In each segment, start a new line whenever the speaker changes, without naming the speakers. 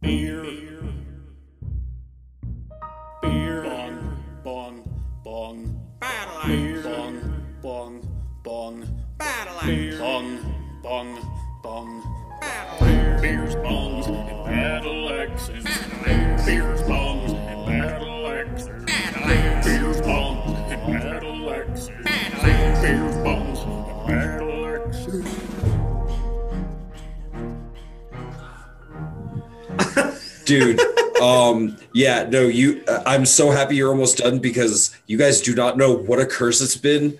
Beer. Beer. Bong. Bong. Bong.
Battle axe.
Beer. Bong. Bong. Bong.
Battle axe.
Beer. Bong. Bong. Bong.
Battle axe.
Beers, bongs, and battle axes. Beers, bongs, and battle axes.
Battle axe.
Beers, bongs, and battle axes.
Battle axe.
Beers, bongs, and battle axes.
dude um yeah no you uh, i'm so happy you're almost done because you guys do not know what a curse it's been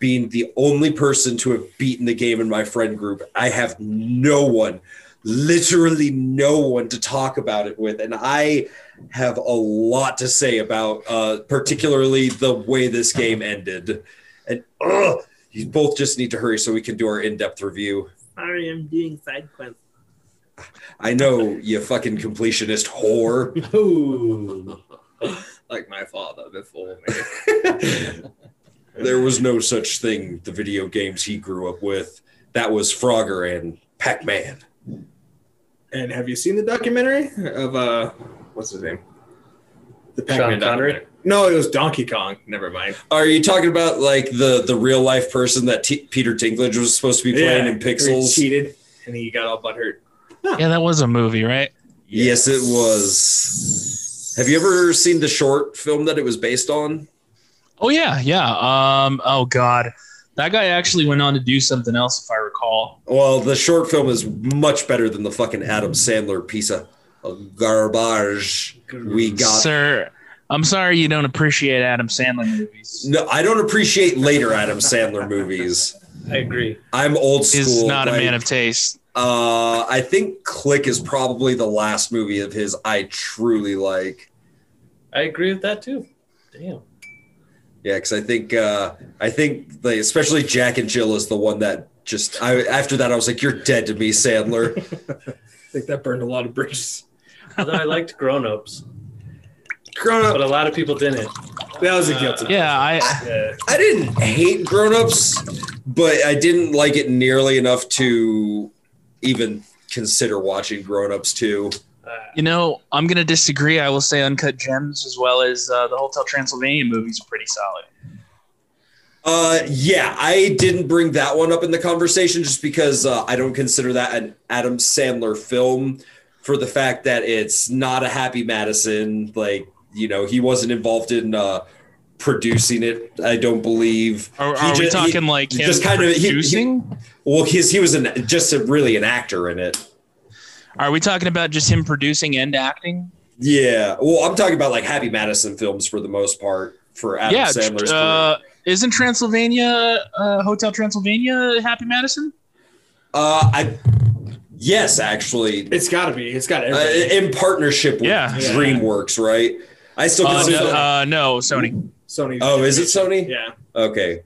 being the only person to have beaten the game in my friend group i have no one literally no one to talk about it with and i have a lot to say about uh particularly the way this game ended and ugh, you both just need to hurry so we can do our in-depth review
Sorry, I'm E doing side quests.
i know you fucking completionist whore
Ooh. like my father before me.
There was no such thing. The video games he grew up with, that was Frogger and Pac Man.
And have you seen the documentary of uh, what's his name? The Pac-Man documentary. No, it was Donkey Kong. Never mind.
Are you talking about like the the real life person that T- Peter Dinklage was supposed to be playing in
where he
Pixels?
cheated, and he got all butthurt.
Yeah, that was a movie, right?
Yes, it was. Have you ever seen the short film that it was based on?
Oh yeah, yeah. Um, oh god, that guy actually went on to do something else, if I recall.
Well, the short film is much better than the fucking Adam Sandler piece of of garbage we got.
Sir, I'm sorry you don't appreciate Adam Sandler movies.
No, I don't appreciate later Adam Sandler movies.
I agree.
I'm old school.
He's not a
like-
man of taste.
Uh, I think Click is probably the last movie of his I truly like.
I agree with that too. Damn.
Yeah, because I think uh, I think like, especially Jack and Jill is the one that just I after that I was like, you're dead to me, Sandler.
I think that burned a lot of bridges.
Although I liked Grown Ups,
Grown
but
up,
a lot of people didn't.
That was a guilty.
Yeah, I
Yeah.
I didn't hate Grown Ups, but I didn't like it nearly enough to even consider watching Grown Ups too.
Uh,
you know, I'm gonna disagree. I will say Uncut Gems as well as uh, the Hotel Transylvania movies are pretty solid.
Uh, yeah, I didn't bring that one up in the conversation just because uh, I don't consider that an Adam Sandler film for the fact that it's not a Happy Madison. Like, you know, he wasn't involved in uh, producing it. I don't believe.
Are,
He
are we
ju- he-
talking like
he
him
just kind of- he- he-
producing?
Well, his he was an just a, really an actor in it.
Are we talking about just him producing and acting?
Yeah. Well, I'm talking about like Happy Madison films for the most part for Adam
yeah.
Sandler's. career.
uh, isn't Transylvania uh, Hotel Transylvania Happy Madison?
uh, I yes, actually,
It's got to be. It's got
uh,
everything.
in partnership with
Yeah.
DreamWorks, right? I still
Uh,
consider.
no, uh, no, Sony.
Sony.
oh, is it Sony?
Yeah.
Okay.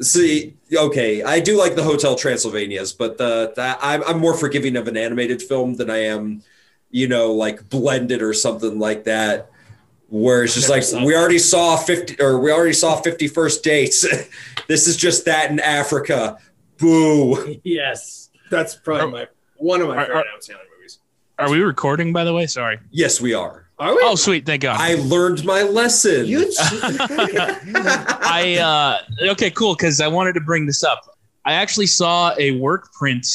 See, okay, I do like the Hotel Transylvanias, but the, the I'm, I'm more forgiving of an animated film than I am, you know, like Blended or something like that, where it's just
Never
like
saw
we already saw fifty or we already saw Fifty First Dates. this is just that in Africa. Boo.
yes.
That's probably my one of my
Are-
favorite
are-
Adam Sandler movies.
Are we recording, by the way? Sorry.
Yes, we are.
Are we?
Oh, sweet. Thank God.
I learned my lesson.
you.
I uh, okay, cool. Because I wanted to bring this up. I actually saw a work print.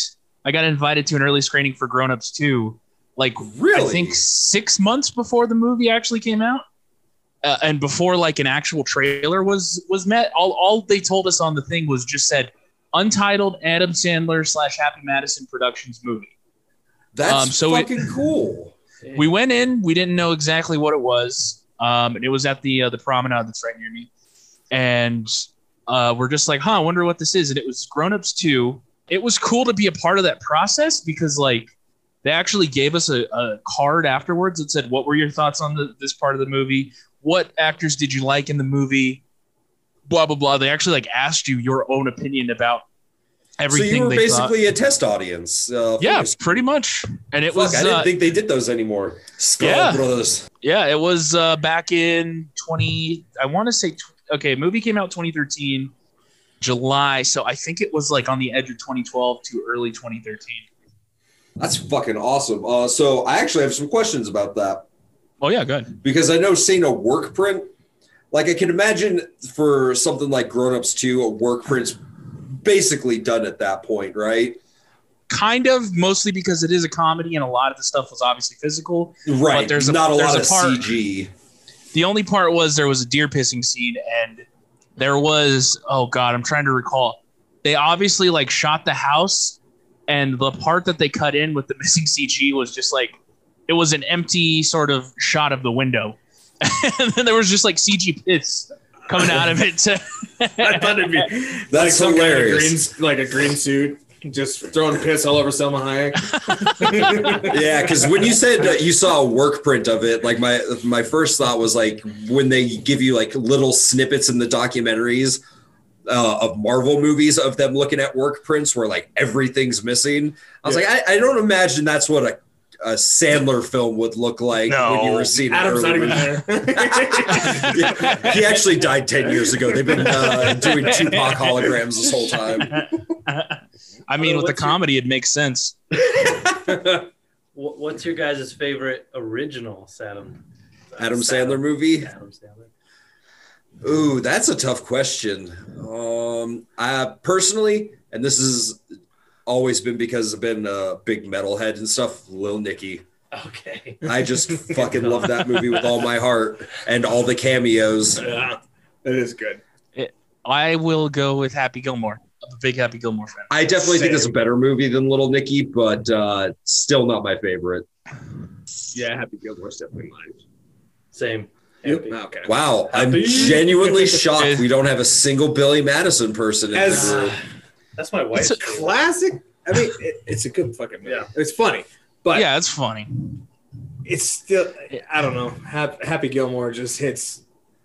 I got invited to an early screening for Grown Ups Two, like
really?
I think six months before the movie actually came out, uh, and before like an actual trailer was was met. All all they told us on the thing was just said untitled Adam Sandler slash Happy Madison Productions movie.
that's
um, so it-
fucking cool.
We went in. We didn't know exactly what it was. Um, and it was at the uh, the promenade that's right near me, and uh, we're just like, huh, I wonder what this is. And it was Grown Ups Two. It was cool to be a part of that process because like they actually gave us a, a card afterwards that said, what were your thoughts on the, this part of the movie? What actors did you like in the movie? Blah blah blah. They actually like asked you your own opinion about everything.
so you were
they thought.
basically a test audience. Uh,
yeah,
focus
pretty much. And it
Fuck,
was
I didn't
uh,
think they did those anymore. Skull
Yeah.
Brothers.
Yeah, it was uh, back in 20. I want to say, tw- okay, movie came out 2013, July. So I think it was like on the edge of 2012 to early 2013.
That's fucking awesome. Uh, so I actually have some questions about that.
Oh yeah, good.
because I know seeing a work print, like I can imagine for something like Grown Ups 2, a work print's basically done at that point, right?
Kind of, mostly because it is a comedy, and a lot of the stuff was obviously physical.
Right.
there's a-
not a
there's
lot
a
of
part-
CG.
The only part was there was a deer pissing scene, and there was oh god, I'm trying to recall. They obviously like shot the house, and the part that they cut in with the missing CG was just like it was an empty sort of shot of the window, and then there was just like CG piss coming out of it. To,
I thought it'd be like
That's
some kind of
hilarious.
green- like a green suit, just throwing piss all over Selma Hayek.
yeah, because when you said that you saw a work print of it, like my my first thought was like when they give you like little snippets in the documentaries uh, of Marvel movies of them looking at work prints where like everything's missing. I was
Yeah.
like, I, I don't imagine that's what a, a Sandler film would look like when you
No.
were seeing it
Adam's not
early.
even there.
Yeah, he actually died 10 years ago. They've been uh, doing Tupac holograms this whole time.
I mean,
Uh,
with the
what's your-
comedy, it makes sense.
Wh- What's your guys' favorite original Adam?
Adam Sandler movie?
Adam Sandler.
Ooh, that's a tough question. Um, I personally, and this has always been because I've been a big metalhead and stuff, Lil Nicky.
Okay.
I just fucking love that movie with all my heart and all the cameos.
Yeah, that is good.
I will go with Happy Gilmore. I'm a big Happy Gilmore fan.
I definitely think
Same.
it's a better movie than Little Nicky, but uh, still not my favorite.
Yeah, Happy Gilmore's definitely mine.
Same. Happy.
Okay.
Wow, I'm
Happy?
genuinely shocked we don't have a single Billy Madison person in
As-
the group.
That's my wife's.
It's a
favorite.
Classic. I mean, it, it's a good fucking movie.
Yeah.
It's funny, but
yeah, it's funny.
it's still. I don't know. Hap- Happy Gilmore just hits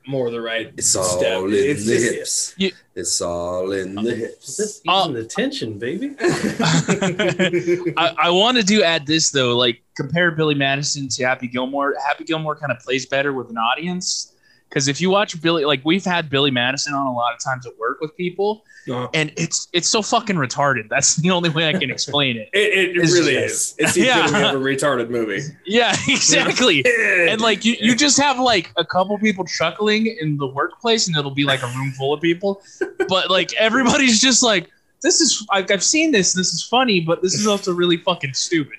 more of the right.
It's all
step.
in
It's
the
just-
hips.
You-
It's all in the hips.
This
Uh,
easing the tension, baby.
I, I wanted to add this though, like compare Billy Madison to Happy Gilmore. Happy Gilmore kind of plays better with an audience because if you watch Billy, like we've had Billy Madison on a lot of times at work with people,
Uh,
and it's it's so fucking retarded. That's the only way I can explain it.
It, it
It's
really
just-
is. It's the
Yeah.
epitome of a retarded movie.
Yeah, exactly. And like you, you just have like a couple people chuckling in the workplace, and it'll be like a room full of people, but like everybody's just like, "This is I've, I've seen this. This is funny, but this is also really fucking stupid."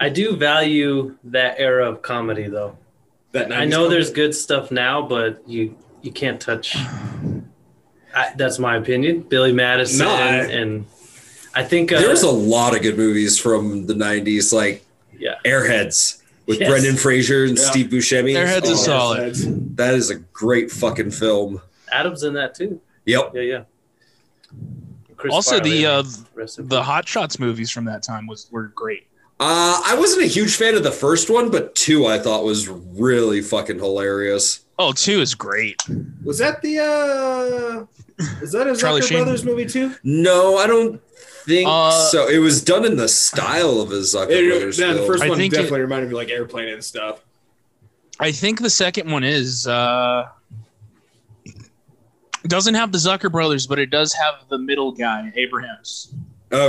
I do value that era of comedy, though.
that
I
90s
know
comedy.
there's good stuff now, but you you can't touch. I, that's my opinion. Billy Madison
No, I-
and, I think uh,
There's a lot of good movies from the 90s, like
Yeah.
Airheads with
Yes.
Brendan Fraser and
Yeah.
Steve Buscemi. Oh,
Airheads is uh, solid.
That is a great fucking film.
Adam's in that too.
Yep.
Yeah, yeah. Chris
also,
Farley,
the uh,
rest in
the
peace.
Hot Shots movies from that time was were great.
Uh, I wasn't a huge fan of the first one, but two I thought was really fucking hilarious.
Oh, two is great.
Was that the uh is that a
Charlie
Zucker
Sheen.
Brothers movie too?
No, I don't think
Uh,
so. It was done in the style of a Zucker Brothers
yeah, the
film.
first
I
one
think it-
definitely reminded me like airplane and stuff.
I think the second one is uh it doesn't have the Zucker brothers, but it does have the middle guy, Abrahams.
Mm.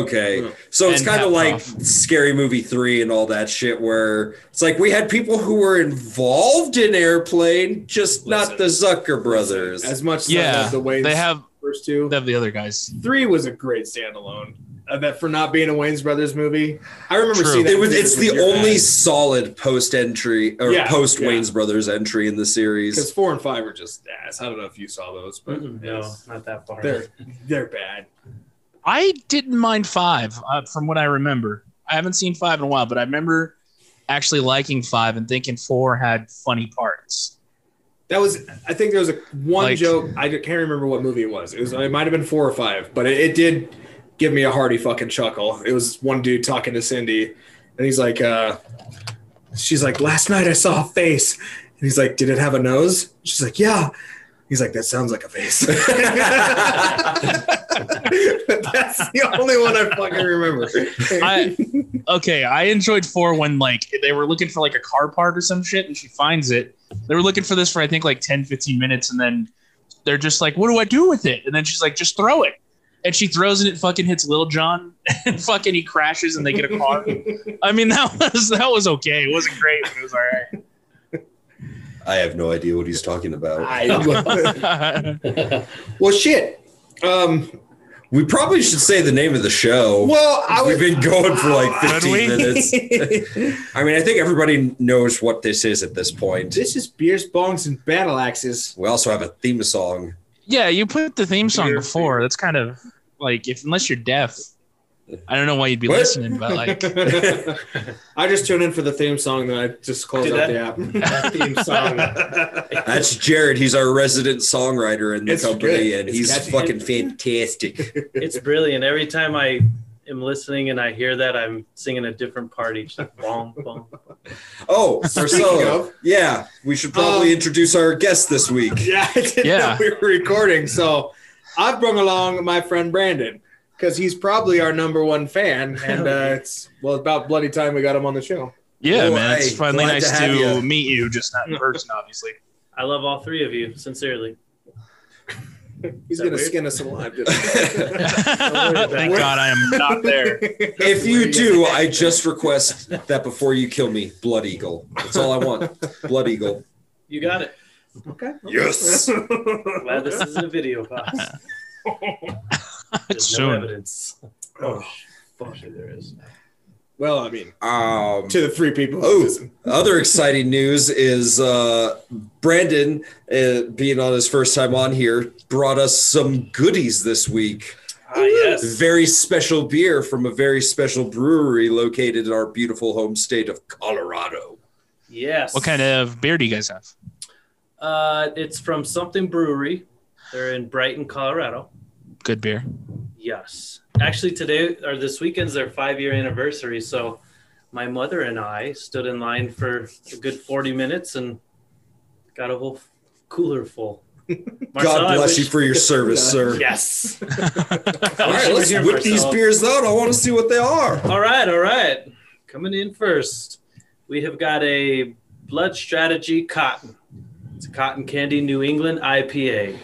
Okay. So it's
And
kind of
Pat
like
Puff.
Scary Movie 3 and all that shit, where it's like we had people who were involved in Airplane, just not the Zucker brothers.
As much as
Yeah,
the Wayne's
They have
first two.
they have the other guys.
Three was a great standalone. Uh, that for not being a Wayne's Brothers movie. I remember
True.
seeing that.
it was,
in
it's the
theaters with
only
your dad,
solid post entry or
Yeah,
post
yeah.
Wayne's Brothers entry in the
'cause
series.
four and five are just ass. I don't know if you saw those, but
Mm-hmm.
Mm-mm, no, not that far.
they're they're bad.
I didn't mind five, uh, from what I remember. I haven't seen five in a while, but I remember actually liking five and thinking four had funny parts.
That was, I think there was a one
Like-
joke. I can't remember what movie it was. It was, it might have been four or five, but it, it did give me a hearty fucking chuckle. It was one dude talking to Cindy, and he's like, uh, she's like, last night I saw a face, and he's like, did it have a nose? She's like, yeah. He's like, that sounds like a face. That's the only one I fucking remember.
I okay, I enjoyed four when like they were looking for like a car part or some shit and she finds it. They were looking for this for I think like 10, 15 minutes, and then they're just like, What do I do with it? And then she's like, just throw it. and she throws it, it fucking hits Lil John, and fucking he crashes and they get a car. I mean, that was that was okay. It wasn't great, but it was all right.
I have no idea what he's talking about.
I, well, shit. Um,
We probably should say the name of the show.
well, I
We've
was.
been going for like
Should
15
we?
minutes. I mean, I think everybody knows what this is at this point.
this is beers, bongs, and battle axes.
We also have a theme song.
yeah, you put the theme song
Beer,
before. That's kind of like if unless you're deaf, I don't know why you'd be
What?
listening, but like
I just tune in for the theme song, then I just close
Did
out
that-
the app. That theme song.
That's Jared. He's our resident songwriter in the
It's
company,
good.
and
It's
he's
catchy.
fucking fantastic.
It's brilliant. Every time I am listening and I hear that, I'm singing a different part each time. Bong, bong.
Oh, Marcelo.
of-
Yeah, we should probably
Um,
introduce our guest this week.
Yeah, I didn't
Yeah.
know we were recording. So I've brought along my friend Brandon because he's probably our number one fan. And uh, it's, well, about bloody time we got him on the show.
yeah,
Well,
man, it's
hey,
finally
glad
nice
to have
to
ya.
meet you, just not in person, obviously.
I love all three of you, sincerely.
He's
That
going to
weird?
skin us alive.
Thank God I am not there.
If you do, I just request that before you kill me, Blood Eagle. That's all I want. Blood Eagle.
You got it.
Okay.
Yes.
Glad this isn't a video podcast. There's no
Soon.
evidence.
Oh,
Fuck, there is.
Well, I mean,
Um,
to the three people. who
Oh,
listen.
other exciting news is uh, Brandon, uh, being on his first time on here, brought us some goodies this week.
Ah, yes.
Very special beer from a very special brewery located in our beautiful home state of Colorado.
Yes.
What kind of beer do you guys have?
Uh, it's from Something Brewery. They're in Brighton, Colorado.
Good beer.
Yes. Actually, today or this weekend's their five year anniversary. So my mother and I stood in line for a good 40 minutes and got a whole cooler full. Marcel, I
God bless
wish-
you for your service, sir.
Yes.
All right, let's whip these beers out. I want to see what they are.
All right, all right. Coming in first, we have got a Blood Strategy Cotton. It's a cotton candy New England IPA.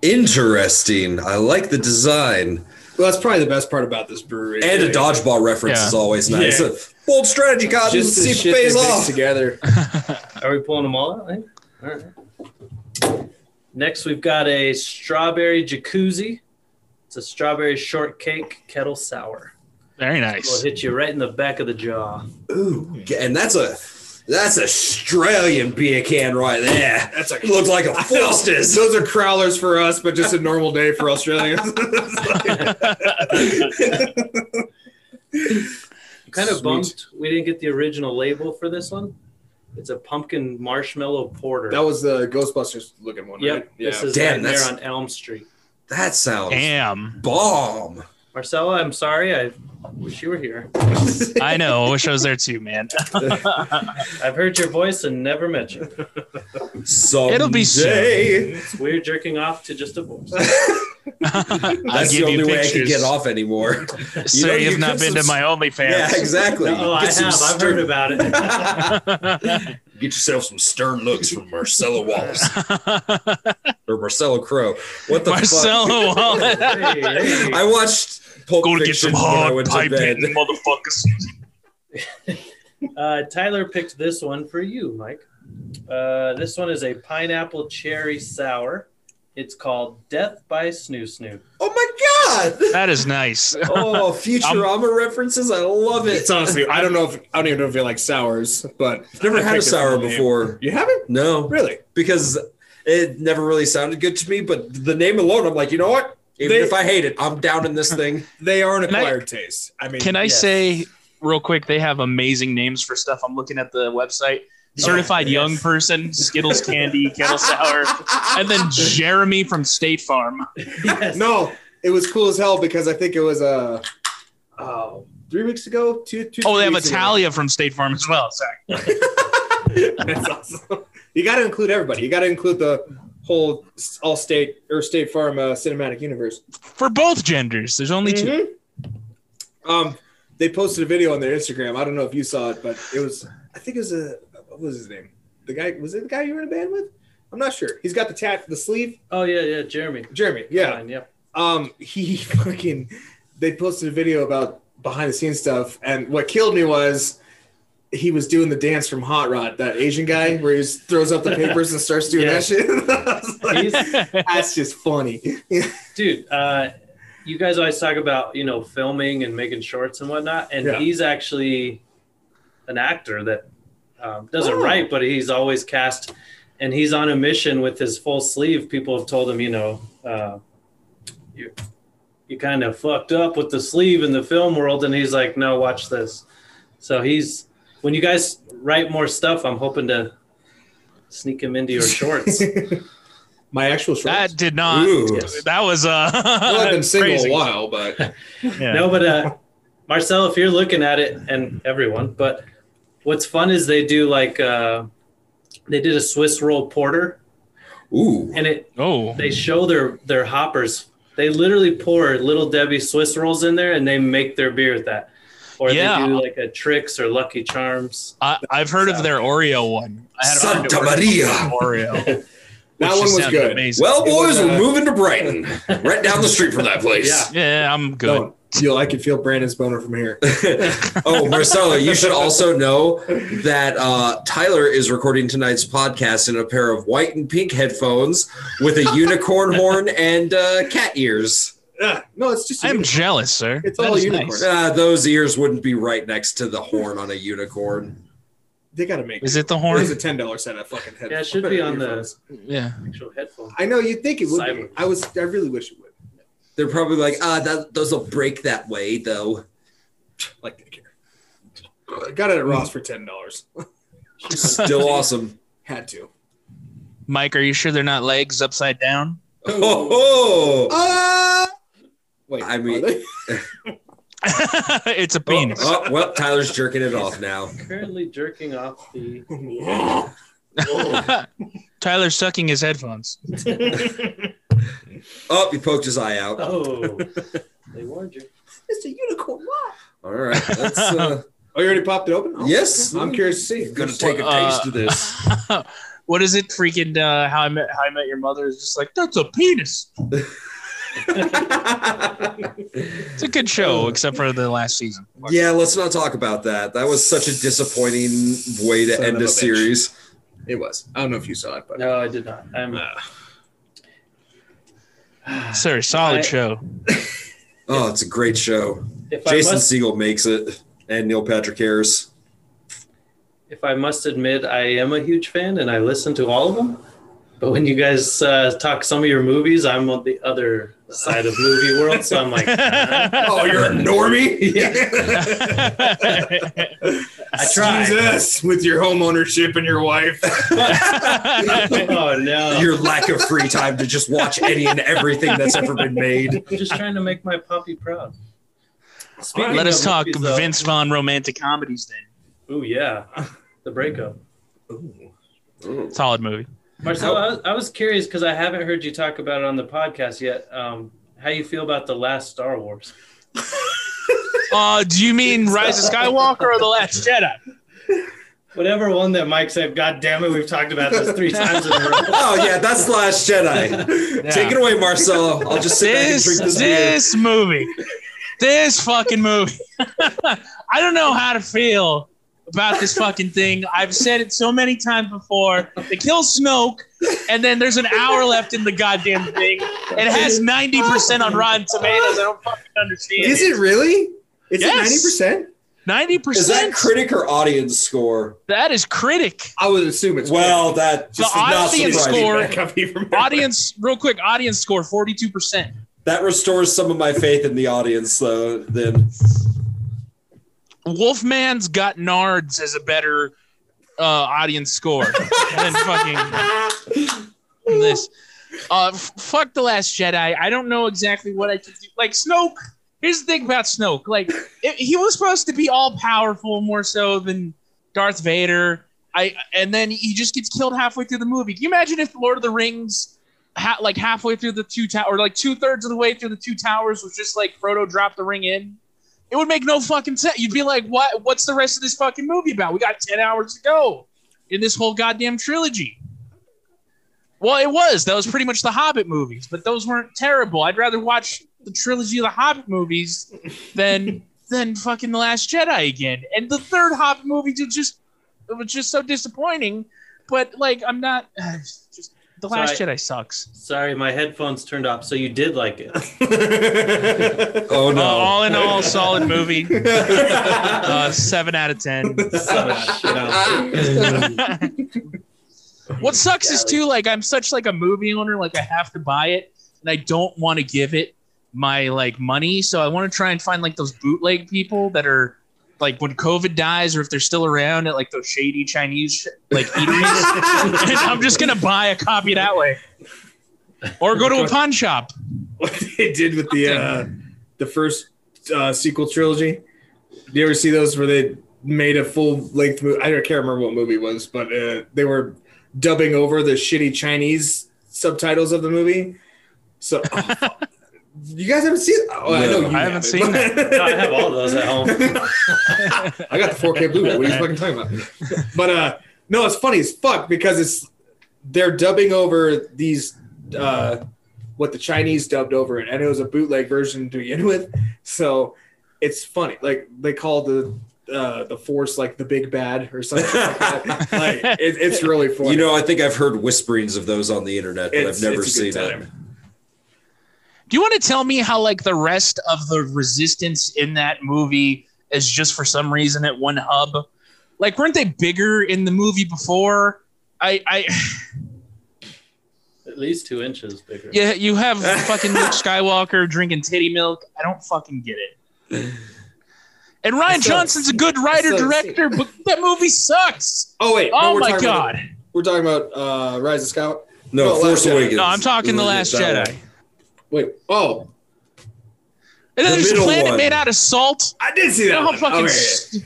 Interesting. I like the design.
Well, that's probably the best part about this brewery.
And a dodgeball reference
Yeah.
is always nice.
Yeah.
A bold strategy, Cotton.
Just
See
the
if
shit
it
they
pays
mix
off.
together.
Are we pulling them all out? eh? All right. Next, we've got a strawberry jacuzzi. It's a strawberry shortcake kettle sour.
Very
It'll
nice.
hit you right in the back of the jaw.
Ooh, and that's a that's Australian beer can right there. That's a looks like a Foster's.
Those are crowlers for us, but just a normal day for Australians.
I'm kind of
Sweet.
bumped we didn't get the original label for this one. It's a pumpkin marshmallow porter.
that was the Ghostbusters looking one,
yep.
right? Yeah.
This is
Damn,
right there
that's-
on Elm Street.
That sounds
Damn.
bomb.
Marcella, I'm sorry. I wish you were here.
I know. I wish I was there too, man.
I've heard your voice and never met you.
So
It'll be
soon.
It's weird jerking off to just a voice.
I'll
That's the
give you
only way I can
pictures.
get off anymore.
So
You know,
you have
you
not
could
been to
subs-
my OnlyFans.
yeah, exactly.
Oh, I
get
have.
some
I've
stern-
heard about it.
Get yourself some stern looks from Marcella Wallace or Marcella Crow. What the
Marcelo Wallace.
Hey, hey.
fuck? I watched Pulp
Go to get
Fiction
some
when I
hard
went to
pipe
bed.
hitting motherfuckers.
Uh, Tyler picked this one for you, Mike. Uh, this one is a pineapple cherry sour. It's called Death by Snoo Snoo.
Oh my god!
That is nice.
Oh, Futurama references. I love it.
It's honestly, I don't know if I don't even know if you like sours, but
I've never
I
had a
picked it
sour
from the name.
before.
You haven't
No,
really?
because it never really sounded good to me. But the name alone, I'm like, you know what? Even
They-
if I hate it, I'm down in this thing.
They are an
Can I-
acquired taste. I mean,
Can I
Yes.
say real quick? They have amazing names for stuff. I'm looking at the website. Certified young person, Skittles candy, kettle sour, and then Jeremy from State Farm.
Yes.
No, it was cool as hell because I think it was uh,
Oh,
three weeks ago. Two, two.
Oh, they have
three weeks ago.
Italia from State Farm as well. Sorry.
That's awesome. You got to include everybody. You got to include the whole all state or state farm uh, cinematic universe.
For both genders, there's only
Mm-hmm.
two.
Um, they posted a video on their Instagram. I don't know if you saw it, but it was I think it was a what was his name? The guy was it the guy you were in a band with? I'm not sure. He's got the tat, the sleeve.
oh yeah, yeah, Jeremy.
Jeremy. Yeah.
Fine, yep.
um, he fucking they posted a video about behind the scenes stuff, and what killed me was he was doing the dance from Hot Rod, that Asian guy where he just throws up the papers and starts doing
Yeah.
that shit. I was like,
He's-
That's just funny.
dude uh you guys always talk about you know filming and making shorts and whatnot and
Yeah.
he's actually an actor that um, doesn't
Oh.
write but he's always cast and he's on a mission with his full sleeve people have told him you know uh, you you kind of fucked up with the sleeve in the film world and he's like no watch this so he's when you guys write more stuff i'm hoping to sneak him into your shorts
My actual shorts.
That did
uh,
not.
Ooh.
That was uh.
well, I've been single
crazy.
a while, but
Yeah.
No, but uh, Marcel, if you're looking at it, and everyone, but what's fun is they do like uh, they did a Swiss roll porter,
Ooh.
and it
Oh.
they show their their hoppers. They literally pour Little Debbie Swiss rolls in there, and they make their beer with that. Or
Yeah.
they do like a tricks or Lucky Charms.
I, I've heard of their Oreo one. I had a friend
Santa
who worked
Maria.
with Oreo. which
that one
just
was
sounded
good.
Amazing.
Well,
It was,
boys, we're
uh,
moving to Brighton, right down the street from that place.
yeah, I'm good.
Don't. Yo, I can feel Brandon's boner from here.
oh, Marcelo, you should also know that uh, Tyler is recording tonight's podcast in a pair of white and pink headphones with a unicorn horn and uh, cat ears.
Yeah, no, it's just.
I'm jealous, sir.
It's
That
all
is
unicorn.
Uh, those ears wouldn't be right next to the horn on a unicorn.
they gotta make.
Is it the
It
horn?
was a ten dollar set of fucking head.
Yeah, it should be on the
yeah.
actual headphone.
I know you'd think it would.
Cyber.
Be. I was. I really wish it would.
They're probably like, ah, that, those will break that way, though.
Like they care. I got it at Ross for ten dollars.
Still awesome.
Had to.
Mike, are you sure they're not legs upside down?
Oh, oh.
Uh, wait.
I mean-
are they-
it's a penis.
Oh, well, Tyler's jerking it off now.
Currently jerking off the. oh.
Tyler's sucking his headphones.
Oh, he poked his eye out.
Oh, they warned you.
it's a unicorn. What?
All right. That's, uh,
Oh, you already popped it open. Oh,
yes.
I'm curious to see.
gonna take a
Uh,
taste of this.
what is it? Freaking uh, how I met how I met your mother is just like that's a penis.
uh,
It's a good
Oh.
show, except for the last season.
yeah, let's not talk about that. That was such a disappointing way to
Son
end
of
a,
a bitch.
series.
It was. I don't know if you saw it, but
No, I did not. I'm.
Uh. Sir, solid
Ah. I-
show.
Oh, it's a great show.
If I
Jason
must
Siegel makes it, and Neil Patrick Harris.
if I must admit, I am a huge fan and I listen to all of them. But when you guys uh, talk some of your movies, I'm on the other side of movie world, so I'm like, I
Oh, you're a normie.
try.
Jesus, with your home ownership and your wife.
oh no,
Your lack of free time to just watch any and everything that's ever been made.
I'm just trying to make my puppy proud. Speaking
Let
of
us talk
movies, uh, though-
Vince Vaughn romantic comedies then.
Ooh yeah, the breakup.
Solid movie.
Marcel, I was, I was curious because I haven't heard you talk about it on the podcast yet. Um, how you feel about the last Star Wars?
Uh, do you mean Rise of Skywalker or The Last Jedi?
Whatever one that Mike said. God damn it, we've talked about this three times in a row.
Oh yeah, that's Last Jedi.
Yeah.
Take it away, Marcelo. I'll just sit back and
this
drink this beer.
this movie, this fucking movie. I don't know how to feel about this fucking thing. I've said it so many times before. They kill Snoke, and then there's an hour left in the goddamn thing. It has ninety percent on Rotten Tomatoes. I don't fucking
Is
understand.
it really? Is
Yes.
it ninety percent?
Ninety
Is that
percent.
critic or audience score?
That is critic.
I would assume it's
Well, that just
The
is not
audience
surprising.
score-
audience.
Audience, real quick. Audience score forty-two percent.
That restores some of my faith in the audience, though. Then
Wolfman's got Nards as a better uh, audience score than fucking this. Uh, f- fuck the Last Jedi. I don't know exactly what I could do. Like Snoke. Here's the thing about Snoke. Like it, he was supposed to be all powerful, more so than Darth Vader. I and then he just gets killed halfway through the movie. Can you imagine if Lord of the Rings, ha- like halfway through the two towers, or like two thirds of the way through the two towers, was just like Frodo dropped the ring in? It would make no fucking sense. You'd be like, what? What's the rest of this fucking movie about? We got ten hours to go in this whole goddamn trilogy. Well, it was. That was pretty much the Hobbit movies, but those weren't terrible. I'd rather watch the trilogy of the Hobbit movies than than fucking the Last Jedi again. And the third Hobbit movie dude, just it was just so disappointing. But like, I'm not. just the
So
Last
I-
Jedi sucks.
Sorry, my headphones turned off. So you did like it.
Oh
Uh,
no.
all in all, solid movie. Uh, seven out of ten.
Son of a shit out.
what sucks is too like i'm such like a movie owner like i have to buy it and i don't want to give it my like money so i want to try and find like those bootleg people that are like when covid dies or if they're still around at like those shady chinese sh- like eateries and i'm just gonna buy a copy that way or go to a pawn shop
what they did with the uh, the first uh, sequel trilogy. Do you ever see those where they made a full length movie? I don't- can't remember what movie it was, but uh, they were dubbing over the shitty Chinese subtitles of the movie. So you guys haven't seen? Oh, I know
No.
you
I haven't seen
that.
I have all those at home.
I got the 4K Blu-ray. What are you fucking talking about? But uh, no, it's funny as fuck because it's they're dubbing over these uh, what the Chinese dubbed over it, and it was a bootleg version to begin with. So it's funny. Like they call the uh, the force like the big bad or something. like that. Like it, it's really funny.
You know, I think I've heard whisperings of those on the internet, but
It's-
I've never
it's a
seen
good
it.
time.
do you want to tell me how like the rest of the resistance in that movie is just for some reason at one hub like weren't they bigger in the movie before i i
At least two inches bigger.
Yeah, you have fucking Luke Skywalker drinking titty milk. I don't fucking get it. And Ryan
It's so-
Johnson's a good writer
it's so
director, but that movie sucks.
Oh wait! no,
Oh
we're
my
talking about-
god!
we're talking about uh, Rise of Scout.
No,
No,
Force
Last Jedi.
Awakens.
No, I'm talking The Last
That
Jedi.
one.
Wait! Oh,
And then
The
there's a
middle
planet
one.
made out of salt.
I did see
You
that.
know how
one.
fucking.
Okay.
st-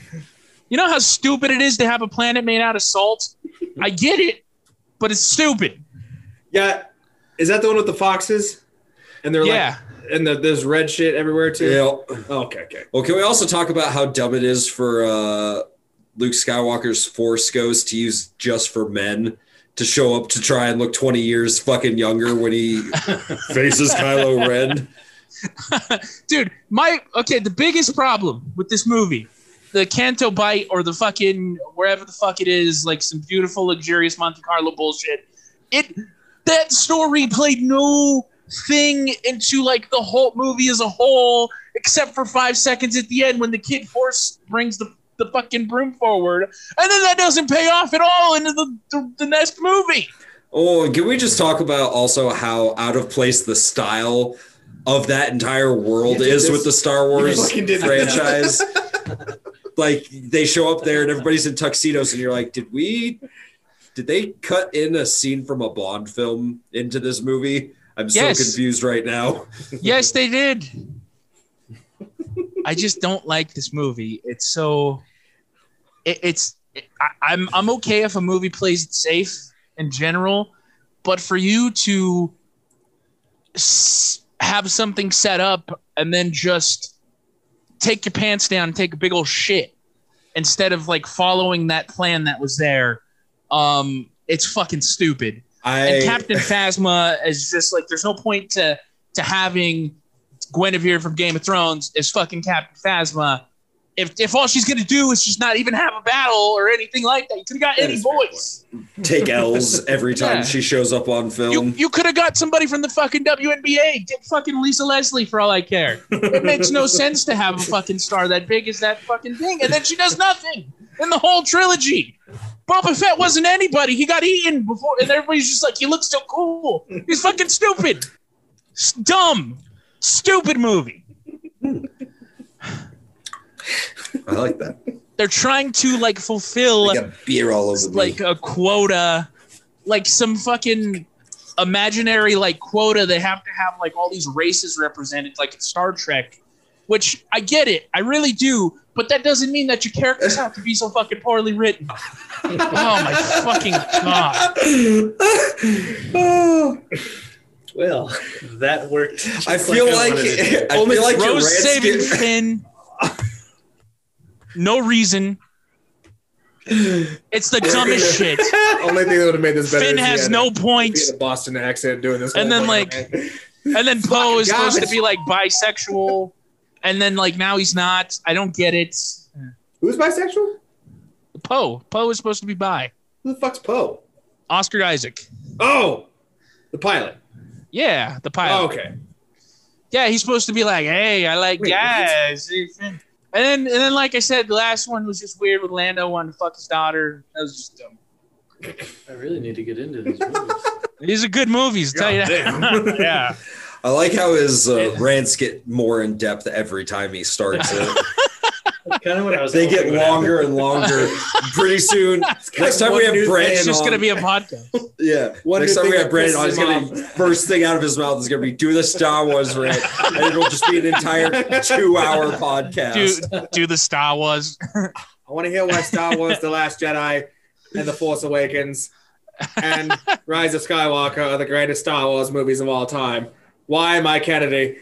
you know how stupid it is to have a planet made out of salt. I get it, but it's stupid.
Yeah, is that the one with the foxes? And they're
Yeah.
like, and the, there's red shit everywhere too.
Yeah.
Oh, okay, okay.
Well, can we also talk about how dumb it is for uh, Luke Skywalker's Force Ghost to use just for men to show up to try and look 20 years fucking younger when he faces Kylo Ren?
dude my okay the biggest problem with this movie the canto bite or the fucking wherever the fuck it is like some beautiful luxurious monte carlo bullshit it that story played no thing into like the whole movie as a whole except for five seconds at the end when the kid horse brings the the fucking broom forward and then that doesn't pay off at all into the, the, the next movie
Oh, and can we just talk about also how out of place the style of that entire world
You did
is
this.
with the Star Wars
fucking did this.
franchise? like they show up there and everybody's in tuxedos, and you're like, did we? Did they cut in a scene from a Bond film into this movie? I'm so
Yes.
confused right now.
Yes, they did. I just don't like this movie. It's so. It, it's. I, I'm I'm okay if a movie plays it safe in general, but for you to s- have something set up and then just take your pants down and take a big old shit instead of like following that plan that was there, um, it's fucking stupid
I
and Captain Phasma is just like there's no point to to having Guinevere from Game of Thrones is fucking Captain Phasma. If, if all she's gonna do is just not even have a battle or anything like that, you could have got
That
any
is fair
voice.
take L's every time
Yeah.
she shows up on
You
film.
you could have got somebody from the fucking WNBA. Get fucking Lisa Leslie for all I care. It makes no sense to have a fucking star that big as that fucking thing, and then she does nothing in the whole trilogy. Boba Fett wasn't anybody. He got eaten before, and everybody's just like, "He looks so cool." He's fucking stupid, S- dumb, stupid movie.
I like that.
They're trying to like fulfill
I got beer all over me.
like a quota, like some fucking imaginary like quota. They have to have like all these races represented, like in Star Trek. Which I get it, I really do, but that doesn't mean that your characters have to be so fucking poorly written. oh my fucking god!
Well, that worked.
I feel like, I
Only
feel like your
Rose
rants
saving
get-
Finn. No reason. It's the dumbest shit.
Only thing that would have made this better.
Finn
is he
has
had
no
a, he
points.
had a Boston accent doing this.
And
whole
then,
thing.
And then Poe is supposed to
garbage.
be like bisexual. And then like now he's not. I don't get it.
who's bisexual?
Poe. Poe is supposed to be bi.
Who the fuck's Poe?
Oscar Isaac.
Oh, the pilot.
Yeah, the pilot.
Oh, okay.
Yeah, he's supposed to be like, hey, I like
Wait,
guys. And then, and then, like I said, the last one was just weird with Lando wanting to fuck his daughter. That was just dumb.
I really need to get into these movies.
These are good movies, I'll tell you
Goddamn.
that. yeah.
I like how his uh, rants get more in depth every time he starts it.
kind of what I was.
they
hoping
get
would happen.
longer and longer. Pretty soon, next time we have Brandon
It's just
on,
going to be a podcast.
yeah.
One
next
new
time we
thing
have
that
Brandon
pisses
on, it's
him
gonna be first thing out of his mouth is gonna be do the Star Wars rant, and it'll just be an entire two-hour podcast.
Do, do the Star Wars.
I want to hear why Star Wars: The Last Jedi and The Force Awakens and Rise of Skywalker are the greatest Star Wars movies of all time. Why am I Kennedy?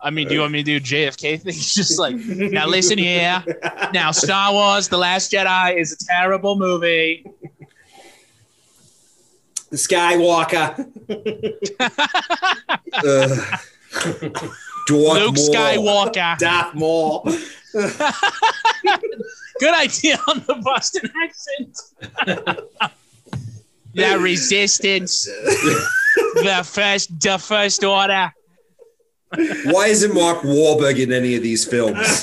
I mean, do you want me to do JFK thing? It's just like, now listen here. Now, Star Wars The Last Jedi is a terrible movie.
The Skywalker.
Ugh. Do you want
Luke
more?
Skywalker.
Darth Maul.
Good idea on the Boston accent. the resistance. the first the first order.
Why isn't Mark Wahlberg in any of these films?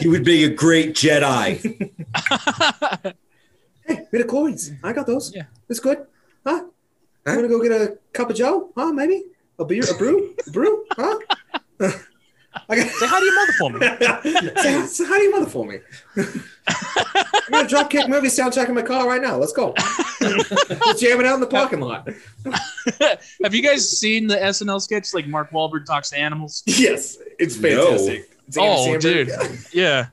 he would be a great Jedi.
Hey, bit of coins. I got those.
Yeah.
It's good. Huh? I'm gonna go get a cup of Joe. Huh? Maybe a beer, a brew, a brew. Huh? I got.
Say hi to your mother for me.
Say, say hi to your mother for me. I'm gonna drop kick movie soundtrack in my car right now. Let's go. Let's jam it out in the parking lot.
Have you guys seen the SNL sketch like Mark Wahlberg talks to animals?
Yes, it's
fantastic.
It's
Oh, dude. Yeah.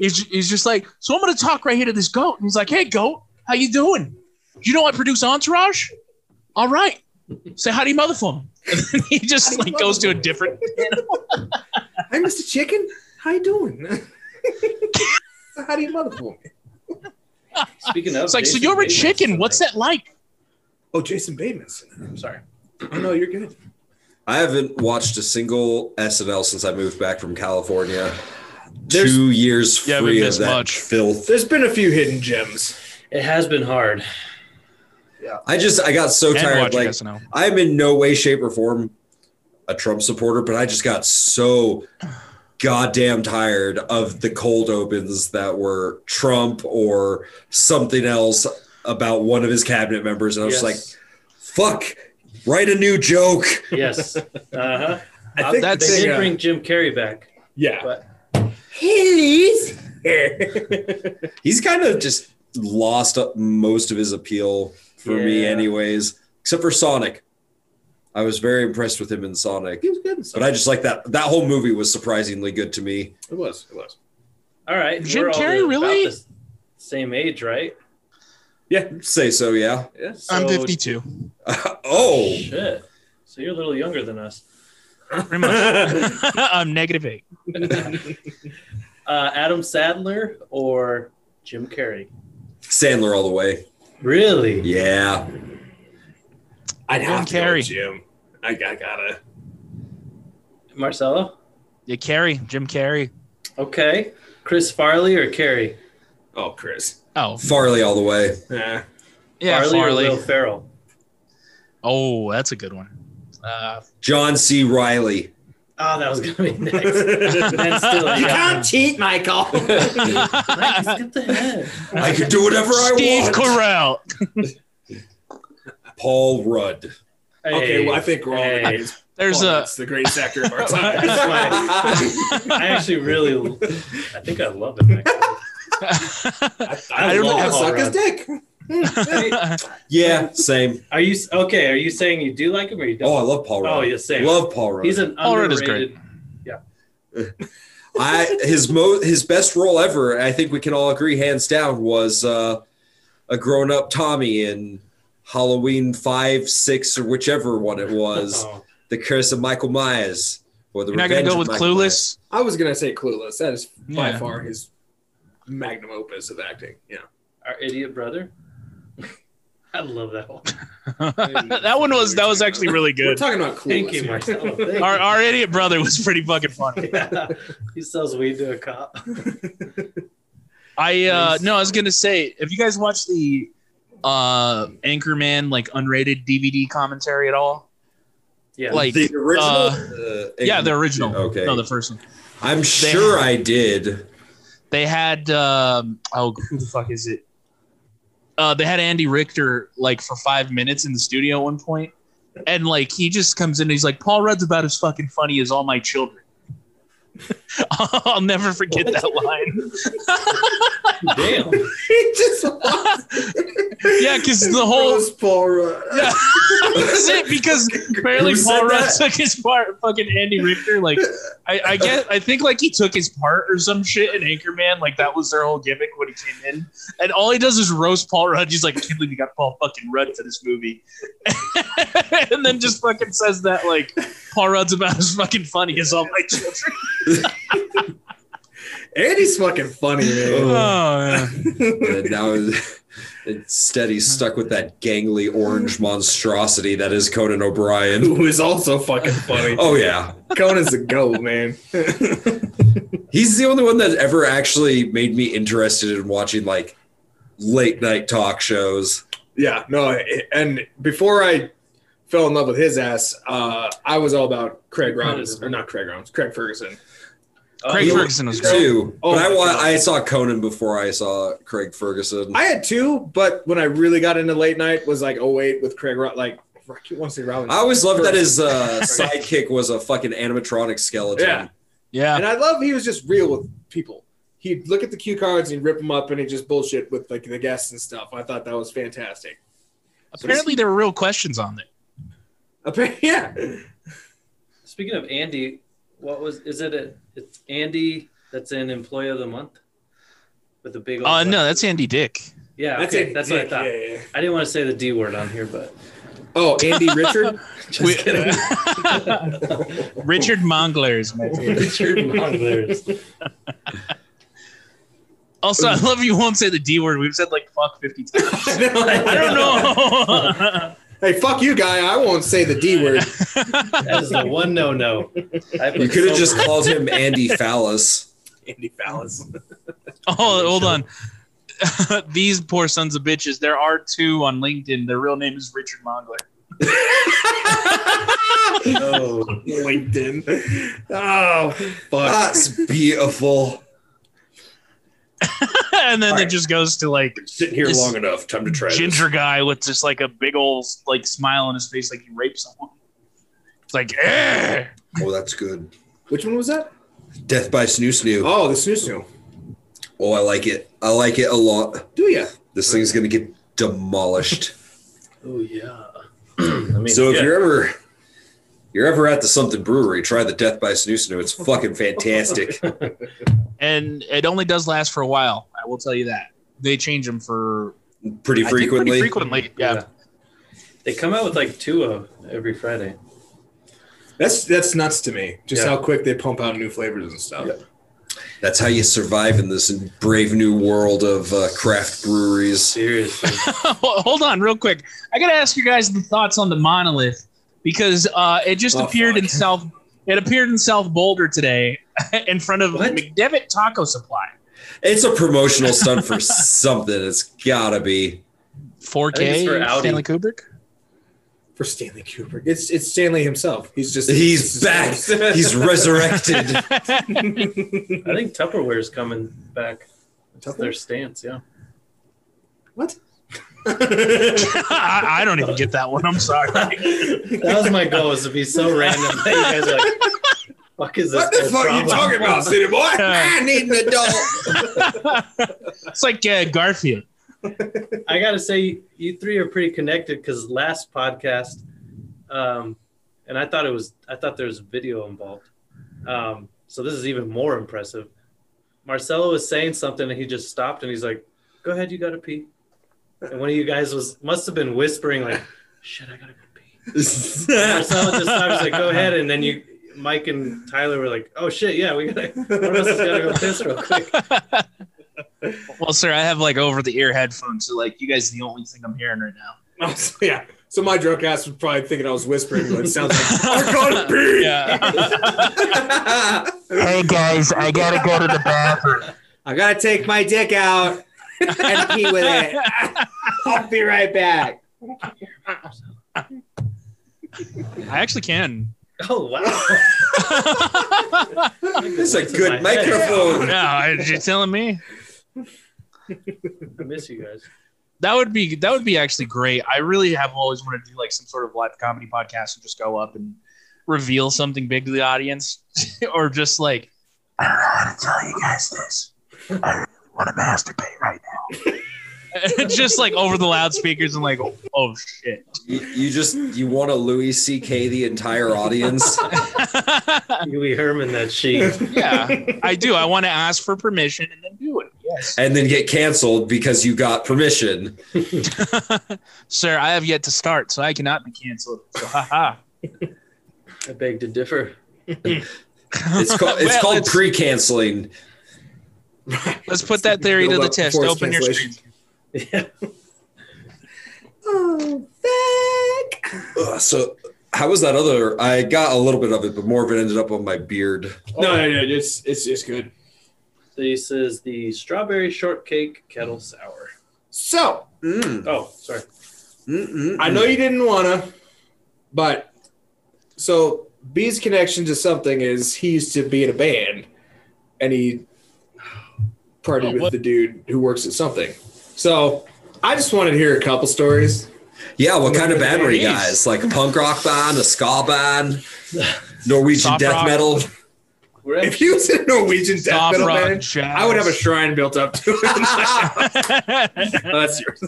He's, he's just like, so I'm gonna talk right here to this goat. And he's like, Hey goat, how you doing? You know I produce Entourage? All right. Say hi to your mother for me. And then he just like goes to a different
Hi, Mr. Chicken. How you doing? Say hi to your mother for me.
Speaking of,
It's like, so
Jason
you're a
Bateman's
chicken.
tonight.
What's that like?
Oh, Jason Bateman's.
I'm sorry.
Oh no, you're good.
I haven't watched a single SNL since I moved back from California.
There's-
Two years
You haven't
free of
missed
that
much.
filth.
There's been a few hidden gems.
It has been hard.
I just I got so tired. Like
SNL.
I'm in no way, shape, or form a Trump supporter, but I just got so goddamn tired of the cold opens that were Trump or something else about one of his cabinet members, and I was just like, "Fuck, write a new joke."
like, yes, uh huh.
I think
That's-
the thing,
They did
uh,
bring Jim Carrey back.
yeah.
But
He's kind of just lost most of his appeal for me,
Yeah.
anyways, except for Sonic. I was very impressed with him in Sonic,
He was good. in
but
some-
I just like that that whole movie was surprisingly good to me.
It was. It was.
all right,
Jim
we're all
Carrey,
the- about
really?
the s- same age, right?
Say so, yeah.
Yes.
I'm
So-
52.
oh,
Shit. So you're a little younger than us.
Pretty much. I'm negative eight.
Uh, Adam Sandler or Jim Carrey?
Sandler all the way.
Really?
Yeah.
I'd have to go
Carrey.
with Jim. I, I gotta.
Marcelo?
Yeah, Carrey, Jim Carrey.
Okay. Chris Farley or Carrey?
Oh, Chris.
Oh,
Farley all the way.
Yeah.
yeah,
Farley,
Farley.
or Will Ferrell?
Oh, that's a good one. Uh,
John C. Riley.
Oh, that was gonna be next. And still,
You
yeah.
can't cheat, Michael.
Mike, skip the head.
I could do whatever I
Steve
want.
Carell.
Paul Rudd.
okay,
Hey,
well, I think we're all
hey.
hey.
There's a
the greatest actor of our
I
time.
I actually really, I think I love it. Actually.
I
don't know.
Suck his dick.
Yeah, same.
Are you okay? Are you saying you do like him or you don't?
Oh, I love Paul Rudd.
Oh, yeah, same.
Love Paul Rudd.
He's an
Paul Rudd is
underrated.
I his mo his best role ever. I think we can all agree, hands down, was uh, a grown up Tommy in Halloween five, six, or whichever one it was.
Oh,
the Curse of Michael Myers. Or the
You're not gonna
Revenge
go
of
with
Michael Myers.
Clueless.
I was gonna say Clueless. That is by
Yeah.
far his magnum opus of acting. Yeah.
Our idiot brother. I love that one.
that one was that was actually really
We're
good.
talking about Clueless.
Thank you,
here.
Marcelo. Thank
Our, our idiot brother was pretty fucking funny.
you. he sells weed to a cop.
I uh no, I was gonna say, have you guys watched the uh Anchorman like unrated DVD commentary at all?
Yeah.
Like
the original.
uh,
uh,
yeah, the original.
Okay.
No, the first one.
I'm sure I did.
They had um oh who the fuck is it? Uh they had Andy Richter like for five minutes in the studio at one point, And like he just comes in and he's like, Paul Rudd's about as fucking funny as all my children. I'll never forget
What?
that line.
damn.
he just
Yeah, because the whole
Rose Paul uh, Rudd.
Yeah. That's it because apparently
Who said
Paul Rudd
that?
took his part. Fucking Andy Richter, like I, I guess I think like he took his part or some shit in Anchorman. Like that was their whole gimmick when he came in, and all he does is roast Paul Rudd. He's like, I can't believe you got Paul fucking Rudd for this movie, and then just fucking says that like Paul Rudd's about as fucking funny as all my children.
Andy's fucking funny, man.
Oh,
And now instead he's stuck with that gangly orange monstrosity that is Conan O'Brien.
Who is also fucking funny.
Oh yeah,
Conan's a goat, man.
he's the only one that ever actually made me interested in watching like late night talk shows.
Yeah, no, and before I fell in love with his ass, uh, I was all about Craig Robbins or not Craig Robbins, Craig Ferguson.
Craig
he-
Ferguson was great.
Too,
Oh,
but I
my
wa-
God.
I saw Conan before I saw Craig Ferguson.
I had two, but when I really got into late night was like 08 with Craig Rob like I keep wanting to say Robbins.
I always loved that his uh, sidekick was a fucking animatronic skeleton.
Yeah.
Yeah,
and I love he was just real with people. He'd look at the cue cards and he'd rip them up and he'd just bullshit with like the guests and stuff. I thought that was fantastic.
apparently there were real questions on there.
Appa- Yeah.
Speaking of Andy, what was is it? A, it's Andy that's in Employee of the Month with the big. old-
Uh, no, that's Andy Dick.
yeah.
That's
That's okay,
it.
That's what I
Yeah,
thought.
yeah, yeah.
I didn't want to say the D word on here, but
Oh, Andy Richard?
We- Richard Mongler is my favorite.
Richard Monglers.
Also, I love you won't say the D word. We've said like fuck 50 times.
I don't
I don't know.
Hey, fuck you, guy. I won't say the D word.
That is the one no no.
You could have just called him Andy Phallus.
Andy Fallis.
oh, hold on. These poor sons of bitches. There are two on LinkedIn. Their real name is Richard Mongler.
Oh,
LinkedIn. Oh, fuck.
That's beautiful.
and then
Alright.
it just goes to like
Sitting here
This-
long enough. Time to try this.
ginger guy with just like a big old like smile on his face, like he raped someone. It's like, eh.
Oh, that's good.
Which one was that?
Death by Snoo Snoo.
Oh, the snoo snoo.
Oh, I like it. I like it a lot.
Do ya?
This thing's gonna get demolished.
oh yeah. I mean,
so if
yeah.
you're ever you're ever at the something brewery, try the Death by Snoo Snoo. It's fucking fantastic.
and it only does last for a while. I will tell you that. They change them for
pretty
I think,
frequently.
pretty frequently, yeah.
they come out with like two of every Friday.
That's that's nuts to me. Just
Yeah.
how quick they pump out new flavors and stuff.
That's how you survive in this brave new world of uh, craft breweries.
Seriously.
Hold on, real quick. I gotta ask you guys the thoughts on the monolith because uh, it just
Oh,
appeared in
fuck.
South. It appeared in South Boulder today, in front of
What?
McDevitt Taco Supply.
It's a promotional stunt for something. It's gotta be.
I think it's for
4K
Audi.
Stanley Kubrick.
For Stanley Kubrick, it's it's Stanley himself. He's just
He's back. He's resurrected.
I think Tupperware's coming back. That's
Tupperware?
their stance, yeah.
what?
I, I don't even get that one. I'm sorry.
That was my goal, was to be so random that you guys are like, fuck is this?
What the
guy's
fuck are you
problem?"
talking about, city boy?
Yeah.
I need an adult.
it's like uh, Garfield.
I gotta say, you three are pretty connected because last podcast, um, and I thought it was, I thought there was video involved. Um, so this is even more impressive. Marcelo was saying something and he just stopped and he's like, "Go ahead, you gotta pee." And one of you guys was must have been whispering like, "Shit, I gotta go pee." Marcelo just stopped. He's like, "Go ahead," and then you, Mike and Tyler were like, "Oh shit, yeah, we gotta." One of us has gotta go piss real quick.
Well, sir, I have like over the ear headphones, so like you guys are the only thing I'm hearing right now.
So, yeah. So my drunk ass was probably thinking I was whispering, but it sounds like I gotta pee.
Hey guys, I gotta go to the bathroom.
I gotta take my dick out and pee with it. I'll be right back.
I actually can.
Oh wow!
no,
This is a
Voice in
good
my head.
microphone.
I- you're telling me
I miss you guys.
that would be that would be actually great. I really have always wanted to do like some sort of live comedy podcast and just go up and reveal something big to the audience, or just like
I don't know how to tell you guys this. I want to masturbate right now.
just like over the loudspeakers and like oh shit.
You, you just you want to Louis C.K. the entire audience.
Huey Herman, that she.
yeah, I do. I want to ask for permission and then do it. Yes.
and then get canceled because you got permission.
Sir, I have yet to start, so I cannot be canceled. So, haha.
I beg to differ.
It's called it's
Well,
called
let's-
pre-canceling.
Let's put that theory to
Build
the
up
test.
before it's
Open your
translation.
screen.
Yeah.
Ugh, so how was that other? I got a little bit of it, but more of it ended up on my beard.
No, no, no. It's it's it's good.
This is the strawberry shortcake kettle sour.
So
Mm,
Oh, sorry.
mm, mm,
I know you didn't wanna, but so B's connection to something is he used to be in a band, and he partied
Oh,
with
what-
the dude who works at something. So I just wanted to hear a couple stories.
Yeah, what kind of band were you
Jeez.
guys? Like a punk rock band, a ska band, Norwegian
Soft
death
rock. Oh,
metal?
We're at
If he was in a Norwegian death
Stop
metal
rock
band,
jazz.
I would have a shrine built up to it. Oh, that's yours.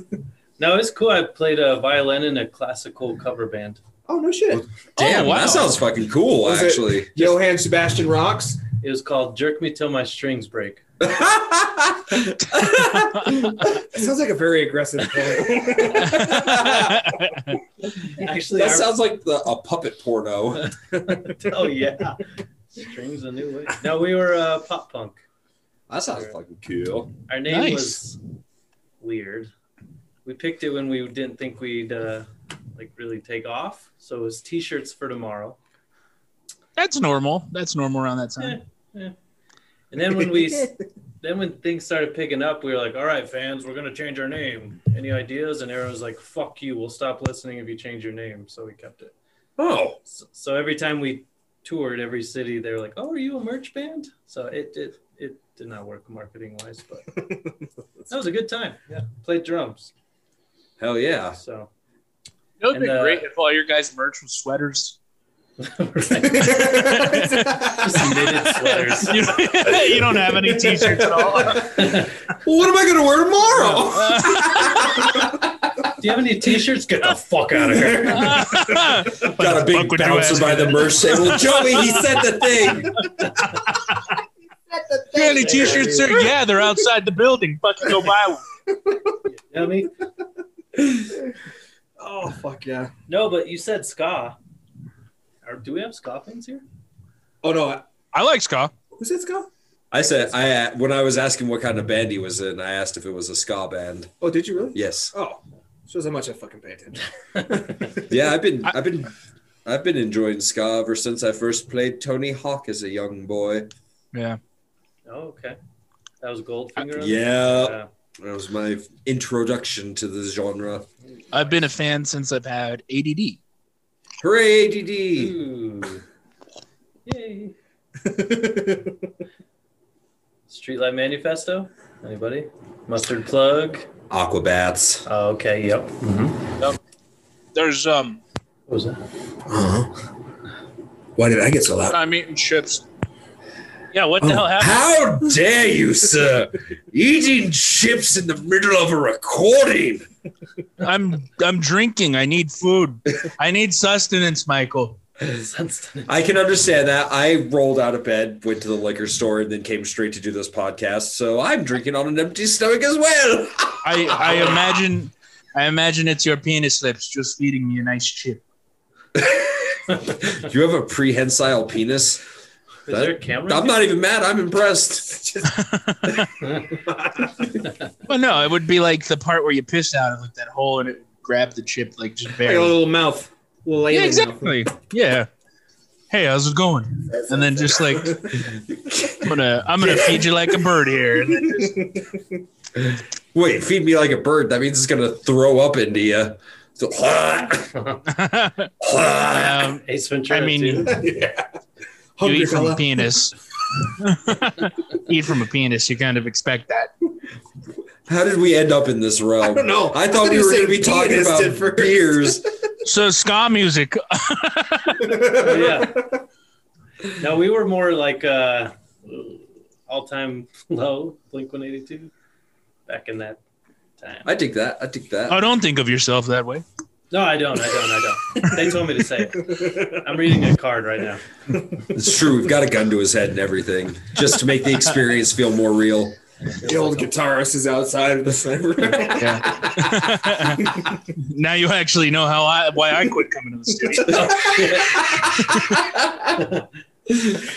No, it's cool. I played a violin in a classical cover band.
Oh no shit.
Damn,
wow.
that sounds fucking cool,
Was it-
actually.
Johann Sebastian rocks.
It was called "Jerk Me Till My Strings Break."
That sounds like a very aggressive play.
Actually,
that
our-
sounds like the, a puppet porno.
oh yeah, strings a new way. No, we were uh, pop punk.
That sounds fucking cool.
Our name
Nice.
was weird. We picked it when we didn't think we'd uh, like really take off. So it was T-shirts for tomorrow.
That's normal. That's normal around that time.
And then when we then when things started picking up, we were like, "All right, fans, we're gonna change our name. Any ideas?" And everyone was like, "Fuck you. We'll stop listening if you change your name." So we kept it.
oh,
So, so every time we toured every city, they were like, "Oh, are you a merch band?" So it it it did not work marketing wise, but that was a good time. Yeah, played drums.
Hell yeah.
So
It would
And,
be
uh,
great if all your guys' merch was sweaters.
knitted sweaters.
you, you don't have any t-shirts at all.
What am I going to wear tomorrow?
Do you have any t-shirts? Get the fuck out of here.
Got a big bouncer by the merch table. Joey, he said the thing.
You got any t-shirts, sir? Yeah, they're outside the building. Fucking go buy one.
You know what I mean?
oh fuck yeah.
No, but you said ska. Or do we have ska fans here?
Oh no, I-
I like ska.
who's it Scott?
I said, I when I was asking what kind of band he was in, I asked if it was a ska band.
Oh, did you really?
Yes.
Oh, shows how much I fucking pay attention.
Yeah, I've been, I've been, I've been enjoying ska ever since I first played Tony Hawk as a young boy.
Yeah.
Oh, okay. That was Goldfinger.
Yeah,
Yeah.
that was my introduction to the genre.
I've been a fan since I've had ADD.
Hooray, ADD!
Ooh. Yay. Streetlight Manifesto. Anybody? Mustard Plug.
Aquabats.
Oh, okay. Yep.
There's um,
What was that?
Why did I get so loud?
I'm eating chips. Yeah, what the hell happened?
How dare you, sir? Eating chips in the middle of a recording.
I'm I'm drinking. I need food. I need sustenance, Michael.
I can understand that. I rolled out of bed, went to the liquor store, and then came straight to do this podcast. So I'm drinking on an empty stomach as well.
I I imagine I imagine it's your penis lips just feeding me a nice chip.
you have a prehensile penis.
Is
That-
there a camera?
I'm not even mad. I'm impressed. Just-
Well, no, it would be like the part where you pissed out of like that hole and it grabbed the chip like just
Like a
barely.
little mouth. Little
Yeah,
alien mouth.
exactly. Yeah. Hey, how's it going? And then just like I'm gonna I'm gonna feed you like a bird here. And then just,
Wait, feed me like a bird. That means it's gonna throw up into you. So,
um,
Ace Ventura.
I mean,
too.
you
Hungry
eat from a
fella.
penis. eat from a penis. You kind of expect that.
how did we end up in this realm?
I don't know.
I thought we
you
were
said
going to be talking
penis
about
at first.
beers.
So ska music.
Oh, yeah. No, we were more like uh, all time low, Blink 182, back in that time.
I dig that. I dig that.
Oh, don't think of yourself that way.
no, I don't. I don't. I don't. They told me to say it. I'm reading a card right now.
It's true. We've got a gun to his head and everything just to make the experience feel more real.
The old guitarist is outside of the sniper.
now you actually know how I why I quit coming to the studio.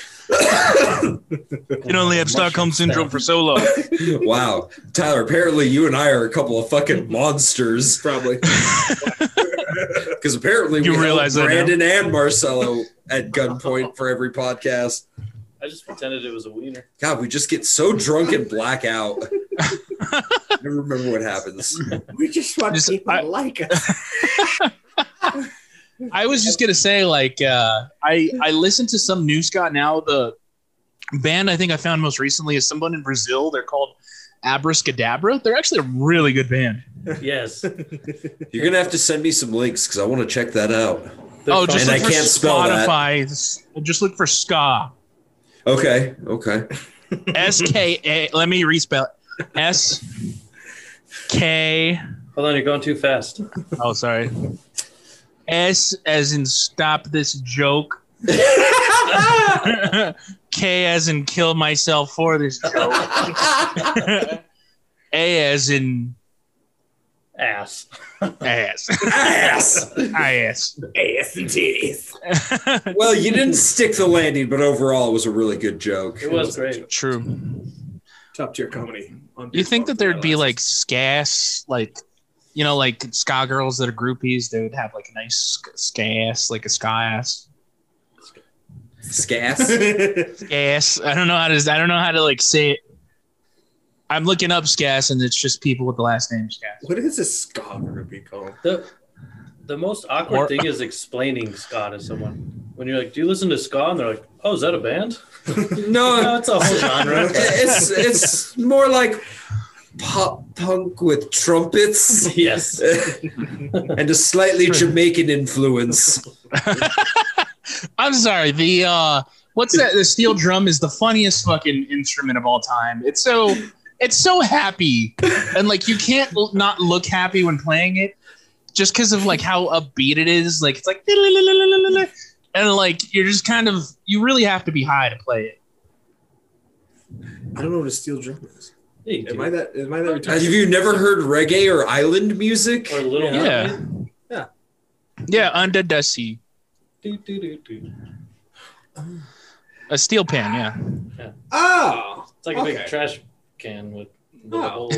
You only have Stockholm syndrome for so long.
Wow. Tyler, apparently you and I are a couple of fucking monsters
Probably.
because apparently
You
we
realize that
held
now?
Brandon and Marcelo at gunpoint for every podcast.
I just pretended it was a wiener.
God, we just get so drunk and black out. Never remember what happens.
We just want
Just-
people
I-
to like us.
I was just gonna say, like, uh, I I listened to some new Scott now. The band I think I found most recently is someone in Brazil. They're called Abracadabra. They're actually a really good band.
Yes.
You're gonna have to send me some links because I want to check that out.
oh, just
And
look
I
for
can't spell that.
Spotify. S- Just look for ska.
Okay, okay.
S K A. Let me respell. it. S K.
Hold on, you're going too fast.
Oh, sorry. S as in stop this joke. K as in kill myself for this joke. A as in
Ass.
ass.
Ass.
ass.
Ass and titties.
Well, you didn't stick the landing, but overall, it was a really good joke.
It was great.
True.
Top tier comedy. on
You think
Beatbox
that there'd be
Island.
like scass, like you know, like ska girls that are groupies. They would have like a nice sk- scass, like a ska ass.
Scass.
Scass. I don't know how to. I don't know how to like say it. I'm looking up scass, and it's just people with the last name scass.
what is a ska groupie called?
The the most awkward
Or-
thing is explaining ska to someone. When you're like, "Do you listen to ska?" and they're like, "Oh, is that a band?"
No,
No, it's a whole genre.
it's it's more like pop punk with trumpets
yes.
and a slightly Jamaican influence.
I'm sorry. The uh, what's that? The steel drum is the funniest fucking instrument of all time. It's so it's so happy, and like you can't l- not look happy when playing it, just because of like how upbeat it is. Like it's like and like you're just kind of you really have to be high to play it.
I don't know what a steel drum is.
Yeah, you
Am
do.
I that? Am I that
Have
retarded?
you never heard reggae or island music?
Or little
Yeah.
Mermaid.
Yeah, under the sea,
Do, do, do, do.
a steel pan. Yeah.
Oh,
It's like a big
Okay.
trash can with with a
Oh.
whole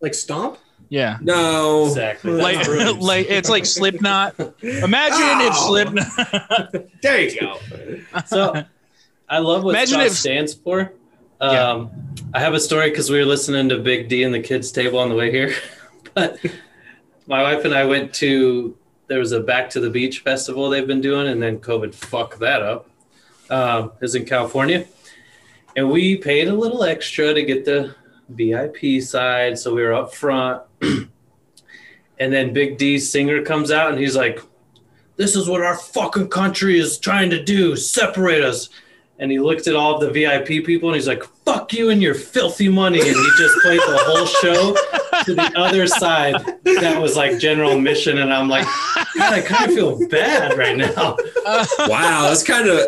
like stomp?
Yeah.
No.
exactly.
Like,
That's ruined.
like it's like Slipknot. Imagine if
Ow.
Slipknot.
There you go.
so I love what
Imagine
Imagine
if-
stands for. Um,
Yeah.
I have a story because we were listening to Big D and the kids' table on the way here. but my wife and I went to there was a Back to the Beach festival they've been doing, and then COVID fucked that up. Um, is in California, and we paid a little extra to get the VIP side, so we were up front. and then Big D's singer comes out, and he's like, this is what our fucking country is trying to do separate us and he looked at all of the vip people and he's like fuck you and your filthy money and he just played the whole show to the other side that was like general mission and i'm like god i kind of feel bad right now
uh,
Wow, that's kind of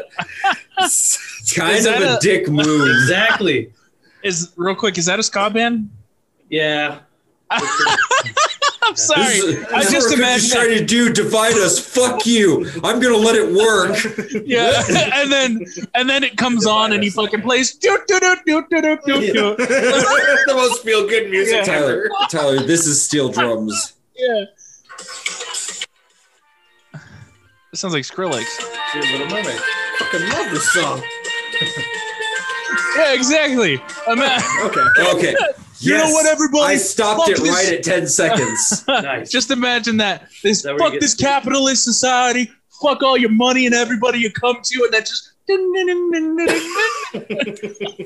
it's kind
Is
of
that
a,
a-
dick move.
exactly
is real quick. Is that a ska band?
yeah
I'm sorry.
This is-
I
this is
just
what Cookies
imagined. that-
trying to do divide us. Fuck you. I'm gonna let it work.
Yeah, and then and then it comes on and he fucking plays do do do do do do do do.
the most feel good music
Yeah.
ever.
Tyler, Tyler, this is steel drums.
Yeah. That sounds like Skrillex.
Little Mermaid.
fucking love this song.
Yeah, exactly. I'm at,
Okay.
Okay.
You know
Yes.
what, everybody?
I stopped
Fuck
it
this-
right at 10 seconds.
Nice.
just imagine that. This
That where
fuck
you get-
this capitalist society. Fuck all your money and everybody you come to, and that just.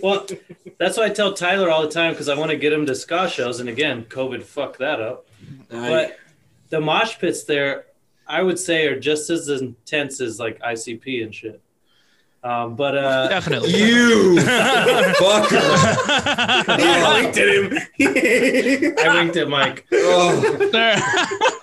well, that's why I tell Tyler all the time because I want to get him to ska shows, and again, COVID fucked that up.
I,
But the mosh pits there, I would say, are just as intense as like ICP and shit. Um, but uh,
Definitely.
you fucker.
I winked at him.
I winked at Mike.
Oh,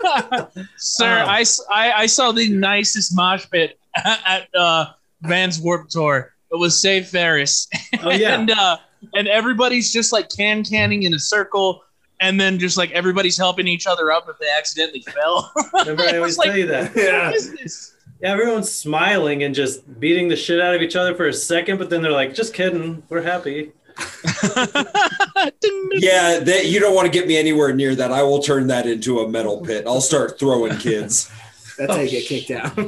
Sir, Sir
Oh.
I, s- I- I saw the nicest mosh pit at uh, Van's Warp Tour. It was Save Ferris.
Oh yeah,
and, uh, and everybody's just like can canning in a circle. And then just like everybody's helping each other up if they accidentally fell.
remember I always
like-
tell you that.
yeah.
what is this?
Yeah, everyone's smiling and just beating the shit out of each other for a second, but then they're like, "Just kidding, we're happy."
yeah, that you don't want to get me anywhere near that. I will turn that into a metal pit. I'll start throwing kids.
That's how you get kicked out.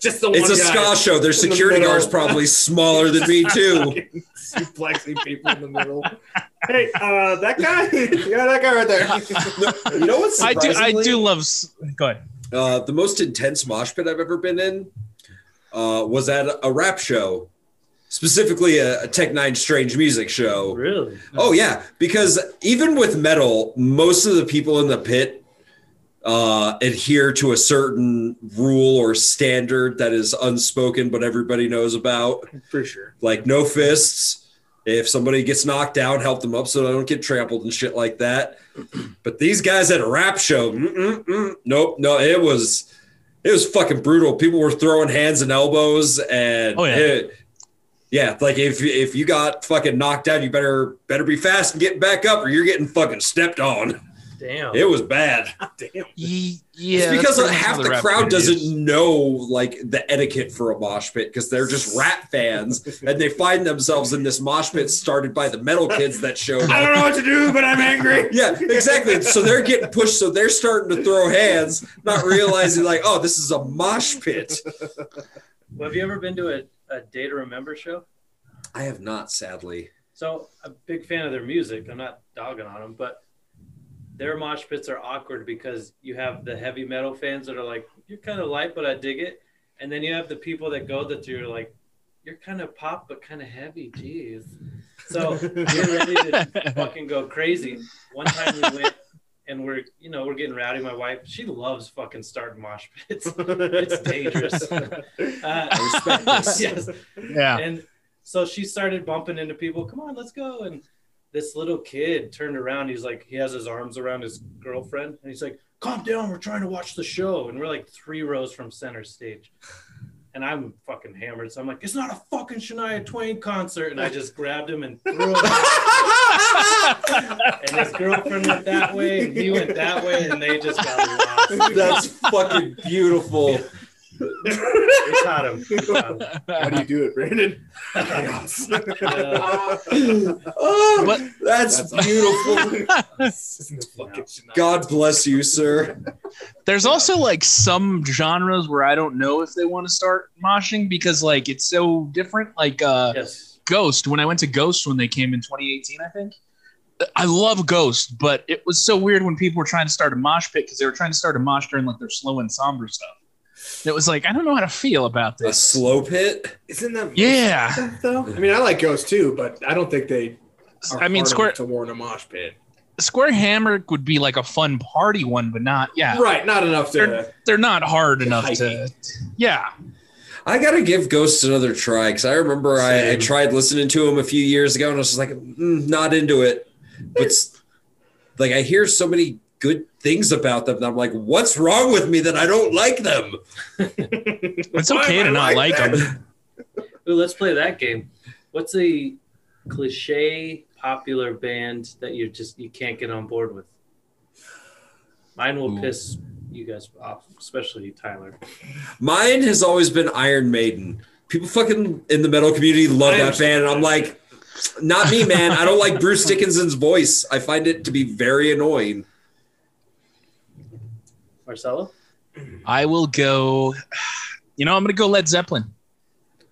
Just the one
It's a ska
guy
show. Their
In the
security
middle.
guard's probably smaller than me too.
suplexing people in the middle. Hey, uh, that guy? yeah, that guy right there.
You know what's
I do. I
surprisingly-
do love. s- Go ahead.
Uh, the most intense mosh pit I've ever been in uh, was at a rap show, specifically a, a Tech Nine Strange Music show.
Really?
Oh yeah, because even with metal, most of the people in the pit uh, adhere to a certain rule or standard that is unspoken, but everybody knows about.
For sure.
Like no fists. If somebody gets knocked down, help them up so they don't get trampled and shit like that. But these guys at a rap show, mm-mm-mm, nope, no, it was it was fucking brutal. People were throwing hands and elbows, and
Oh, yeah.
it- yeah, like if if you got fucking knocked out, you better better be fast and get back up, or you're getting fucking stepped on.
Damn.
It was bad.
Damn.
Ye-
It's
Yeah,
because
that's
half
how
the
rap
crowd
pit is.
doesn't know like the etiquette for a mosh pit because they're just rap fans and they find themselves in this mosh pit started by the metal kids that showed
I
up.
don't know what to do, but I'm angry.
Yeah, exactly. So they're getting pushed, so they're starting to throw hands, not realizing like, oh, this is a mosh pit.
Well, have you ever been to a, a Day to Remember show?
I have not, sadly.
So I'm a big fan of their music. I'm not dogging on them, but their mosh pits are awkward because you have the heavy metal fans that are like, "You're kind of light, but I dig it," and then you have the people that go that you're like, "You're kind of pop, but kind of heavy." Jeez. So you're ready to fucking go crazy. One time we went and we're you know we're getting rowdy. My wife, she loves fucking starting mosh pits. It's dangerous. Uh,
respect this.
yes.
Yeah.
And so she started bumping into people. Come on, let's go. And this little kid turned around. He's like, he has his arms around his girlfriend, and he's like, "Calm down. We're trying to watch the show." And we're like three rows from center stage. And I'm fucking hammered, so I'm like, "It's not a fucking Shania Twain concert." And I just grabbed him and threw him. and his girlfriend went that way, and he went that way, and they just got lost.
That's fucking beautiful.
We caught him. We caught him.
How do you do it, Brandon?
Uh,
Oh,
What?
That's beautiful.
This isn't a fucking Shania.
God bless you, sir.
There's also like some genres where I don't know if they want to start moshing because like it's so different. Like uh,
yes.
Ghost, when I went to Ghost when they came in 2018, I think. I love Ghost, but it was so weird when people were trying to start a mosh pit because they were trying to start a mosh during like their slow and somber stuff. And it was like I don't know how to feel about
A
this.
slow pit?
Isn't that
Yeah,
though? I mean, I like Ghost too, but I don't think they. Are
I mean,
hard
Square
enough to warn a mosh pit.
Square Hammer would be like a fun party one, but not yeah.
Right, not enough to.
They're not hard enough to.
hiking.
Yeah,
I gotta give Ghost another try because I remember I, I
Same.
tried listening to him a few years ago and I was just like, mm, not into it. But s- like, I hear so many good things about them, and I'm like, what's wrong with me that I don't like them?
it's okay to not like them.
Ooh, let's play that game. What's a cliche popular band that you just you can't get on board with? Mine will
Ooh.
piss you guys off, especially you, Tyler.
Mine has always been Iron Maiden. People fucking in the metal community love
I
that band, and I'm
understand.
like, not me, man. I don't like Bruce Dickinson's voice. I find it to be very annoying.
Marcelo?
I will go. You know, I'm going to go Led Zeppelin.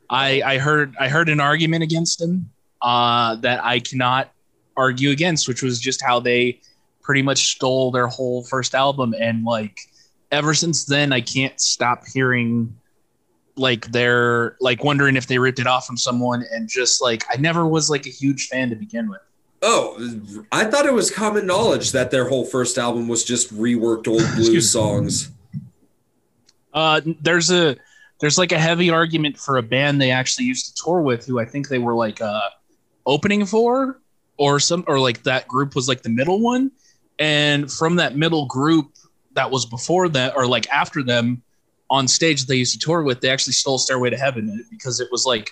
I I heard I heard an argument against them uh, that I cannot argue against, which was just how they pretty much stole their whole first album, and like ever since then, I can't stop hearing like they're like wondering if they ripped it off from someone, and just like I never was like a huge fan to begin with.
Oh, I thought it was common knowledge that their whole first album was just reworked old
me.
blues songs.
Uh, there's a there's like a heavy argument for a band they actually used to tour with, who I think they were like uh, opening for, or some, or like that group was like the middle one, and from that middle group that was before that, or like after them, on stage that they used to tour with, they actually stole "Stairway to Heaven" because it was like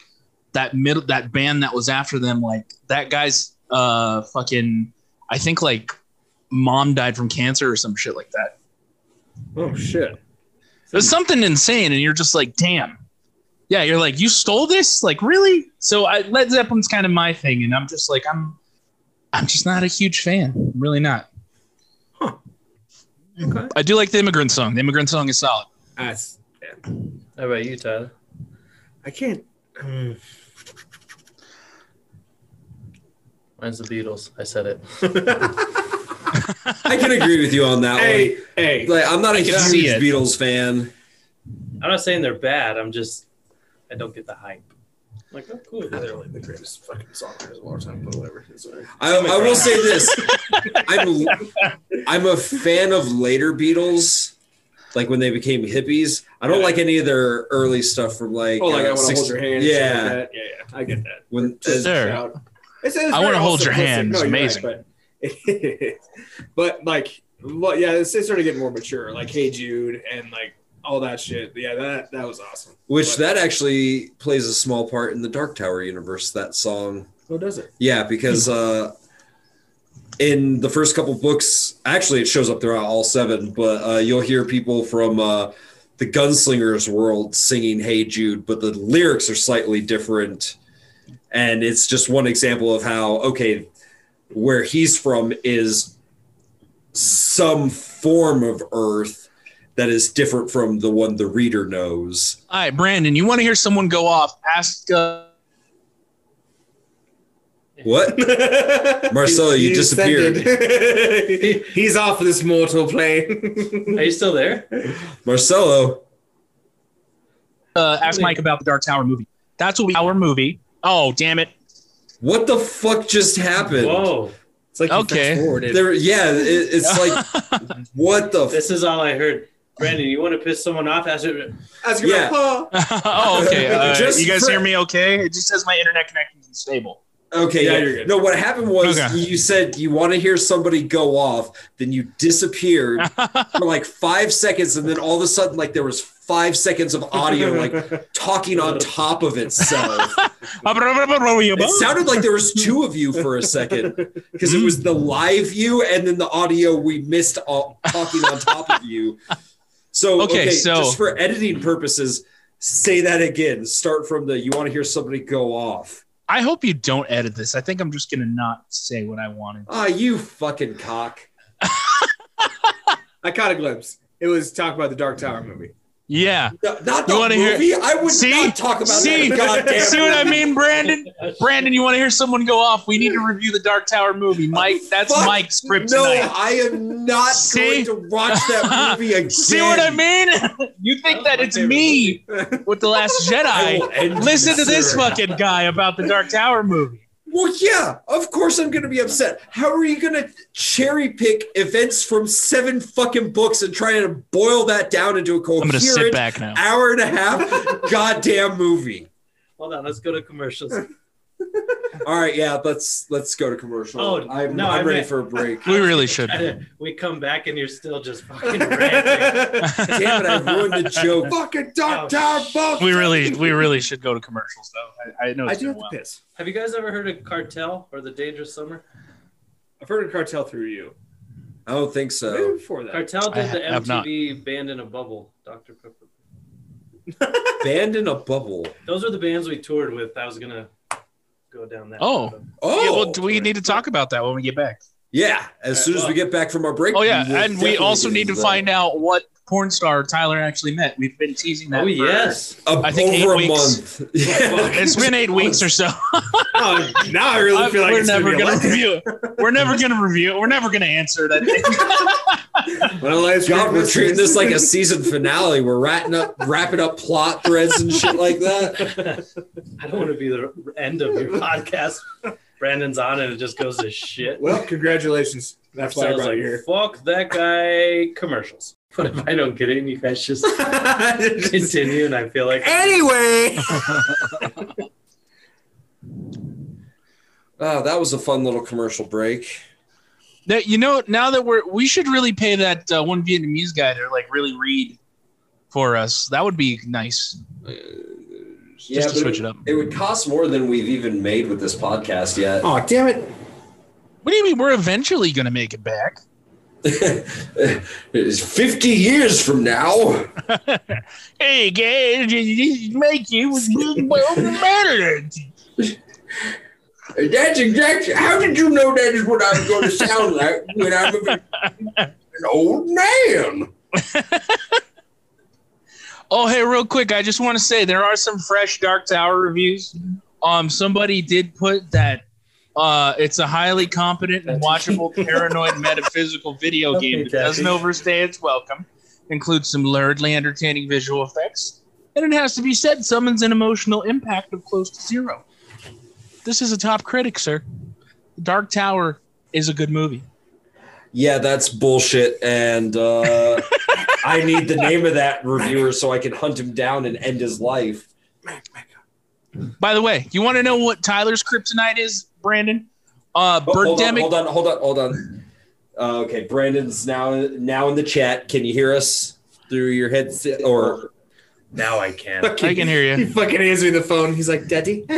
that middle that band that was after them, like that guy's uh fucking, I think like mom died from cancer or some shit like that.
Oh shit!
There's something insane, and you're just like, damn. Yeah, you're like, you stole this? Like, really? So I, Led Zeppelin's kind of my thing, and I'm just like, I'm, I'm just not a huge fan. I'm really not.
Okay.
I do like the immigrant song. The immigrant song is solid.
That's,
How about you, Tyler?
I can't. mm.
Mine's the Beatles. I said it.
I can agree with you on that
Hey, hey.
one. Like, I'm not a
can see
huge
it.
Beatles fan.
I'm not saying they're bad. I'm just, I don't get the hype. I'm like, oh, cool.
I don't like the greatest fucking songwriters of all time, but whatever. It's all right.
I, I will say this: I'm I'm a fan of later Beatles, like when they became hippies. I don't like any of their early stuff from like.
Oh, like
uh,
I want to
60
hold your hand. and shit like
Yeah,
that. yeah, yeah. I get that.
when
Just
Sure.
shout. It's- it's
I
very
Wanna Hold Your
simplistic.
Hand is
you're
amazing.
but, but like, well, yeah, it's, it's starting to get more mature. Like, Hey Jude and like all that shit. Yeah, that that was awesome.
which that actually plays a small part in the Dark Tower universe. That song,
oh does it?
yeah, because uh, in the first couple books, actually, it shows up throughout all seven. But uh, you'll hear people from uh, the Gunslingers world singing "Hey Jude," but the lyrics are slightly different, and it's just one example of how okay, where he's from is some form of Earth that is different from the one the reader knows.
All right, Brandon, you want to hear someone go off? Ask. Uh,
What? Marcelo, you disappeared.
disappeared. He's off this mortal plane.
Are you still there?
Marcelo.
uh, ask Mike about the Dark Tower movie. That's what we. Our movie. Oh, damn it!
What the fuck just happened?
Whoa.
it's like
Okay.
Forwarded.
There, yeah, it, it's like what the f-
This is all I heard. Brandon, you want to piss someone off? Ask it.
As your
Yeah.
grandpa.
oh, okay. All right.
Just
you guys
for-
hear me? Okay. It just says my internet connection is stable.
okay.
Yeah,
Yeah,
you're good.
No, what happened was
Okay.
you said you want to hear somebody go off, then you disappeared for like five seconds, and then all of a sudden, like there was five seconds of audio, like talking on top of itself. It sounded like there was two of you for a second because it was the live you and then the audio we missed all, talking on top of you. So okay,
Okay, so-
just for editing purposes, say that again. Start from the you want to hear somebody go off.
I hope you don't edit this. I think I'm just gonna not say what I wanted.
Ah, you fucking cock.
I caught a glimpse. It was talk about the Dark Tower movie.
Yeah.
No, not the
You wanna
movie.
hear-
I would
See?
not talk about
See?
that. Goddamn.
See what I mean, Brandon? Brandon, you want to hear someone go off? We need to review the Dark Tower movie. Mike, that's
Fuck.
Mike's script
No,
tonight.
I am not going
See?
to watch that movie again.
See what I mean? you think that it's me with the Last
I
Jedi?
will end
Listen to this
sir.
fucking guy about the Dark Tower movie.
Well, yeah, of course I'm going to be upset. How are you going to cherry pick events from seven fucking books and try to boil that down into a
I'm gonna sit
coherent
back now.
hour and a half goddamn movie?
Hold on. Let's go to commercials.
All right, yeah, let's let's go to commercial.
Oh,
I'm,
no,
I'm
I
ready
meant-
for a break.
We really should.
we come back and you're still just fucking ranting.
Damn it, I ruined the joke.
Fucking
Oh,
Dark Tower book.
We really, we really should go to commercials though. I, I know.
I
It's
do
been a
have to
while.
piss.
Have you guys ever heard of Cartel or The Dangerous Summer?
I've heard of Cartel through you.
I don't think
Maybe
so.
before that.
Cartel
I
did the
have not.
MTV Band in a Bubble, Dr. Pepper.
Band in a bubble.
Those are the bands we toured with. I was gonna go down that.
Oh.
road.
Oh,
yeah, well, do we need to talk about that when we get back?
Yeah, as soon as we get back from our break.
Oh yeah,
we will
and we
definitely
also
get
need to
into that.
find out what porn star Tyler actually met. We've been teasing that.
Oh
for-
yes.
A,
I think eight
over a
weeks.
month. Yeah.
It's been eight weeks or so.
Oh, now I really feel like
we're
it's
never
gonna, be a
gonna
lot.
review it. We're never gonna review it. We're never gonna answer it. I think.
Well, let's
God,
get
we're
this-
treating this like a season finale. We're wrapping up, wrapping up plot threads and shit like that.
I don't want to be the end of your podcast. Brandon's on it. It just goes to shit.
Well, congratulations. That's
So
why I
was
brought
like,
you here.
Fuck that guy. Commercials. But if I don't get it, you guys just continue, and I feel like
anyway. Oh, that was a fun little commercial break.
That you know, now that we're we should really pay that uh, one Vietnamese guy to like really read for us. That would be nice.
Uh,
Yeah,
Just
but
to switch it up.
It would cost more than we've even made with this podcast yet.
Oh, damn it.
What do you mean? We're eventually gonna make it back.
it's 50 years from now.
Hey guys, make you was better.
That's exactly how did you know that is what I'm going to sound like when I'm a- an old man?
Oh, hey, real quick, I just want to say there are some fresh Dark Tower reviews. Um, somebody did put that uh, it's a highly competent and watchable paranoid metaphysical video
Okay,
game that doesn't
Kathy.
overstay its welcome, includes some luridly entertaining visual effects, and it has to be said summons an emotional impact of close to zero. This is a top critic, sir. Dark Tower is a good movie.
Yeah, that's bullshit. And uh, I need the name of that reviewer so I can hunt him down and end his life.
By the way, you want to know what Tyler's kryptonite is, Brandon? Uh,
Oh, hold, on,
Birdemic
hold on, hold on, hold on. Uh, okay, Brandon's now now in the chat. Can you hear us through your headset? Or
now I can.
Fucking-
I can hear Oh,
He
you.
fucking hands me the phone. He's like, Daddy.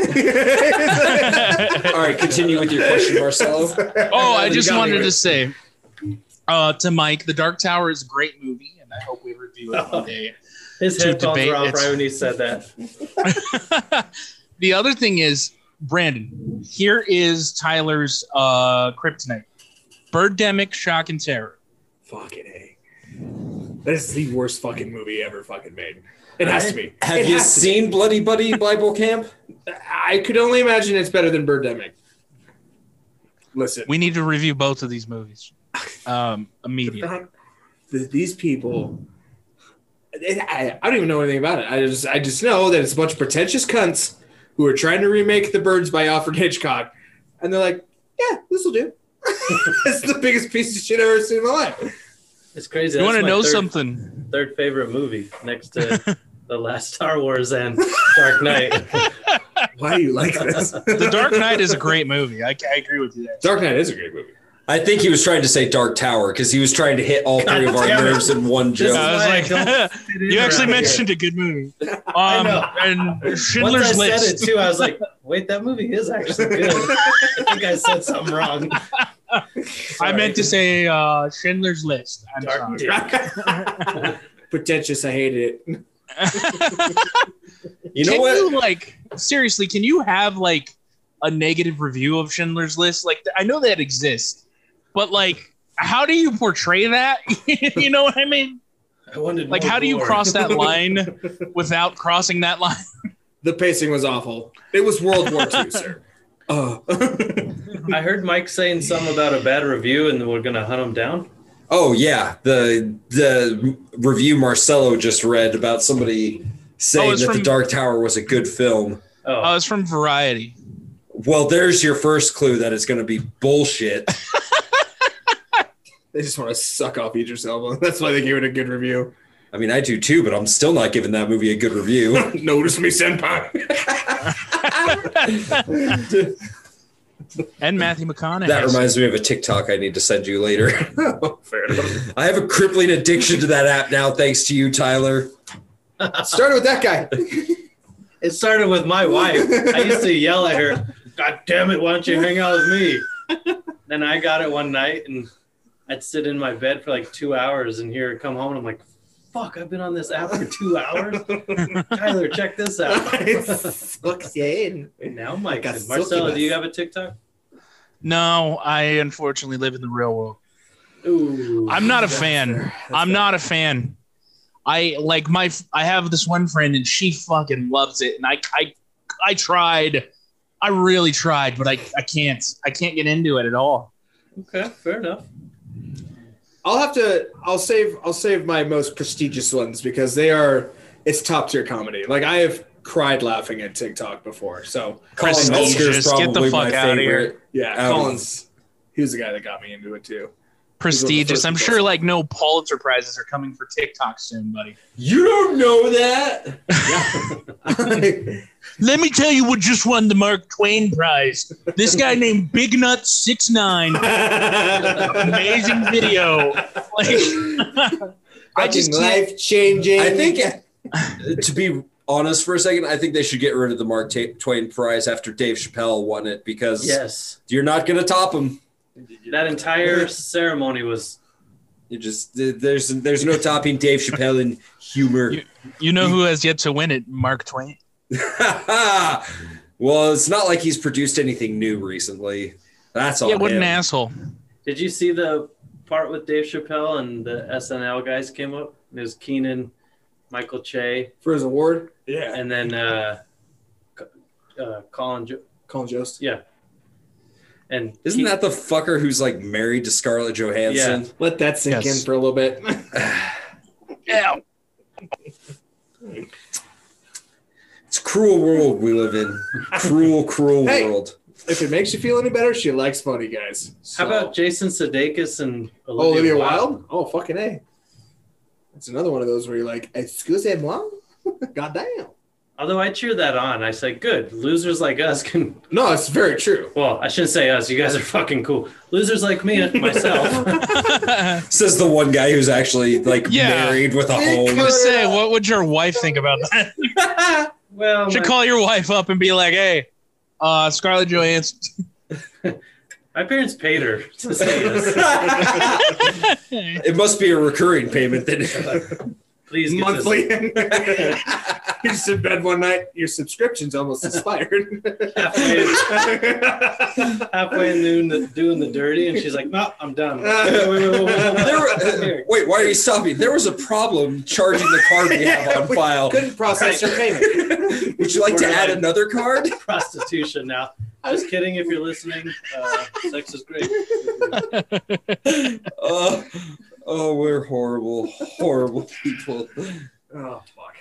all right, continue with your question, Marcelo.
oh, I
You
just
got me
wanted
with-
to say uh, to Mike, The Dark Tower is a great movie, and I hope we review it one day.
His
To
headphones
debate,
were off
it's-
right when he said that.
the other thing is, Brandon, here is Tyler's uh, kryptonite Birdemic Shock and Terror.
fucking A. That is the worst fucking movie ever fucking made. It has to be.
Have
It
you
has to be.
seen Bloody Buddy Bible Camp?
I could only imagine it's better than Birdemic. Listen,
We need to review both of these movies um,
the
immediately.
fact that these people. it- I, I don't even know anything about it. I just I just know that it's a bunch of pretentious cunts who are trying to remake The Birds by Alfred Hitchcock, and they're like, "Yeah, this will do." it's the biggest piece of shit I've ever seen in my life.
It's crazy.
You
That's
want to
my
know
third-
something?
Third favorite movie next to the last Star Wars and Dark Knight.
Why do you like this?
The Dark Knight is a great movie. I, I agree with you there.
Dark Knight is a great movie.
I think he was trying to say Dark Tower because he was trying to hit all three of our
damn it.
nerves in one
This
joke.
is-
I was
why I
like,
don't
you actually
around here.
mentioned a good movie. Um,
know.
and
Once I
Schindler's
said
List.
it too, I was like, wait, that movie is actually good. I think I said something wrong.
I meant to say uh, Schindler's List. I'm
Dark
sorry.
Dick.
pretentious. I hated it.
You know
can
what?
you like seriously? Can you have like a negative review of Schindler's List? Like I know that exists, but like, how do you portray that? you know what I mean?
I wanted
Like,
more
how do you
gore.
cross that line without crossing that line?
The pacing was awful. It was World War II, sir. Oh,
I heard Mike saying something about a bad review and we're going to hunt him down.
Oh yeah, the the review Marcelo just read about somebody saying
Oh, it's
that
from-
the Dark Tower was a good film.
Oh,
Oh, it's from Variety.
Well, there's your first clue that it's going to be bullshit.
they just want to suck off Idris Elba. That's why they gave it a good review.
I mean, I do too, but I'm still not giving that movie a good review.
Notice me, senpai.
and Matthew McConaughey.
that reminds me of a TikTok I need to send you later.
Fair enough.
I have a crippling addiction to that app now, thanks to you, Tyler.
Started with that guy.
it started with my wife. I used to yell at her, God damn it, why don't you hang out with me? Then I got it one night and I'd sit in my bed for like two hours and hear it come home. And I'm like, fuck, I've been on this app for two hours. Tyler, check this out.
sucks you in.
now, Mike,
Got
and Marcelo,
succubus.
do you have a TikTok?
No, I unfortunately live in the real world.
Ooh.
I'm not a fan. I'm not a fan. I like my I have this one friend and she fucking loves it and I I I tried. I really tried, but I I can't. I can't get into it at all.
okay, fair enough.
I'll have to. I'll save. I'll save my most prestigious ones because they are. It's top tier comedy. Like I have cried laughing at TikTok before. So
Colin
Prestigious,
Metzger's
get the
probably my
fuck outta here.
favorite.
yeah,
Um,
Collins. He was the guy that got me into it too.
Prestigious. I'm sure like no Pulitzer prizes are coming for TikTok soon, buddy.
You don't know that.
Let me tell you what just won the Mark Twain prize. This guy named Big Nut 69 amazing video. Like I just can't-
life changing.
I think, uh, to be honest for a second, I think they should get rid of the Mark Ta- Twain Prize after Dave Chappelle won it because
Yes.
you're not going to top him.
That entire ceremony was
You just there's there's no topping Dave Chappelle in humor.
you know who has yet to win it? Mark Twain.
well, it's not like he's produced anything new recently. That's all.
Yeah, what an
him.
asshole.
Did you see the part with Dave Chappelle and the SNL guys came up? It was Keenan, Michael Che,
for his award. Yeah,
and then uh, C- uh, Colin. Jo-
Colin Jost.
and
Isn't that the fucker who's like married to Scarlett Johansson?
Let that sink
Yes.
in for a little bit.
Ow.
It's a cruel world we live in. cruel, cruel
Hey.
world.
if it makes you feel any better, she likes funny guys.
How
So-
about Jason Sudeikis and
Oh,
Olivia,
Olivia
Wilde?
Wilde? Oh, fucking A. That's another one of those where you're like, excuse moi? Goddamn.
Although I cheer that on, I say, good. Losers like us can.
No, it's very true.
Well, I shouldn't say us. You guys are fucking cool. Losers like me and myself.
Says the one guy who's actually like
Yeah.
married with a home.
to say, what would your wife think about that?
well,
Should
my-
call your wife up and be like, hey, uh, Scarlett Johansson.
my parents paid her to say this.
It must be a recurring payment then.
Please get this-
Monthly. You're just in bed one night, your subscription's almost expired.
halfway, halfway in noon the, doing the dirty, and she's like, "No, I'm done." Wait, wait, wait, wait, wait, wait.
There were-
Here.
wait, why are you stopping? There was a problem charging the card we have on
We
file.
Couldn't process your payment.
Would you like to add another card?
prostitution now. Just kidding. If you're listening, uh, sex is great.
Uh, oh, we're horrible, horrible people.
Oh, fuck.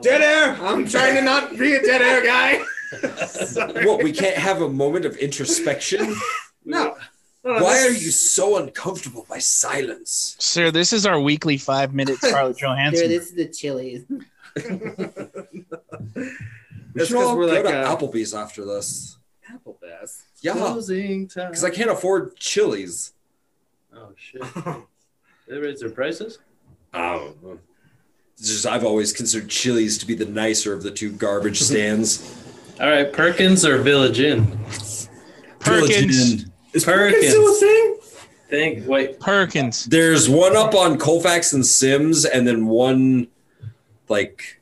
Dead air! I'm trying to not be a dead air guy. Sorry.
What, we can't have a moment of introspection?
No. No, no,
Why
no.
are you so uncomfortable by silence?
Sir, this is our weekly five minute Scarlett Johansson.
is the Chili's.
We
That's
should
'cause
all
we're
go
like,
to
uh,
Applebee's after this.
Apple Bass.
Yeah,
Closing time.
because I can't afford chilies.
oh shit! They raised their prices.
Oh.
Um, it's just I've always considered Chili's to be the nicer of the two garbage stands.
All right, Perkins or Village Inn?
Perkins.
Diligent.
It's still a
Perkins.
thing?
Think. Wait.
Perkins.
There's one up on Colfax and Sims, and then one like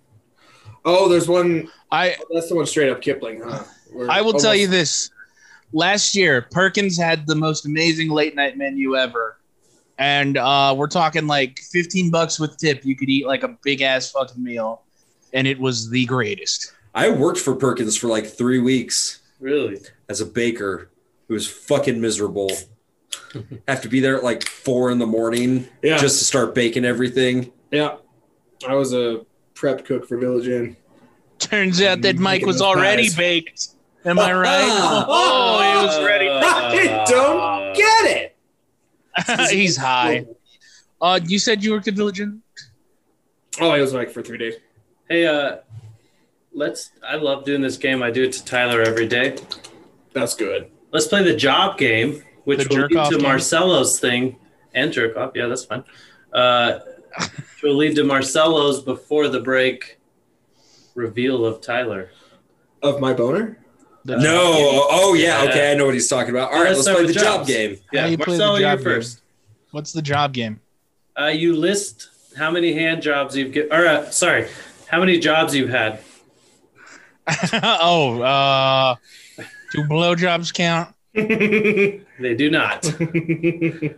Oh, there's one.
I,
That's the one straight up Kipling, huh? We're
I will tell
almost-
you this. Last year, Perkins had the most amazing late night menu ever. And uh, we're talking like 15 bucks with tip. You could eat like a big ass fucking meal. And it was the greatest.
I worked for Perkins for like three weeks
Really?
as a baker. It was fucking miserable. Have to be there at like four in the morning
Yeah.
just to start baking everything.
yeah. I was a prep cook for Village Inn.
Turns out that Mike
Making
was
those
already
pies.
baked. Am I right?
Ah.
Oh, he was ready.
Uh,
I don't get it.
He's high. Uh, you said you worked at Village Inn?
Oh, I was like for three days.
Hey, uh, let's. I love doing this game. I do it to Tyler every day.
That's good.
Let's play the job game, which
The
will lead
jerk-off
to
game?
Marcelo's thing and jerk off. Yeah, that's fine. Uh, which will lead to Marcelo's before the break reveal of Tyler. Uh,
Of my boner?
The
No. Oh, oh, yeah. Okay, I know what he's talking about. All right, let's
Let's start
play the
with
job
jobs.
game.
How
Yeah,
do you play the
Marcelo, you're
job game?
first.
What's the job game?
Uh, you list how many hand jobs you've get, or uh, sorry, how many jobs you've had.
oh, uh, do blowjobs count?
They do not.
Hmm,
What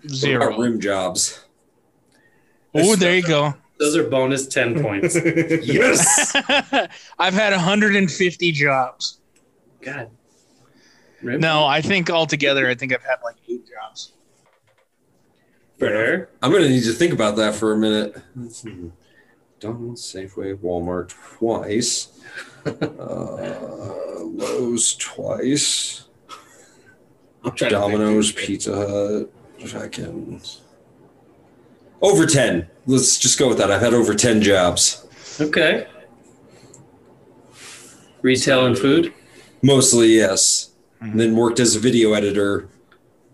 about
zero.
room jobs.
Oh, there you go.
Those are bonus ten points.
Yes.
I've had 150 jobs.
God. Rip.
No, I think altogether, I think I've had like eight jobs.
Fair.
I'm gonna need to think about that for a minute. Donald, Safeway, Walmart twice, uh, Lowe's twice,
I'm trying
Domino's,
To think.
Pizza Hut, fucking over ten. Let's just go with that. I've had over ten jobs,
Okay. Retail and food.
mostly yes.
Mm-hmm.
And then worked as a video editor,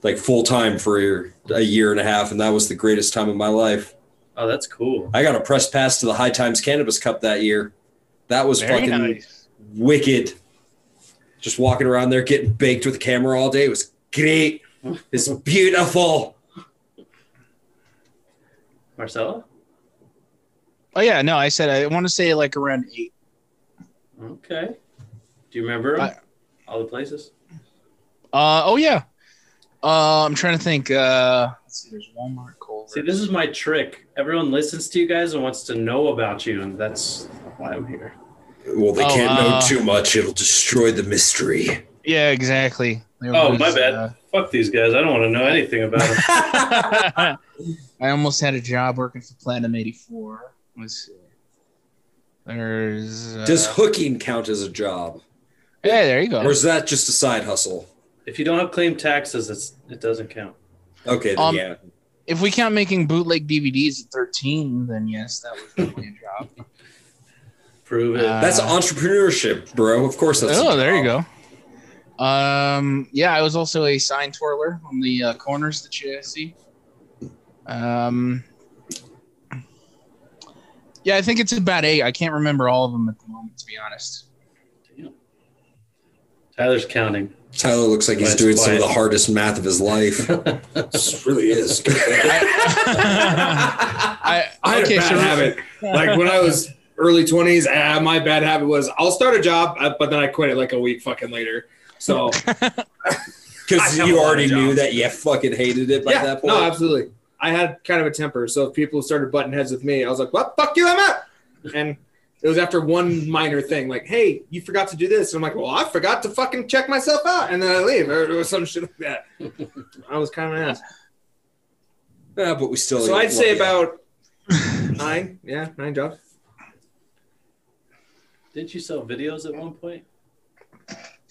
like full time for a year and a half, and that was the greatest time of my life.
Oh, that's cool.
I got a press pass to the High Times Cannabis Cup that year. That was
Very
fucking
nice.
wicked. Just walking around there getting baked with a camera all day It was great. It's beautiful.
Marcella.
Oh yeah, no, I said I want to say like around eight.
Okay. Do you remember 'em?
I-
all the places?
Uh, oh yeah. Uh, I'm trying to think. Uh, let's see, there's Walmart,
See,
Culver.
this is my trick. Everyone listens to you guys and wants to know about you, and that's why I'm here.
Well, they
Oh,
can't
uh,
know too much. It'll destroy the mystery.
Yeah, exactly. There
Oh,
was,
my bad.
uh,
Fuck these guys. I don't want to know anything about them.
I almost had a job working for Platinum 84. Let's see. There's. Uh,
Does hooking count as a job?
yeah, there you go.
Or is that just a side hustle?
if you don't have claim taxes, it's, it doesn't count.
Okay, then
Um,
yeah.
if we count making bootleg DVDs at 13, then yes, that was definitely a job.
Prove it.
Uh,
That's entrepreneurship, bro. Of course that's a
oh, there you
job.
go. Um, yeah, I was also a sign twirler on the uh, corners that you see. Um, yeah, I think it's about eight. I can't remember all of them at the moment, to be honest.
Tyler's counting.
Tyler looks like he's
Nice
doing some of
quiet.
the hardest math of his life. this really is.
I,
I had
okay,
a bad
so
habit. Like when I was early 20s, ah, my bad habit was I'll start a job, uh, but then I quit it like a week fucking later. So
Because
I have a
you
lot of
already knew
jobs.
that you fucking hated it by
yeah,
that point.
no, absolutely. I had kind of a temper, so if people started butting heads with me, I was like, "What? Fuck you, I'm out." And it was after one minor thing, like, "Hey, you forgot to do this," and I'm like, "Well, I forgot to fucking check myself out," and then I leave or, or some shit like that. I was kind of an ass.
Yeah, but we still.
So I'd say
yeah.
about nine, yeah, nine jobs.
Didn't you sell videos at one point?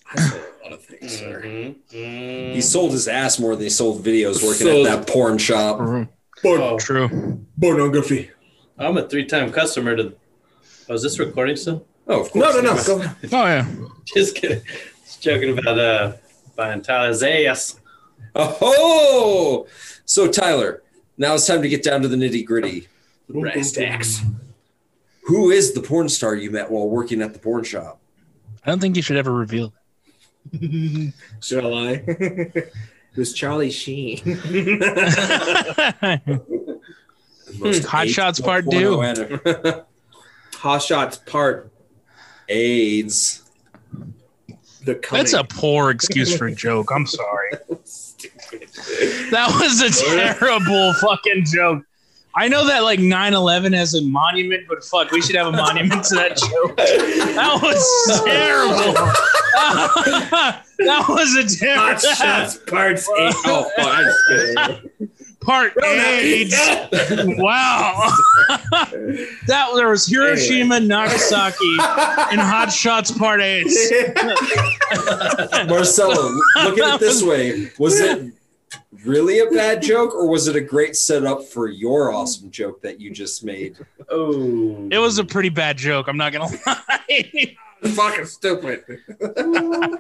I sold a lot of things.
Mm-hmm.
He sold his ass more than he sold videos working
Sold-
at that porn shop.
true.
Oh,
True.
Pornography.
I'm a three-time customer to. Oh, is this recording still?
Oh, of
No,
course.
no, no. Go ahead.
Oh yeah.
Just kidding. Just joking about uh buying Tyler's ass.
Oh, so Tyler, now it's time to get down to the nitty gritty.
Brass tacks.
Who is the porn star you met while working at the porn shop?
I don't think you should ever reveal.
Shall I? it was Charlie Sheen.
That.
The most
Hmm, Hot
AIDS-
Shots Part
porno ad-
Hot Shots Part
AIDS.
The Coming.
That's a poor excuse for a joke. I'm sorry. That was a terrible fucking joke. I know that like 9/11 has a monument, but fuck, we should have a monument to that joke. That was terrible. that was a
Hot
terrible
Shots Parts Eight. Oh, fuck, I'm just kidding.
part. AIDS. Wow. that there was Hiroshima, Nagasaki, and Hot Shots Part Eight.
Marcelo, look at it this way. Was it really a bad joke or was it a great setup for your awesome joke that you just made?
Oh,
It was a pretty bad joke. I'm not gonna lie.
Fucking stupid.
Well,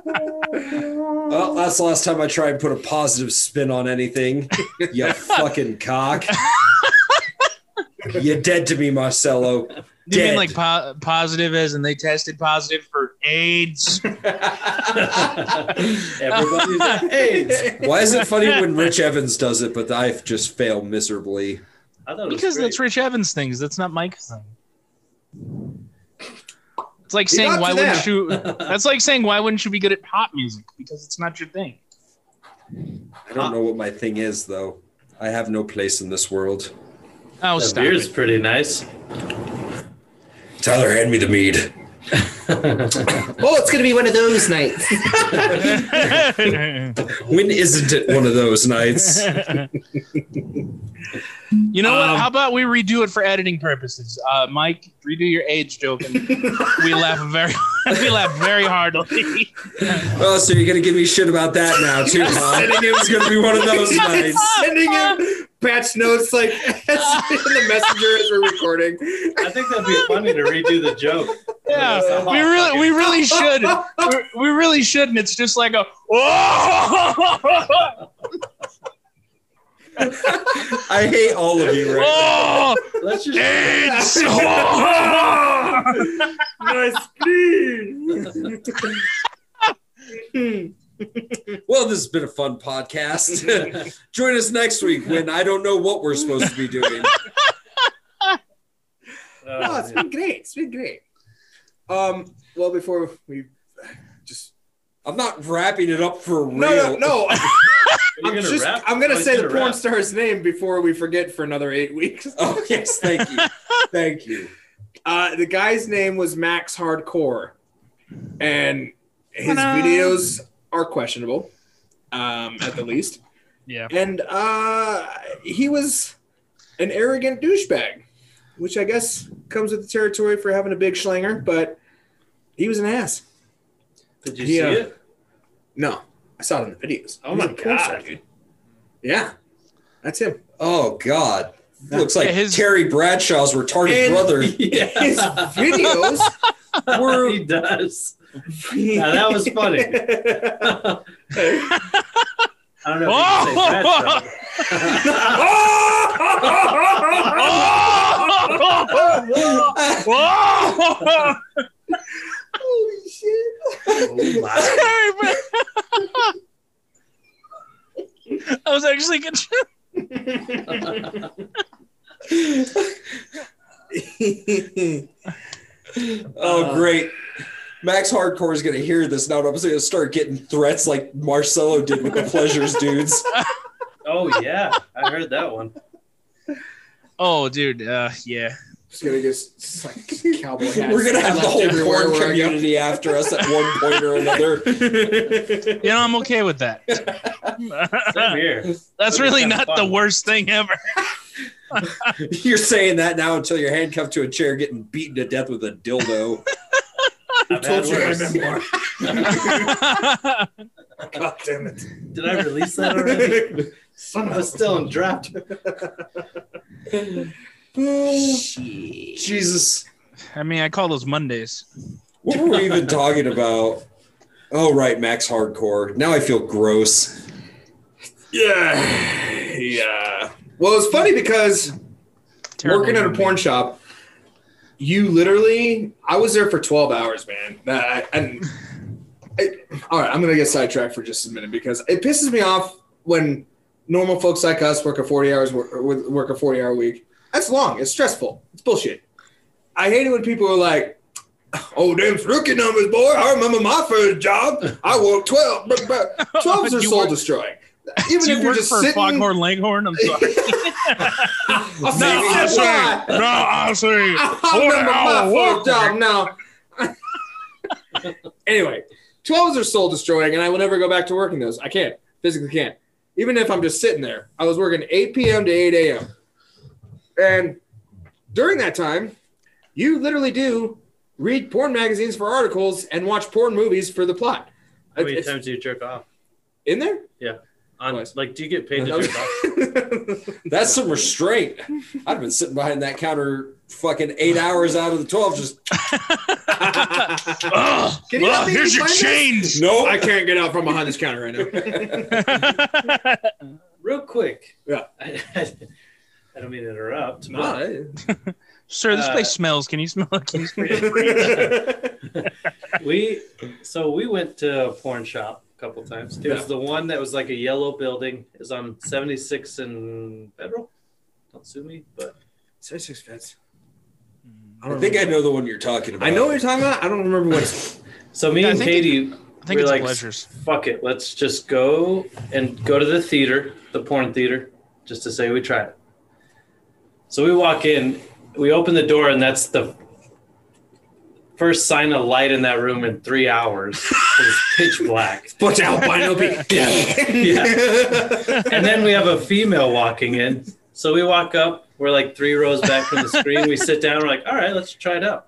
that's the last time I try and put a positive spin on anything. You fucking cock. You're dead to me, Marcelo.
You mean
Dead.
like po- positive as and they tested positive for AIDS.
Everybody's
Hey,
Why is it funny when Rich Evans does it, but I just fail miserably?
I thought it was
because
great.
that's Rich Evans' things. That's not Mike's thing. It's like
You're
saying
not
why
to
wouldn't
that.
you? That's like saying why wouldn't you be good at pop music because it's not your thing.
I
Uh,
don't know what my thing is though. I have no place in this world.
Oh,
That
stop
beer's
it.
pretty nice.
Tyler, hand me the mead.
Oh, it's gonna be one of those nights.
When isn't it one of those nights?
you know
Um,
what? How about we redo it for editing purposes? Uh, Mike, redo your age joke, and we laugh very, we laugh very heartily.
Oh, so you're gonna give me shit about that now too? Huh? it was gonna be one of those nights.
sending him patch notes like in the messenger as we're recording.
I think that'd be funny to redo the joke.
Yeah, we really, we really should. We're- we really should, and it's just like a. Oh,
I hate all of you right
Let's just Oh,
AIDS.
nice, please.
now. Well, this has been a fun podcast. Join us next week when I don't know what we're supposed to be doing.
Oh,
No, it's
man.
been great. It's been great. Um, well, before we just
I'm not wrapping it up for real.
no, no, no.
Are
I'm,
you
just,
rap?
I'm gonna
Oh, he's
say the porn
rap.
star's name before we forget for another eight weeks.
Oh yes, thank you, thank you.
Uh, the guy's name was Max Hardcore, and his videos are questionable, um, at the least.
Yeah.
And uh, he was an arrogant douchebag, which I guess comes with the territory for having a big schlanger. But he was an ass.
Did you
Yeah.
see it?
No, I saw it in the videos.
Oh
He was
my
a porn star,
God.
dude. Yeah, that's him.
Oh God, looks like
Yeah, his-
Terry Bradshaw's retarded
And-
brother.
His videos. We're-
he does. Now, that was funny. I don't know. If you can say
Holy shit!
that, though.
I
oh,
was actually good.
Oh great. Max Hardcore is gonna hear this now, and I'm just gonna start getting threats like Marcelo did with the Pleasures dudes.
my. oh yeah, I heard that one.
Oh, dude. Uh, yeah.
Just gonna get s- s- like cowboy hats.
We're gonna have the
left
whole
everywhere
porn
where I go.
community after us at one point or another.
You know, I'm okay with that.
Same here.
That's really
Kinda
not
fun.
the worst thing ever.
You're saying that now until you're handcuffed to a chair, getting beaten to death with a dildo.
I've had worse.
God damn it!
Did I release that already?
Son
I
of a
was still in draft.
Jesus,
I mean, I call those Mondays.
what were we even talking about? Oh right, Max Hardcore. Now I feel gross.
yeah, yeah. Well, it's funny because
Terrible
working at a
movie.
porn shop, you literally, I was there for 12 hours, man. Uh, and I, all right, I'm going to get sidetracked for just a minute because it pisses me off when normal folks like us work a 40 hours, wor- wor- work a 40 hour week. That's long. It's stressful. It's bullshit. I hate it when people are like, Oh, them rookie numbers, boy. I remember my first job. I worked 12. But, but 12s are
Oh, You
soul
work-
destroying. Even
Do
if
you
you're
work
just
for
sitting.
Foghorn Leghorn? I'm sorry.
I'll
No,
say
I'm
why.
sorry. No, I see.
I remember my fourth job now. anyway, 12s are soul destroying, and I will never go back to working those. I can't, physically can't. Even if I'm just sitting there, I was working 8 p.m. to 8 a.m. And during that time, you literally do read porn magazines for articles and watch porn movies for the plot.
How many
It's-
times do you jerk off?
in there?
On,
Twice.
like, do you get paid to jerk off?
That's some restraint. I'd have been sitting behind that counter fucking eight hours out of the twelve. Just
Ugh,
Can you help
ugh,
me
here's your
find this?
change.
no.
I can't get out from behind this counter right now.
Real quick.
Yeah.
I, I don't mean to interrupt. but
No,
Sir, this
Uh,
place smells. Can you smell it? Can you smell it?
we so we went to a porn shop a couple times. It was the one that was like a yellow building. Is on 76 and Federal. Don't sue me, but
Six fits.
I think I know the one you're talking about.
I know what you're talking about. I don't remember what. It's,
so me
Yeah, I
and
think-
Katie
I think
We're
it's
like-
pleasures.
fuck it, let's just go and go to the theater, the porn theater, just to say we tried it. So we walk in, we open the door, and that's the first sign of light in that room in three hours. It was pitch black.
What's albino pe-
And then we have a female walking in. So we walk up, we're like three rows back from the screen. We sit down, we're like, all right, let's try it out.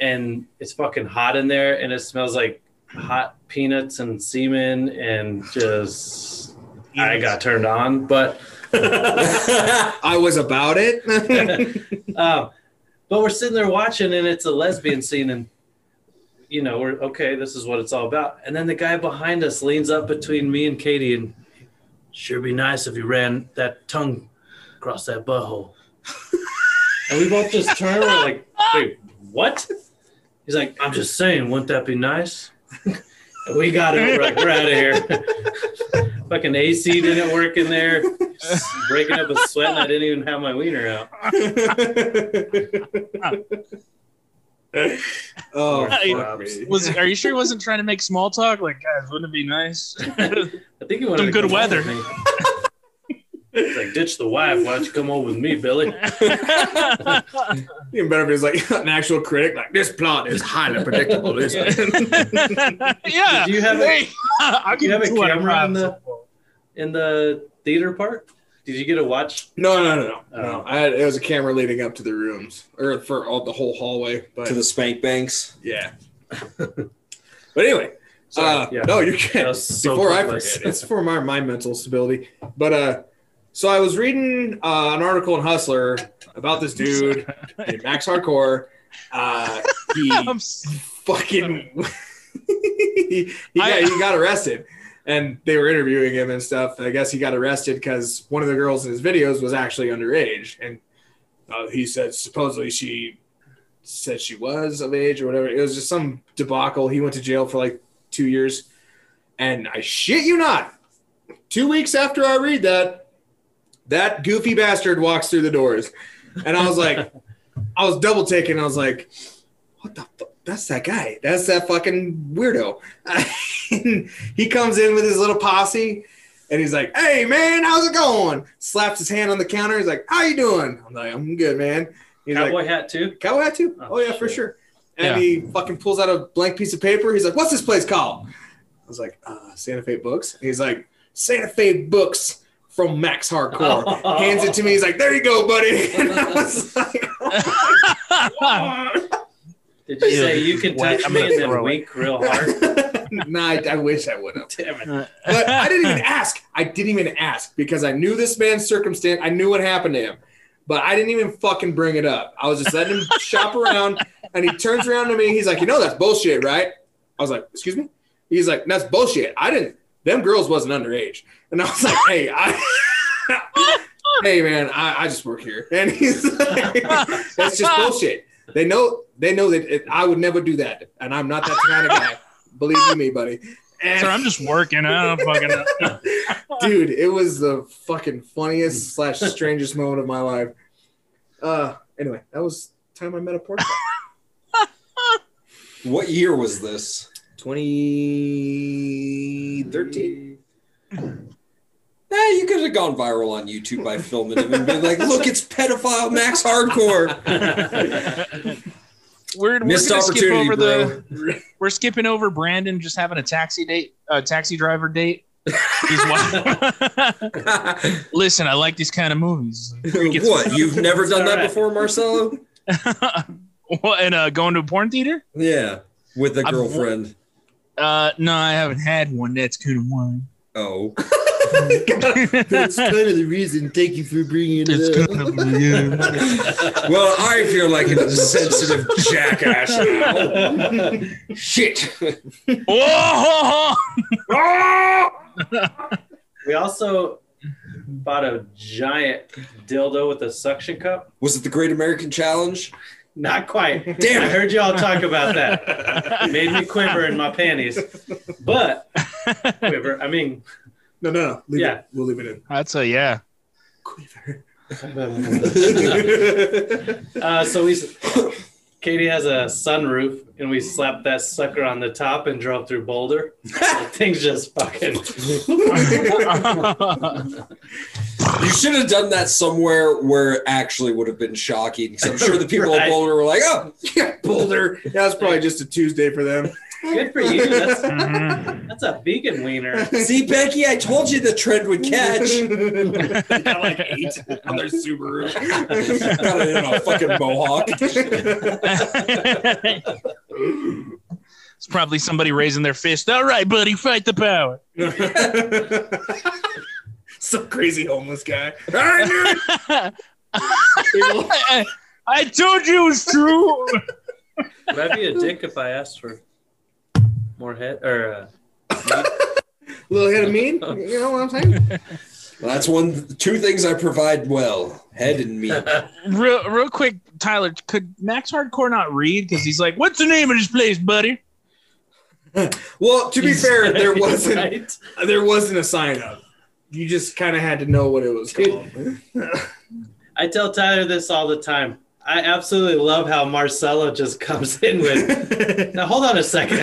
And it's fucking hot in there and it smells like hot peanuts and semen and just I got turned on. But
I was about it.
um, but we're sitting there watching and it's a lesbian scene and you know, we're okay, this is what it's all about. And then the guy behind us leans up between me and Katie and sure be nice if you ran that tongue across that butthole. and we both just turn, we're like, wait, what? He's like, I'm just saying, wouldn't that be nice? And we got it. We're like, we're out of here. Fucking AC didn't work in there. Just breaking up a sweat, and I didn't even have my wiener out.
oh,
Yeah.
fuck me.
Was are you sure he wasn't trying to make small talk? Like, guys, wouldn't it be nice?
I think he wanted
Some
to
good
come home
weather.
with me. He's like, ditch the wife. Why don't you come home with me, Billy?
Even better if it's like an actual critic. Like this plot is highly predictable. Isn't it?
yeah.
Do you have a-
Hey, I'll
Do you
give
have a
two out of
camera
five.
in the in the theater part? Did you get to watch?
No, no, no, no. no. I had, it was a camera leading up to the rooms or for all the whole hallway. But
to the spank banks.
yeah. but anyway,
Sorry,
uh,
yeah.
no, you can't.
That was so
before I
pointless.
forget, it's for my, my mental stability. But uh, so I was reading uh, an article in Hustler about this dude, named Max Hardcore. Uh, he
I'm s-
fucking he, got,
I-
he got arrested, and they were interviewing him and stuff. I guess he got arrested because one of the girls in his videos was actually underage, and uh, he said supposedly she said she was of age or whatever. It was just some debacle. He went to jail for like two years. And I shit you not, two weeks after I read that, that goofy bastard walks through the doors. And I was like, I was double taking. I was like, what the fuck? That's that guy. That's that fucking weirdo. he comes in with his little posse and he's like, hey, man, how's it going? Slaps his hand on the counter. He's like, how you doing? I'm like, I'm good, man. He's like,
Cowboy hat too.
Cowboy hat too?
Oh,
Oh, yeah, for
shit.
sure. And
Yeah.
he fucking pulls out a blank piece of paper. He's like, "What's this place called?" I was like, uh, "Santa Fe Books." And he's like, "Santa Fe Books from Max Hardcore."
Oh.
Hands it to me. He's like, "There you go, buddy." And I was like,
Did you
Ew,
say
this
you
is
can
wet.
touch
I'm
me
gonna
and then
throw it.
wink real hard?
"Nah, I, I wish I would have."
Damn it.
But I didn't even ask. I didn't even ask because I knew this man's circumstance. I knew what happened to him, but I didn't even fucking bring it up. I was just letting him shop around, and he turns around to me. He's like, "You know that's bullshit, right?" I was like, "Excuse me." He's like, "That's bullshit. I didn't. Them girls wasn't underage." And I was like, "Hey, I." Hey man, I, I just work here, and he's like, "That's just bullshit." They know, they know that it, I would never do that, and I'm not that kind of guy. Believe you me, buddy. And
Sir, I'm just working. I don't fucking know.
dude it was the fucking funniest slash strangest moment of my life uh anyway that was the time i met a pork chop.
What year was this?
2013
Eh, you could have gone viral on YouTube by filming him and been like, "Look, it's pedophile Max Hardcore."
We're, we're gonna
Missed
skip
opportunity,
over
bro.
the. We're skipping over Brandon just having a taxi date, a taxi driver date. He's wa- Listen, I like these kind of movies. gets-
what? You've never done that
Alright.
before, Marcelo?
what, and uh, going to a porn theater?
Yeah, with a
I've-
girlfriend.
Uh, no, I haven't had one. That's kind of one.
Oh,
that's kind of the reason thank you for bringing
It's kind of yeah.
well, I feel like an insensitive jackass. now. Shit.
Whoa!
We also bought a giant dildo with a suction cup.
Was it the Great American Challenge?
Not quite.
Damn
I
it.
heard y'all talk about that. Made me quiver in my panties. But quiver, I mean,
No, no, no. Leave
Yeah.
it. We'll leave it in.
That's a yeah.
Quiver.
uh, so we, Katie has a sunroof, and we slapped that sucker on the top and drove through Boulder. The thing's just fucking.
You should have done that somewhere where it actually would have been shocking. 'cause I'm sure the people
Right.
of Boulder were like, oh,
yeah, Boulder. Yeah, it's probably just a Tuesday for them.
Good for you. That's,
Mhm.
that's a vegan wiener.
see, Becky, I told you the trend would catch.
Got like eight on their Subaru.
Got it in a fucking mohawk.
it's probably somebody raising their fist. All right, buddy, fight the power.
Some crazy homeless guy. All right, dude. People-
I, I told you it was true.
Would I be a dick if I asked for more head or? Uh,
Little hit of mean. You know what I'm saying?
Well, that's one, two things I provide well head and meat.
Real, real quick, Tyler, could Max Hardcore not read? Because he's like, "What's the name of this place, buddy?"
Well, to be fair, there wasn't
Right?
there wasn't a sign up. You just kind of had to know what it was called.
I tell Tyler this all the time. I absolutely love how Marcelo just comes in with. Now hold on a second.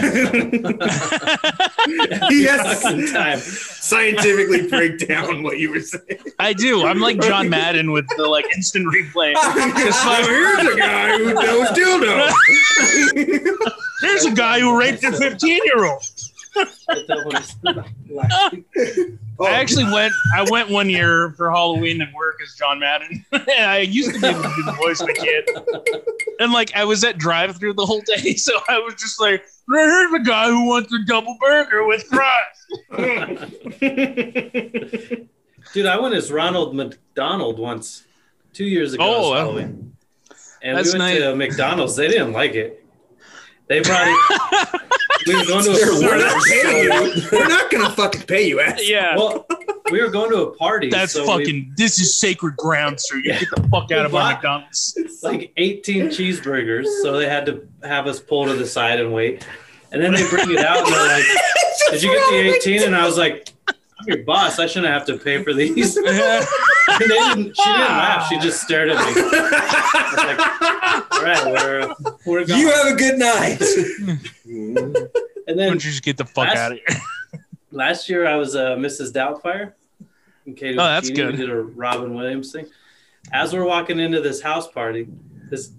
he
Fucking
has to
time.
scientifically break down what you were saying.
I do. I'm like John Madden with the like instant replay.
Just like, here's a guy who knows dildo.
Here's a guy who raped a 15 year old.
I tell him it's last week. Oh.
I actually went. I went one year for Halloween at work as John Madden. and I used to be able to do the voice of a kid, and like I was at drive-through the whole day, so I was just like, "Here's a guy who wants a double burger with fries."
Dude, I went as Ronald McDonald once, two years ago.
Oh,
Oh,
wow.
Halloween. And
That's
we went to McDonald's. They didn't like it. They brought it. we were going to
They're
we're
a
not paying you. We're not gonna fucking pay you, ass.
Yeah,
well, we were going to a party.
that's
so we-
fucking. This is sacred ground, sir. You
Yeah.
get the fuck out of
Why-
my McDonald's.
like 18 cheeseburgers, so they had to have us pull to the side and wait. And then they bring it out and they're like, Did you get the 18? And I was like, I'm your boss. I shouldn't have to pay for these. And they didn't, she didn't laugh. She just stared at me. I was like, All right, we're, we're gone.
You have a good night.
and
Why
then
don't you just get the fuck
Last-
out of here?
last year I was uh, Mrs. Doubtfire. And Katie
Oh,
was
that's
Jeannie. We
good.
did a Robin Williams thing. As we're walking into this house party, this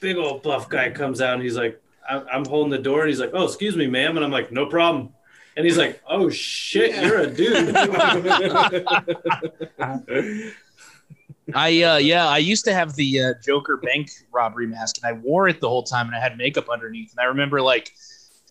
big old buff guy comes out and he's like, I- I'm holding the door and he's like, Oh, excuse me, ma'am. And I'm like, No problem. And he's like, Oh shit, you're a dude.
I uh, yeah, I used to have the uh, Joker bank robbery mask, and I wore it the whole time, and I had makeup underneath. And I remember like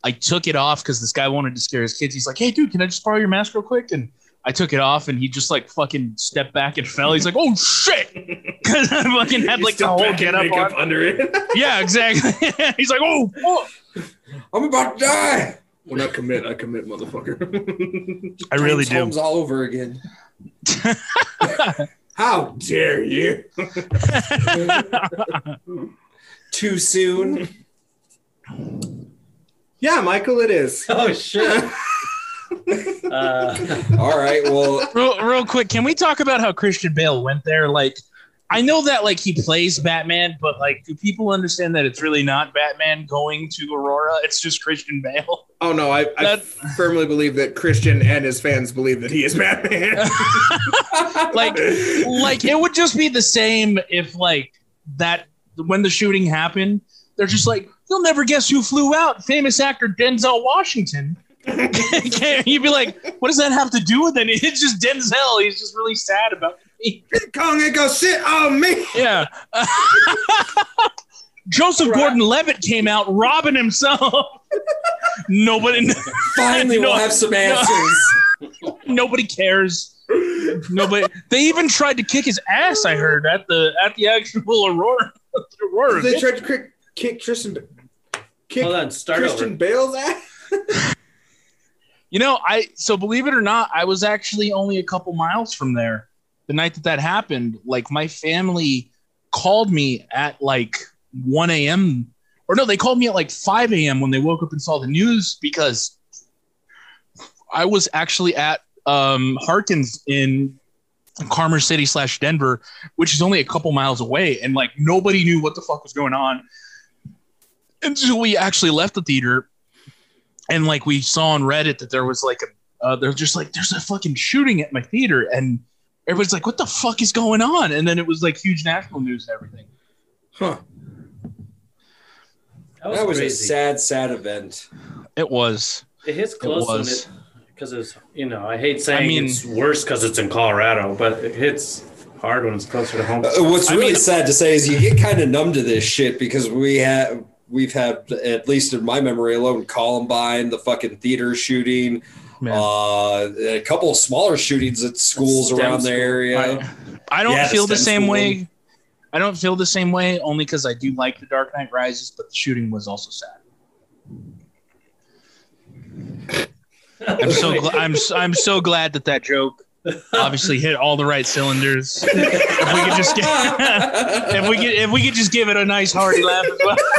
I took it off because this guy wanted to scare his kids. He's like, "Hey, dude, can I just borrow your mask real quick?" And I took it off, and he just like fucking stepped back and fell. He's like, "Oh shit!" Because I fucking had like the whole get up.
makeup under it.
Yeah, exactly. He's like, "Oh, fuck."
I'm about to die.
When I commit, I commit, motherfucker.
I really
James Holmes all over again.
How dare you?
do."
Too soon.
Yeah, Michael, it is.
oh shit. Uh,
All right. Well,
real, real quick, can we talk about how Christian Bale went there? Like, I know that like he plays Batman, but like, do people understand that it's really not Batman going to Aurora? It's just Christian Bale.
Oh no, I, I
That-
firmly believe that Christian and his fans believe that he is Batman.
Like, like it would just be the same if like that when the shooting happened, they're just like, you'll never guess who flew out, famous actor Denzel Washington. Can't- You'd be like, what does that have to do with it? It's just Denzel. He's just really sad about
Kong ain't gonna sit on me.
Yeah. Joseph Gordon Levitt came out robbing himself. nobody
finally,
No.
we'll have some answers.
nobody cares. Nobody they even tried to kick his ass, I heard, at the at the actual Aurora. Aurora.
They tried to kick, kick Tristan, Ba- kick
hold on, start
Christian Bale's ass.
You know, I so believe it or not, I was actually only a couple miles from there. the night that that happened, like my family called me at like 1 a.m. or no, they called me at like 5 a.m. when they woke up and saw the news because I was actually at um, Harkins in Carmer City slash Denver, which is only a couple miles away, and like nobody knew what the fuck was going on until we actually left the theater, and like we saw on Reddit that there was like a uh, they're just like there's a fucking shooting at my theater, and everybody's like, what the fuck is going on? And then it was like huge national news and everything.
Huh.
That was,
that was a
crazy.
sad, sad event.
It was.
it hits close when
was.
it because it's you know I hate saying
mean-
it's worse because it's in Colorado, but it hits hard when it's closer to home.
Uh, what's
I
really
mean-
sad to say is you get kind of numb to this shit because we have we've had at least in my memory alone Columbine, the fucking theater shooting, uh, a couple of smaller shootings at schools
STEM
around the
school.
area.
I, I don't
Yeah, the
feel the
STEM
same
school.
way. I don't feel the same way only because I do like The Dark Knight Rises, but the shooting was also sad. I'm so gl- I'm s- I'm so glad that that joke obviously hit all the right cylinders. If we could just get, if we could if we could just give it a nice hearty laugh as well.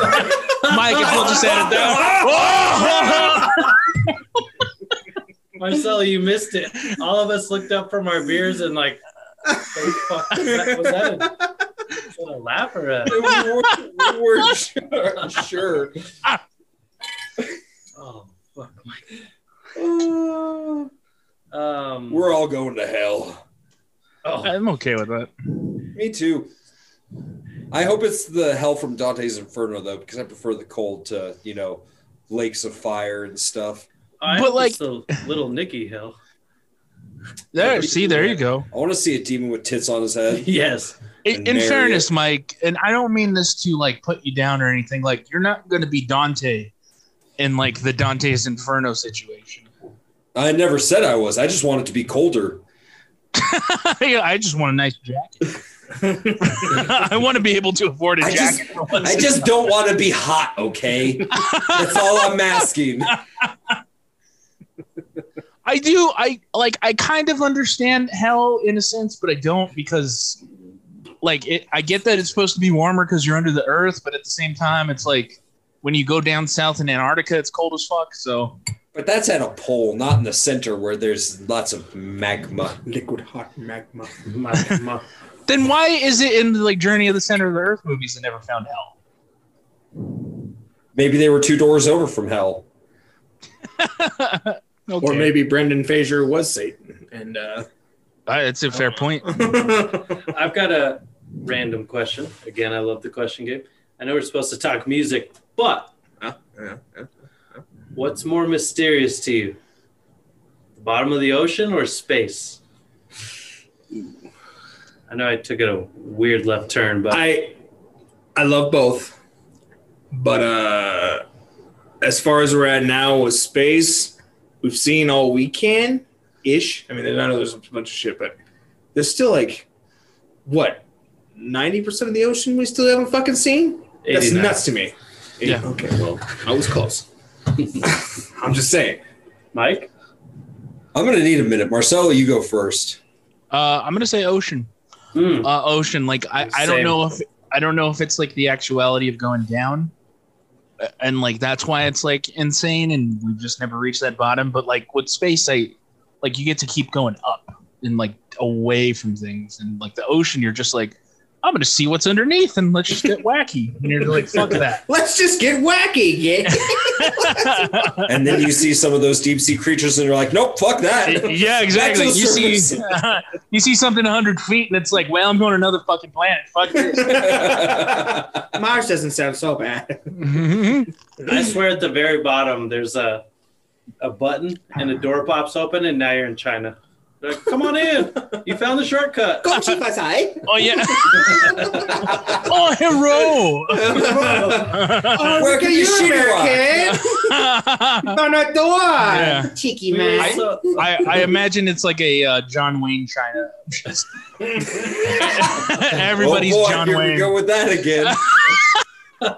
Mike, if we'll just add it down.
Marcelo, you missed it. All of us looked up from our beers and like, "Holy fuck, was that, was that, a, was that a laugh or a?
we were, we were sure. sure.
Oh fuck, Mike.
Uh,
Um,
we're all going to hell.
oh,
I'm okay with that.
Me too. I hope it's the hell from Dante's Inferno though, because I prefer the cold to you know lakes of fire and stuff.
I
But,
but
like-
like the little Nicky Hill.
There, see, there you go.
I want to see a demon with tits on his head.
Yes,
in,
and
in
marry
fairness, Mike, and I don't mean this to like put you down or anything. Like you're not going to be Dante in like the Dante's Inferno situation.
I never said I was. I just wanted to be colder.
Yeah, I just want a nice jacket. I want to be able to afford a
I just-
jacket. for once.
I just don't want to be hot, okay? That's all I'm asking.
I do. I like. I kind of understand hell in a sense, but I don't because, like, it. I get that it's supposed to be warmer because you're under the earth, but at the same time, it's like when you go down south in Antarctica, it's cold as fuck. So
But that's at a pole, not in the center where there's lots of magma.
Liquid hot magma.
my, my,
then why is it in the like Journey of the Center of the Earth movies that never found hell?
Maybe they were two doors over from hell.
Okay.
Or maybe Brendan Fraser was Satan. And uh,
Uh, that's a fair point.
I've got a random question. Again, I love the question game. I know we're supposed to talk music, but what's more mysterious to you? The bottom of the ocean or space? I know I took it a weird left turn, but
I I love both. But uh as far as we're at now with space, we've seen all we can ish. I mean, I know there's a bunch of shit, but there's still like what 90% of the ocean we still haven't fucking seen? That's
89.
nuts to me.
Yeah.
Okay, well, I was close. I'm just saying.
Mike,
I'm going to need a minute. Marcelo, you go first.
Uh, I'm gonna say ocean.
Mm,
Uh, ocean. Like I, I don't
Same.
know if I don't know if it's like the actuality of going down, uh, and like that's why it's like insane, and we've just never reached that bottom. But like with space, I like you get to keep going up and like away from things, and like the ocean, you're just like. I'm gonna see what's underneath and let's just get wacky. And you're like, fuck that.
Let's just get wacky. Yeah.
And then you see some of those deep sea creatures and you're like, nope, fuck that.
yeah, exactly.
Back to
You
the
see,
surface.
you see something 100 feet, and it's like, well, I'm going to another fucking planet. Fuck this.
Mars doesn't sound so bad.
I swear at the very bottom there's a a button and a door pops open and now you're in China. Like, come on in. You found the shortcut.
Oh yeah. oh hello.
Where can you shoot
yeah.
No, no, door.
Cheeky
We were
man.
so-
I, I imagine it's like a uh, John Wayne China. Just- Everybody's
oh boy,
John
here we
Wayne.
go with that again.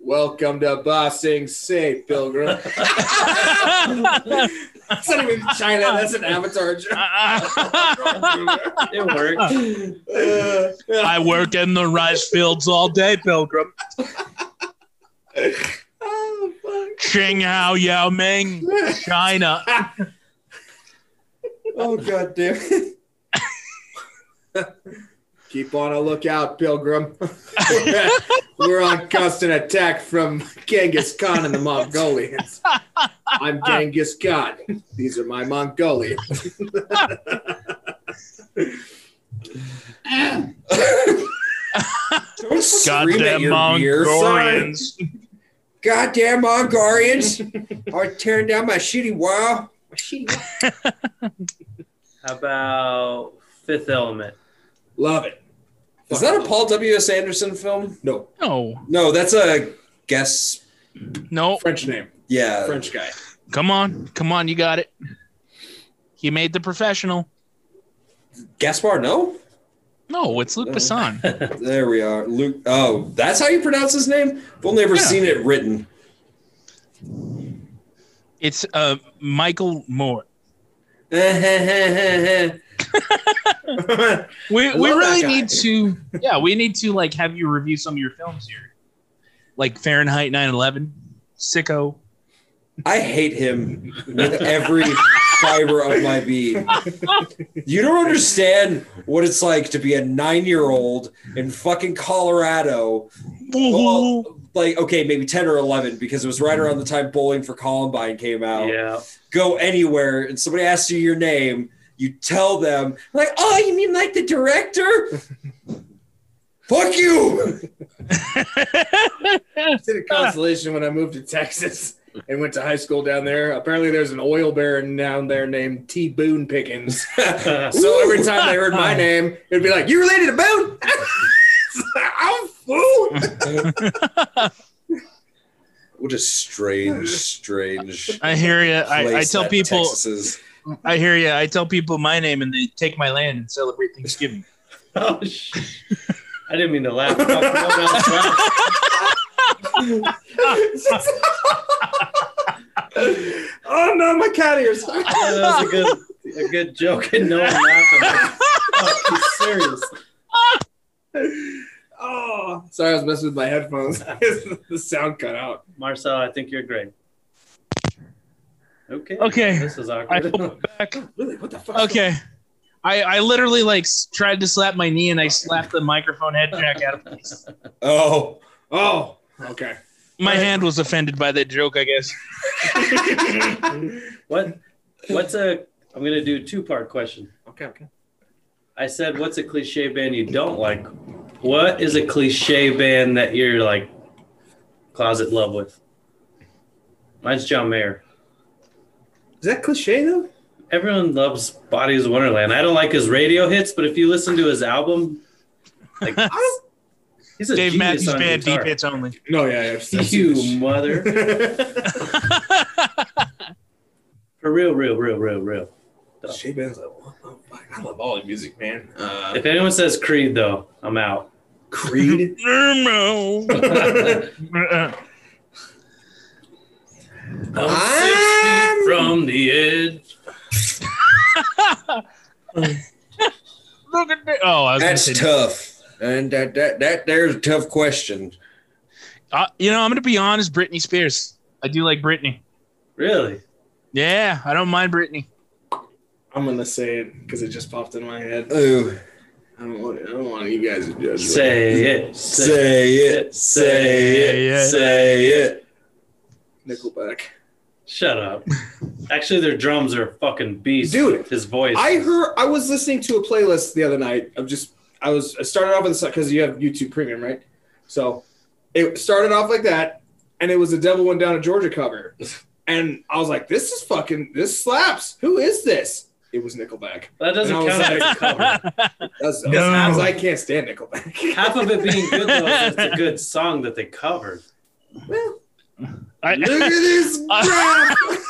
Welcome to Ba Sing Se, Pilgrim. That's not even China. That's an avatar. joke.
It worked.
Uh,
I work in the rice fields all day, Pilgrim.
oh, fuck.
Ching Hao Yao Ming, China.
Oh, God damn it. Keep on a lookout, Pilgrim. We're on constant attack from Genghis Khan and the Mongolians. I'm Genghis Khan. These are my Mongolians.
Don't scream at
Goddamn
your beer. Sorry.
Mongolians.
Goddamn Mongolians! I turned down my shitty wall.
How about Fifth Element?
Love it.
Is that a Paul W. S. Anderson film?
No,
No,
No, that's a guess.
no.
French name,
Yeah,
French guy.
Come on, come on, you got it. He made the professional.
Gaspar. No,
No, it's Luke
Oh.
Besson.
there we are. Luke. Oh, that's how you pronounce his name. I've only ever
Yeah.
seen it written.
It's uh, Michael Moore. We, we
love
really
that guy.
need to yeah we need to like have you review some of your films here, like Fahrenheit 9/11, Sicko.
I hate him with every fiber of my being. You don't understand what it's like to be a nine-year-old in fucking Colorado.
Mm-hmm.
Well, like, okay, maybe ten or eleven, because it was right around the time Bowling for Columbine came out.
Yeah.
go anywhere and somebody asks you your name, you tell them, like, oh, you mean like the director? Fuck you!
did a constellation when I moved to Texas and went to high school down there. Apparently, there's an oil baron down there named T. Boone Pickens. so every time they heard my name, it'd be like, "You related to Boone?" It's like, I'm a fool.
What a strange, strange.
I hear you. I, I
place
tell
that
people.
Texas is.
I hear you. I tell people my name and they take my land and celebrate Thanksgiving.
Oh, sh- I didn't mean to laugh. Fuck, no one else laughed.
oh no, my cat ears.
That was a good, a good joke, and no one laughed. I'm like, fuck, he's serious.
oh, sorry, I was messing with my headphones. the sound cut out.
Marcel, I think you're great. Okay.
Okay.
This is
I
awkward.
pull back.
Really? What the fuck?
Okay. I, I literally like s- tried to slap my knee and I slapped the microphone head jack out of place.
Oh,
Oh, okay.
My hand was offended by that joke, I guess.
What? What's a? I'm gonna do a two part question.
Okay, okay.
I said, what's a cliche band you don't like? What is a cliche band that you're like closet love with? Mine's John Mayer.
Is that cliche though?
Everyone loves Bodies of Wonderland. I don't like his radio hits, but if you listen to his album, like he's a
Dave
genius
Matthews
on
Band, deep
guitar.
hits only.
No, yeah, yeah. I've seen
You
this.
mother, for real, real, real, real, real.
Shea Band's like, what the fuck? I love all the music, man. Uh,
If anyone says Creed, though, I'm out.
Creed.
No. Uh-uh.
I'm six feet from the edge.
Look at that. Oh, I was gonna
that's
say,
tough. And that, that, that there's a tough question.
uh, you know, I'm gonna be honest. Britney Spears. I do like Britney.
Really?
Yeah, I don't mind Britney.
I'm gonna say it because it just popped in my head.
Ooh,
I don't want. I don't want you guys to judge. me.
Say it. Say.
say it, say it, say it.
Nickelback.
Shut up. Actually, their drums are a fucking beast.
Dude,
his voice.
I heard. I was listening to a playlist the other night. of just. I was. I started off with because you have YouTube Premium, right? So, it started off like that, and it was a Devil Went Down to Georgia cover, and I was like, "This is fucking. This slaps. Who is this?" It was Nickelback.
that doesn't
I was
count. as
like-
a cover.
That's,
No.
I was like, I can't stand Nickelback.
Half of it being good though, is it's a good song that they covered.
Well, Look at
I,
this graph.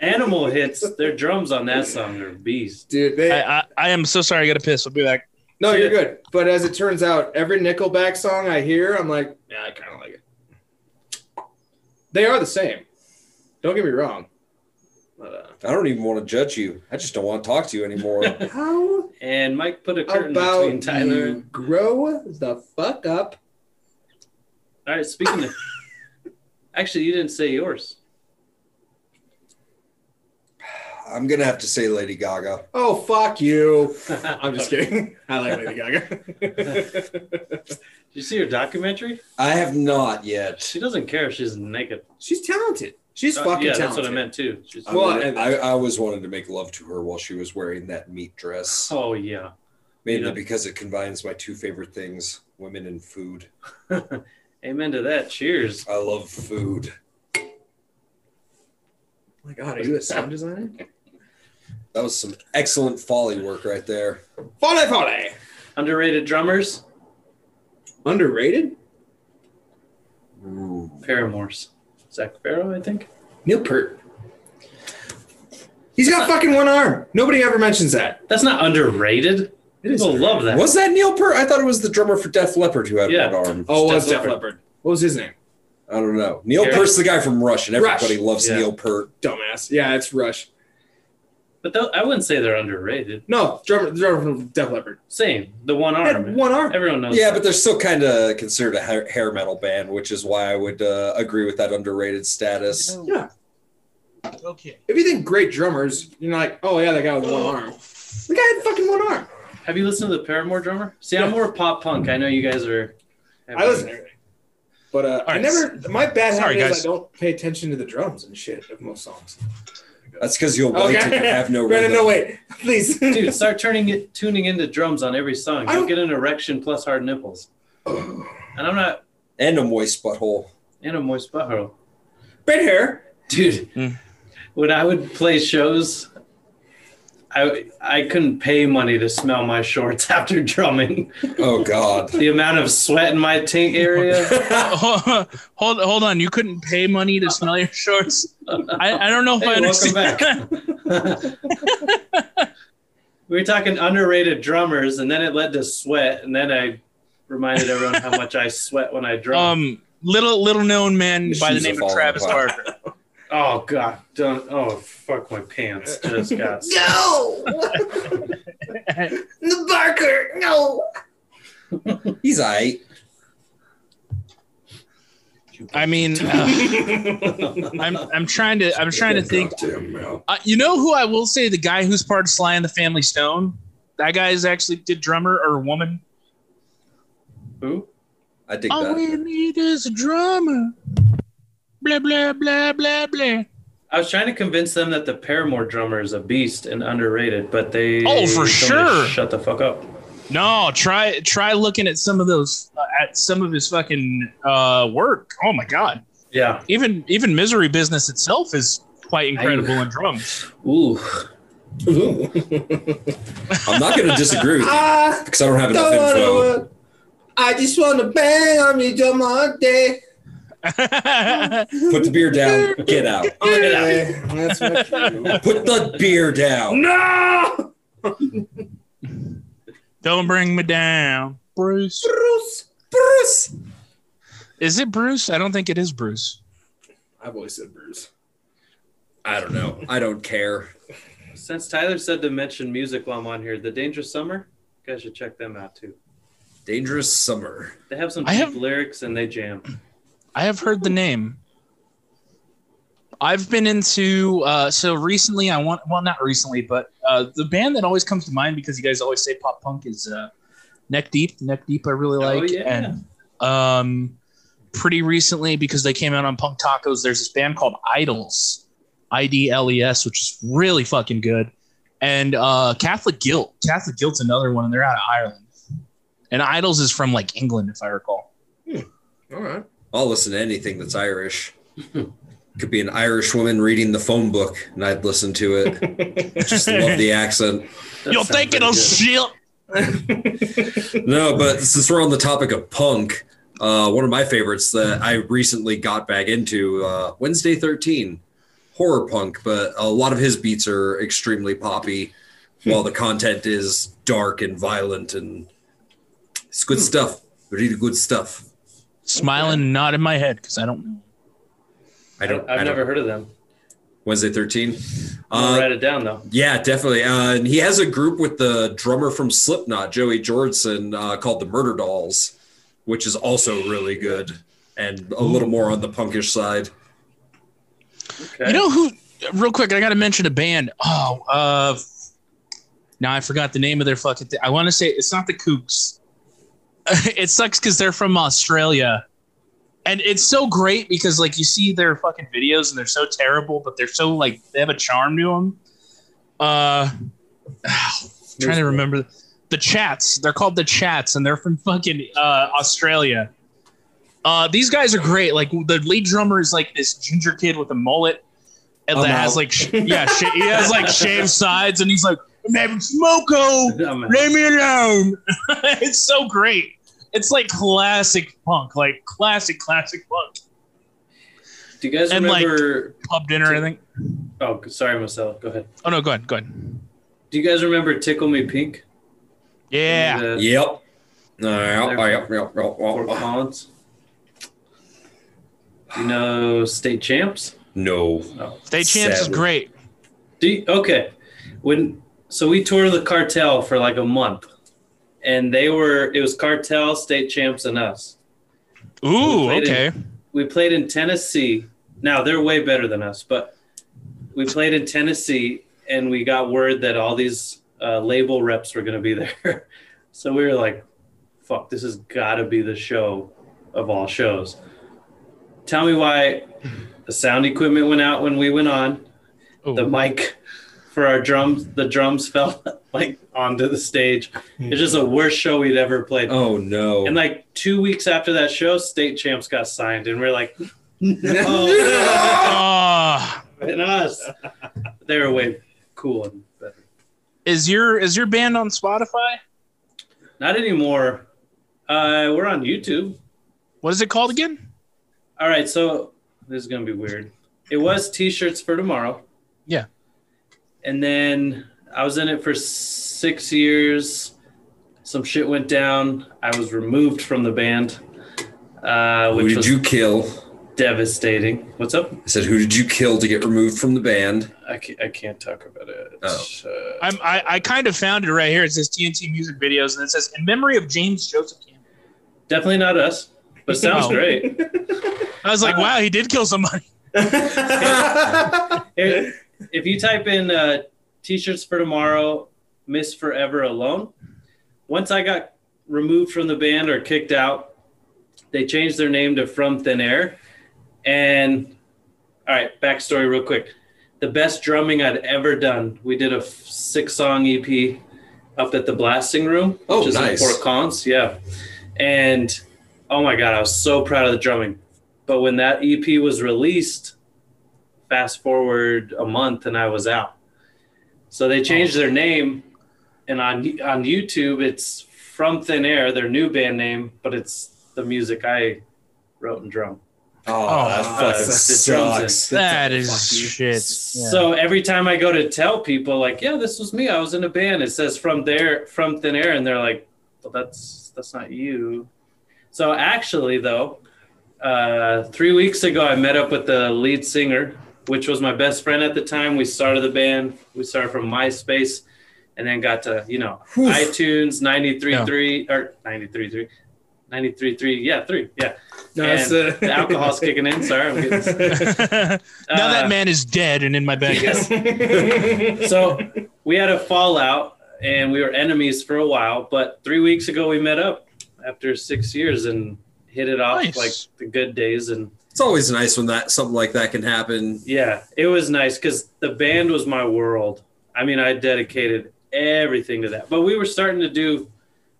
Animal hits their drums on that song are beast.
Dude, they,
I, I, I am so sorry. I got to piss. I'll be back.
no, you're good. But as it turns out, every Nickelback song I hear, I'm like, yeah, I kind of like it. They are the same. Don't get me wrong. But, uh,
I don't even want to judge you. I just don't want to talk to you anymore.
how
And Mike put a curtain between
about
Tyler.
you grow the fuck up?
All right, speaking of. Actually, you didn't say yours.
I'm gonna have to say Lady Gaga.
Oh fuck you! I'm just kidding. I like Lady Gaga.
Did you see her documentary?
I have not yet.
She doesn't care if she's naked.
She's talented. She's
Uh,
fucking
yeah,
talented.
that's what I meant too. She's,
I,
Well,
wanted-
and-
I, I always wanted to make love to her while she was wearing that meat dress,
oh yeah.
mainly
yeah.
because it combines my two favorite things: women and food.
Amen to that. Cheers.
I love food.
Oh my god, are you a sound designer?
That was some excellent folly work right there.
Folly, folly.
Underrated drummers,
Underrated.
Paramore's. Zach Farrow, I think.
Neil Peart. He's got fucking one arm. Nobody ever mentions that.
That's not underrated.
It is.
People love that.
Was that Neil Peart? I thought it was the drummer for Def Leppard who had
Yeah.
one arm.
Oh, it was
Def
Def Leppard. What was his name?
I don't know. Neil
Yeah.
Peart's the guy from Rush, and
Rush.
everybody loves
Yeah.
Neil Peart.
Dumbass. Yeah, it's Rush.
But tho- I wouldn't say they're underrated.
No, drummer, drummer from Def Leppard.
Same. The one
Had
arm.
one arm.
Everyone knows.
Yeah,
that.
but they're still kind of considered a hair, hair metal band, which is why I would uh, agree with that underrated status.
Yeah.
Okay.
If you think great drummers, you're like, oh yeah, that guy with one arm. The guy had fucking one arm.
Have you listened to the Paramore drummer? See, I'm more pop punk. I know you guys are.
I listen to everything. But uh, I
right.
never. My bad
Sorry,
habit is
guys.
I don't pay attention to the drums and shit of most songs.
That's because you'll wait and have no
Brandon,
rhythm.
no wait, please.
Dude, start turning it, tuning into drums on every song.
I
You'll
don't-
get an erection plus hard nipples. And I'm not
and a moist butthole.
in a moist butthole.
Red hair.
dude
Mm.
when i would play shows i i couldn't pay money to smell my shorts after drumming
Oh God.
the amount of sweat in my tank area
hold hold on. You couldn't pay money to smell your shorts. I, I don't know if
Hey,
I
welcome
understand.
back. we were talking underrated drummers and then it led to sweat and then i reminded everyone how much i sweat when i drum
um, little little known man
His
by the
shoes are
name of
falling
Travis
apart.
Barker.
oh god don't oh fuck my pants just got
No. the Barker. No.
He's aight.
I mean, uh, I'm I'm trying to I'm trying to think. Uh, you know who I will say the guy who's part of Sly and the Family Stone. That guy is actually did drummer or woman.
who
I dig
All we
that.
need is a drummer. Blah blah blah blah blah.
I was trying to convince them that the Paramore drummer is a beast and underrated, but they
Oh, for
told me to
sure.
shut the fuck up.
No, try try looking at some of those uh, at some of his fucking uh, work. Oh my god!
Yeah.
Even even misery business itself is quite incredible in drums.
Ooh.
I'm not going to disagree with you
I
because I don't have enough
Ah, don't wanna
info.
work. I just want to bang on me till Monday.
Put the beer down. Get out.
Anyway, that's what you do.
Put the beer down.
No.
Don't bring me down, Bruce.
Bruce. Bruce.
Is it Bruce? I don't think it is Bruce.
I've always said Bruce.
I don't know. I don't care.
Since Tyler said to mention music while I'm on here, The Dangerous Summer, you guys should check them out too.
Dangerous summer.
They have some
I
deep
have-
lyrics and they jam.
I have heard the name. I've been into uh, so recently. I want well, not recently, but uh, the band that always comes to mind because you guys always say pop punk is uh, Neck Deep. Neck Deep, I really
Oh,
like,
yeah.
and um, pretty recently because they came out on Punk Tacos. There's this band called Idols, I D L E S, which is really fucking good, and uh, Catholic Guilt. Catholic Guilt's another one, and they're out of Ireland. And Idols is from like England, if I recall.
All right.
I'll listen to anything that's Irish. Could be an Irish woman reading the phone book, and I'd listen to it. Just love the accent.
That
You're
sounds
thinking of
pretty
shit.
good.
No, but since we're on the topic of punk, uh, one of my favorites that I recently got back into uh, Wednesday 13, horror punk, but a lot of his beats are extremely poppy, while the content is dark and violent, and it's
Hmm.
good stuff. Really good stuff.
Smiling, nod in my head because I don't know.
I don't.
I've
I don't-
never heard of them.
Wednesday 13.
I'm gonna
Uh,
write it down though.
yeah, definitely. Uh, and he has a group with the drummer from Slipknot, Joey Jordison, uh, called the Murder Dolls, which is also really good and a little more on the punkish side.
Okay.
You know who? Real quick, I got to mention a band. Oh, uh, now I forgot the name of their fucking thing. I want to say it's not the Kooks. it sucks because they're from Australia, and it's so great because like you see their fucking videos and they're so terrible, but they're so like they have a charm to them. Uh, trying to remember the Chats. They're called the Chats, and they're from fucking uh, Australia. Uh, these guys are great. Like the lead drummer is like this ginger kid with a mullet, and
I'm
that has
out.
like sh- yeah, sh- he has like shaved sides, and he's like, "I'm having smoko,
I'm-
leave me alone." it's so great. It's like classic punk, like classic classic punk.
do you guys
and, like-
remember?
Pub dinner, I think.
oh, sorry, Marcel. Go ahead.
Oh no, go ahead, go ahead.
Do you guys remember Tickle Me Pink?
Yeah,
The-
Yep. Uh, yep, yep, yep, yep,
Fort
yep.
Collins. You know, state champs.
No.
state champs is
Sadly.
great.
Do you, okay. When so we toured the cartel for like a month, and they were it was cartel, state champs, and us.
Ooh,
played
okay.
We played in Tennessee. Now they're way better than us, but we played in Tennessee, and we got word that all these uh, label reps were going to be there. so we were like, "Fuck, this has got to be the show of all shows." Tell me why the sound equipment went out when we went on.
Ooh.
the mic for our drums the drums fell like onto the stage it's just the worst show we'd ever played
Oh, no.
and like two weeks after that show state champs got signed and we're like
Oh.
no
Ah.
and us they were way cool and better
is your is your band on Spotify?
not anymore uh we're on youtube
What is it called again?
all right so this is gonna be weird it was t-shirts for tomorrow
Yeah.
and then i was in it for six years some shit went down i was removed from the band uh,
Who
which
did
was
you kill?
devastating what's up
I said, who did you kill to get removed from the band?
i can't, I can't talk about it
Oh.
Uh,
I'm, I I kind of found it right here. It says TNT music videos, and it says in memory of James Joseph Campbell.
definitely not us but sounds
Oh.
great
I was like,
Uh,
wow, he did kill somebody.
if, if you type in uh, t-shirts for tomorrow miss forever alone once i got removed from the band or kicked out they changed their name to from thin air and all right backstory real quick the best drumming i'd ever done we did a f- six song ep up at the blasting room
Oh,
which is in
nice.
fort collins yeah and oh my god i was so proud of the drumming but when that ep was released fast forward a month and I was out. So they changed their name, and on on YouTube it's From Thin Air, their new band name, but it's the music I wrote and drum.
Oh, that
Oh,
fucking
that's- that's-
sucks.
That is
fuck you.
shit.
So every time I go to tell people like, yeah, this was me, I was in a band. It says From There, From Thin Air, and they're like, well, that's that's not you. So actually, though, uh, three weeks ago, I met up with the lead singer, which was my best friend at the time. We started the band. We started from MySpace, and then got to you know iTunes 93.3 or 93.3, 93.3, yeah, three, yeah.
No, uh, that's
And
the-
the alcohol's kicking in. Sorry, I'm getting.
now
Uh,
that man is dead and in my bed.
Yes. so we had a fallout and we were enemies for a while, but three weeks ago we met up after six years and hit it off
Nice.
like the good days. And
It's always nice when that something like that can happen.
yeah, it was nice because the band was my world. I mean, I dedicated everything to that, but we were starting to do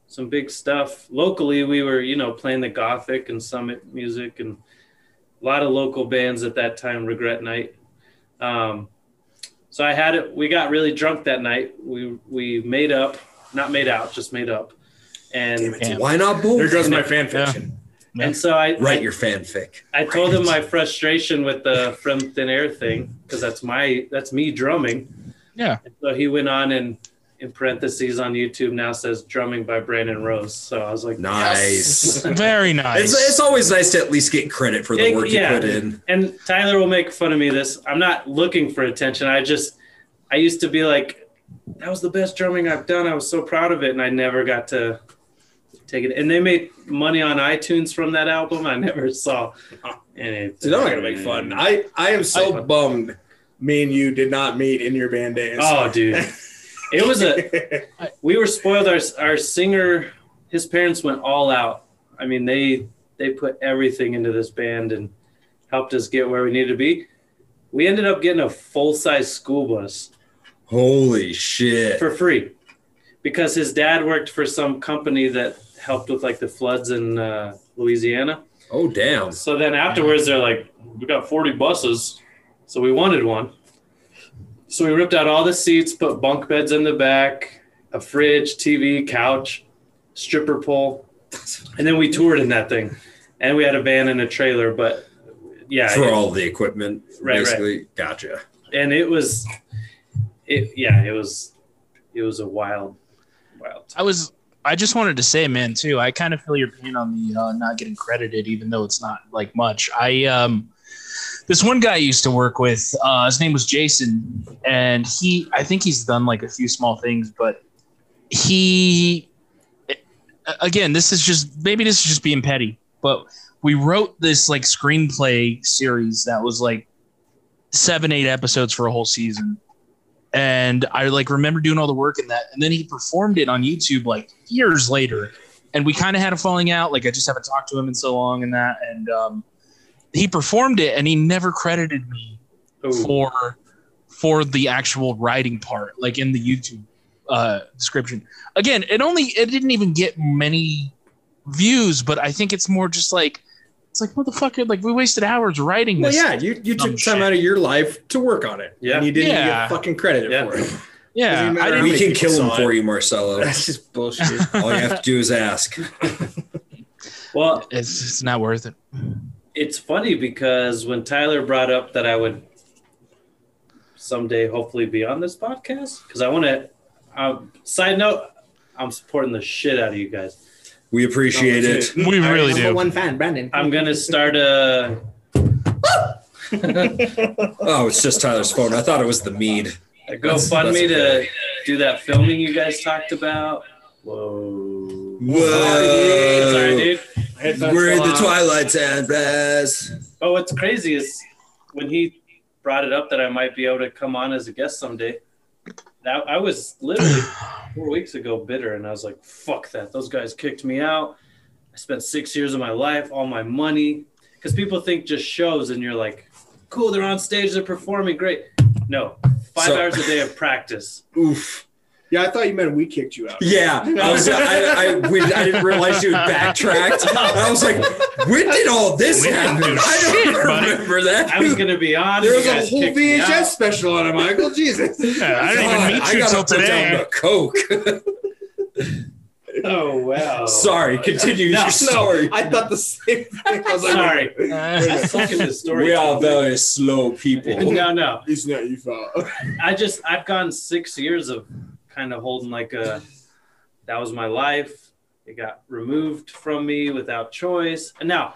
some big stuff locally. We were, you know, playing the Gothic and Summit music and a lot of local bands at that time, Regret Night. Um, so I had it. We got really drunk that night. We we made up, not made out, just made up. And
Damn.
Why not both?
There goes my fan fiction.
and so I
Write your fanfic.
I told him my frustration with the from thin air thing because that's my that's me drumming.
Yeah.
And so he went on and in parentheses on YouTube now says drumming by Brandon Rose. So I was like,
Nice.
Very nice.
It's, it's always nice to at least get credit for the
Yeah,
work you
yeah.
put in.
and Tyler will make fun of me this. I'm not looking for attention. I just I used to be like that was the best drumming I've done. I was so proud of it and I never got to take it. And they made money on iTunes from that album. I never saw anything.
Dude, I'm Uh-huh. not gonna make
Mm.
fun. I I am so bummed. Me and you did not meet in your band days.
Oh dude. It was a we were spoiled our our singer his parents went all out. I mean they they put everything into this band and helped us get where we needed to be. We ended up getting a full-size school bus.
Holy shit.
for free because his dad worked for some company that helped with like the floods in uh, Louisiana.
Oh, damn.
So then afterwards, they're like, "We got 40 buses, so we wanted one." So we ripped out all the seats, put bunk beds in the back, a fridge, TV, couch, stripper pole, and then we toured in that thing. And we had a van and a trailer, but yeah,
for all the equipment,
Right, right.
basically. Gotcha.
and it was, it yeah, it was, it was a wild, wild.
I was. I just wanted to say, man, too. I kind of feel your pain on the uh, not getting credited, even though it's not like much. I um, this one guy I used to work with. Uh, his name was Jason, and he. I think he's done like a few small things, but he. Again, this is just maybe this is just being petty, but we wrote this like screenplay series that was like seven, eight episodes for a whole season and I like remember doing all the work in that. And then he performed it on YouTube like years later, and we kind of had a falling out. Like I just haven't talked to him in so long, and that. And um, he performed it, and he never credited me
Ooh.
for for the actual writing part, like in the YouTube uh, description. Again, it only it didn't even get many views, but I think it's more just like it's like motherfucker, like we wasted hours writing
well,
this.
yeah, you, you took
Dumb
time
shit.
out of your life to work on it.
Yeah.
and you didn't even get
Yeah.
fucking credit
Yeah.
for it.
yeah.
Doesn't even
I
matter
didn't-
how
We
many
can
people
kill him
saw
for
it.
you, Marcelo.
That's just bullshit.
All you have to do is ask.
Well,
it's, it's not worth it.
it's funny because when Tyler brought up that I would someday hopefully be on this podcast, because I want to. Um, side note, I'm supporting the shit out of you guys.
We appreciate
No,
it.
We really
Number
do.
one fan, Brandon.
I'm gonna start a.
Oh, it's just Tyler's phone. I thought it was the mead.
a
That's- that's
GoFundMe
okay.
to do that filming you guys talked about. Whoa.
Whoa.
Sorry, dude.
We're in the Twilight Zone, Baz.
Oh, what's crazy is when he brought it up that I might be able to come on as a guest someday. That I was literally four weeks ago bitter, and I was like, "Fuck that! Those guys kicked me out. I spent six years of my life, all my money, because people think just shows, and you're like, cool, they're on stage, they're performing, great. No, five
So-
hours a day of practice.
Oof. Yeah, I thought you meant we kicked you out.
Yeah, I, was, I, I, we, I didn't realize you had backtracked. I was like, when did all this
We didn't
happen?
do
I
shit,
don't
buddy.
remember that.
I was gonna be on.
There
you
was a
guys
whole
kicked me out.
VHS special on it, Michael. Jesus.
Yeah, I didn't even
God,
meet
Oh, I
you
gotta
till
put
today.
down the coke.
Oh wow.
Sorry, continue.
No,
You're
no,
sorry.
I thought the same thing. I was like,
Sorry.
Uh,
I'm sucking the story.
We are very slow people.
No, no.
It's not your fault.
I just I've gone six years of kind of holding like a that was my life. It got removed from me without choice. And now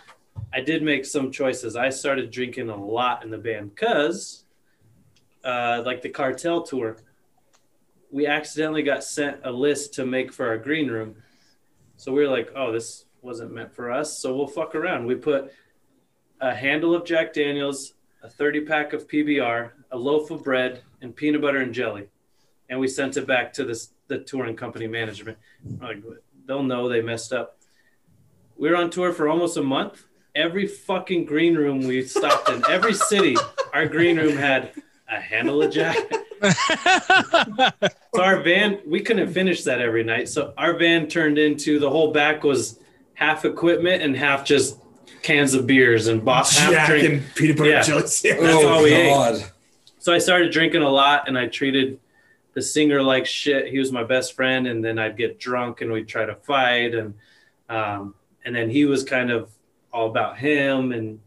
I did make some choices. I started drinking a lot in the band because uh, like the cartel tour, we accidentally got sent a list to make for our green room. So we were like, oh, this wasn't meant for us. So we'll fuck around. We put a handle of Jack Daniels, a 30 pack of PBR, a loaf of bread, and peanut butter and jelly. And we sent it back to this, the touring company management. We're Like, they'll know they messed up. We were on tour for almost a month. Every fucking green room we stopped in, every city, our green room had a handle of Jack. So our van, we couldn't finish that every night. So our van turned into the whole back was half equipment and half just cans of beers and bo- half
Jack
drink.
and peanut butter
Yeah.
jelly sandwich.
That's all
Oh
we ate.
God!
so I started drinking a lot and I treated the singer like shit. He was my best friend, and then I'd get drunk and we'd try to fight, and um, and then he was kind of all about him, and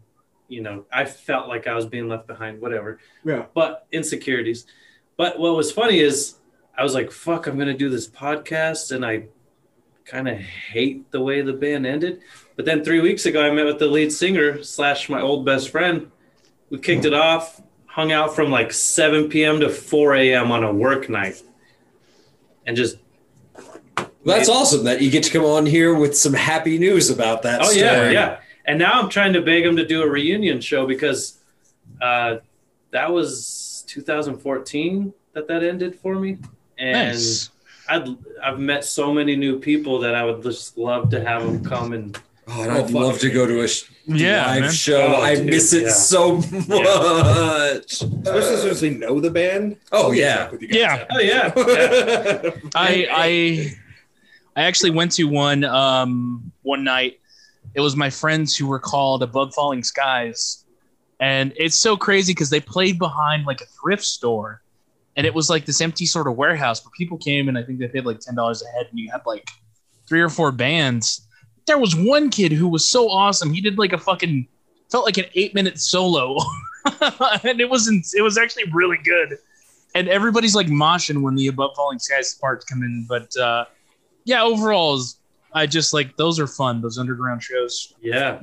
you know I felt like I was being left behind, whatever.
Yeah.
But insecurities. But what was funny is I was like, fuck, I'm gonna do this podcast, and I kind of hate the way the band ended. But then three weeks ago, I met with the lead singer slash my old best friend. We kicked it off, hung out from like 7 p.m. to 4 a.m. on a work night, and just
That's awesome that you get to come on here with some happy news about that.
oh
story.
yeah, yeah. And now I'm trying to beg him to do a reunion show because uh, that was 2014 that that ended for me, and.
Nice.
I'd, I've met so many new people that I would just love to have them come and
Oh, and
Oh,
I'd
fuck.
love to go to a sh-
Yeah,
live
man.
show.
Oh,
I
dude,
miss it
yeah.
so much.
Especially since we know the band.
Oh yeah.
With you
Yeah.
oh yeah, yeah.
yeah.
I I I actually went to one um one night. It was my friends who were called Above Falling Skies, and it's so crazy because they played behind like a thrift store, and it was like this empty sort of warehouse where people came and I think they paid like ten dollars a head, and you had like three or four bands. There was one kid who was so awesome. He did like a fucking felt like an eight minute solo, and it wasn't. It was actually really good and everybody's like moshing when the above falling skies part come in but uh yeah overall is- i just like those are fun those underground shows
yeah.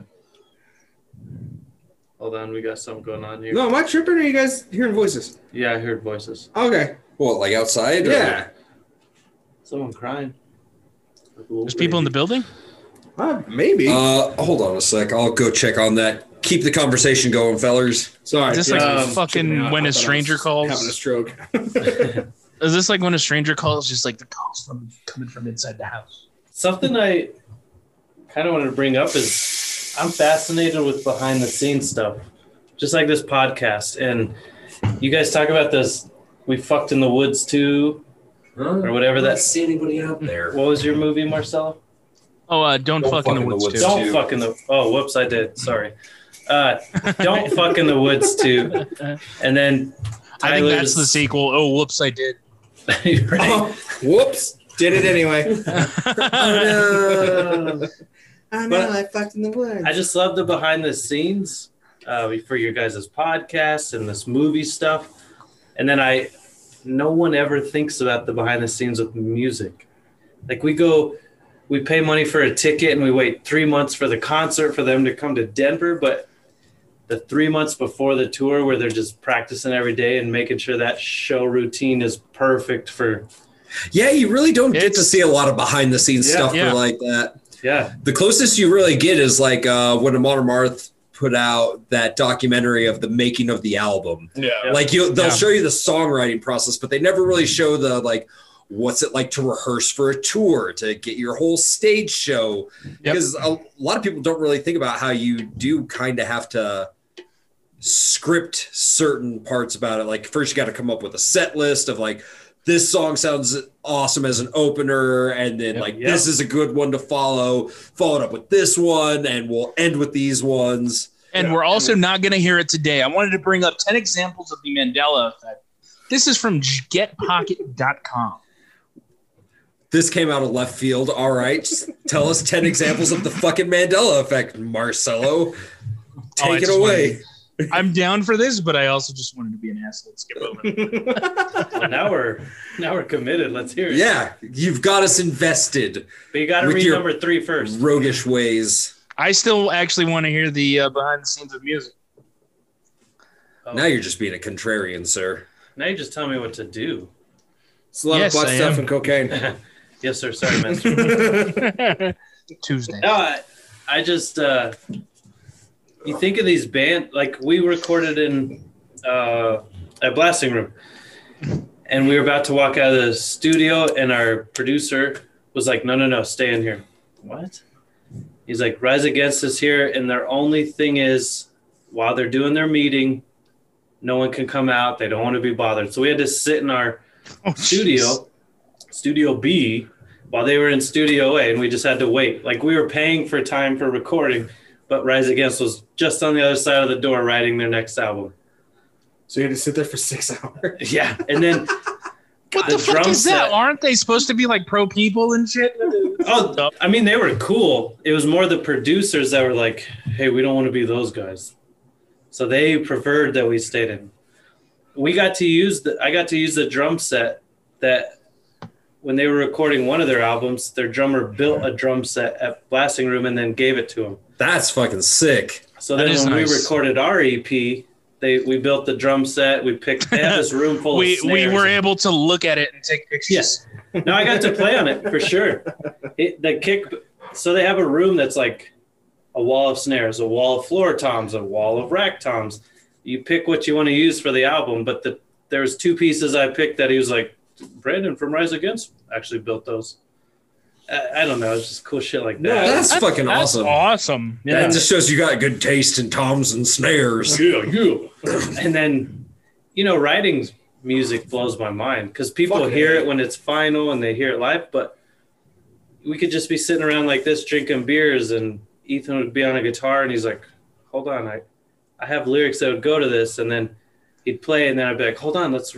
Hold on, we got something going on here.
no, am I tripping? Or are you guys hearing voices?
Yeah, I heard voices.
Okay.
Well, like outside. or-
Yeah.
Someone crying.
there's people in the building
Uh, maybe.
Uh, hold on a sec. I'll go check on that. Keep the conversation going, fellers.
Sorry.
is this like
I was
fucking
tripping out.
when
I
a
thought I
stranger
was
calls?
Having a stroke.
is this like when a stranger calls just like the calls from coming from inside the house
Something I kind of wanted to bring up is I'm fascinated with behind the scenes stuff, just like this podcast. And you guys talk about this. We fucked in the woods too, or whatever that.
see anybody out there.
What was your movie, Marcelo?
oh uh don't, fuck, in the woods, too
Don't
too.
fuck in the. Oh, whoops! I did. Sorry. Uh, don't fuck in the woods too. And then
i think that's
Tyler's-
the sequel oh whoops i did
Right?
Whoops. Did it anyway. I
know,
I fucked in the woods.
I just love the behind the scenes uh, for your guys' podcast and this movie stuff. And then I, no one ever thinks about the behind the scenes with music. Like we go, we pay money for a ticket and we wait three months for the concert for them to come to Denver. But the three months before the tour, where they're just practicing every day and making sure that show routine is perfect for,
Yeah, you really don't get
It's-
to see a lot of behind the scenes
Yeah,
stuff
yeah.
for like that.
yeah,
The closest you really get is like uh, when Modern Marth put out that documentary of the making of the album.
yeah.
Yeah.
Like you, they'll
Yeah.
show you the songwriting process, but they never really show the like what's it like to rehearse for a tour to get your whole stage show because a lot of people don't really think about how you do kind of have to script certain parts about it like first you got to come up with a set list of like this song sounds awesome as an opener and then
Yep.
like
Yeah.
this is a good one to follow follow it up with this one and we'll end with these ones
and
Yeah.
we're also not going to hear it today. I wanted to bring up 10 examples of the Mandela effect. This is from getpocket.com.
this came out of left field all right just tell us 10 examples of the fucking mandela effect marcelo
Oh, I
take it
just
away
I'm down for this, but I also just wanted to be an asshole and skip over. it.
well, now we're now we're committed. Let's hear it.
yeah you've got us invested
but you got to
with
read
your-
number three first.
roguish ways
I still actually want to hear the uh, behind the scenes of music.
Oh.
now you're just being a contrarian sir
Now you just tell me what to do.
It's a lot
Yes,
of butt
I
stuff
am.
and cocaine.
Yes, sir. Sorry, master.
Tuesday.
no, I, I just uh, you think of these band like we recorded in uh, a blasting room, and we were about to walk out of the studio, and our producer was like, "No, no, no, stay in here." What? He's like, "Rise Against is here," and their only thing is while they're doing their meeting, no one can come out. They don't want to be bothered, so we had to sit in our
Oh, jeez.
studio, studio B, while they were in studio A, and we just had to wait. Like we were paying for time for recording, but Rise Against was just on the other side of the door writing their next album.
So you had to sit there for six hours.
Yeah, and then
What
the
the, fuck
drum
is that?
set.
Aren't they supposed to be like pro people and shit?
oh, I mean they were cool. It was more the producers that were like, "Hey, we don't want to be those guys," so they preferred that we stayed in. We got to use the I got to use the drum set that when they were recording one of their albums, their drummer built a drum set at Blasting Room and then gave it to him.
That's fucking sick.
So
That
then
is
when we
nice.
recorded our EP, they we built the drum set. We picked they had this room full of
we we
snares.
were able to look at it and take pictures.
Yes. No, I got to play on it for sure. It, the kick. So they have a room that's like a wall of snares, a wall of floor toms, a wall of rack toms. You pick what you want to use for the album, but the there's two pieces I picked that he was like, Brandon from Rise Against actually built those. I, I don't know. It's just cool shit like
No,
that.
That's, fucking
That's
awesome.
awesome.
Yeah.
That just shows you got good taste in toms and snares.
Yeah, yeah.
and then you know writing music blows my mind because people
Fucking
hear
A.
it when it's final and they hear it live but we could just be sitting around like this drinking beers and ethan would be on a guitar and he's like hold on i i have lyrics that would go to this and then he'd play and then i'd be like hold on let's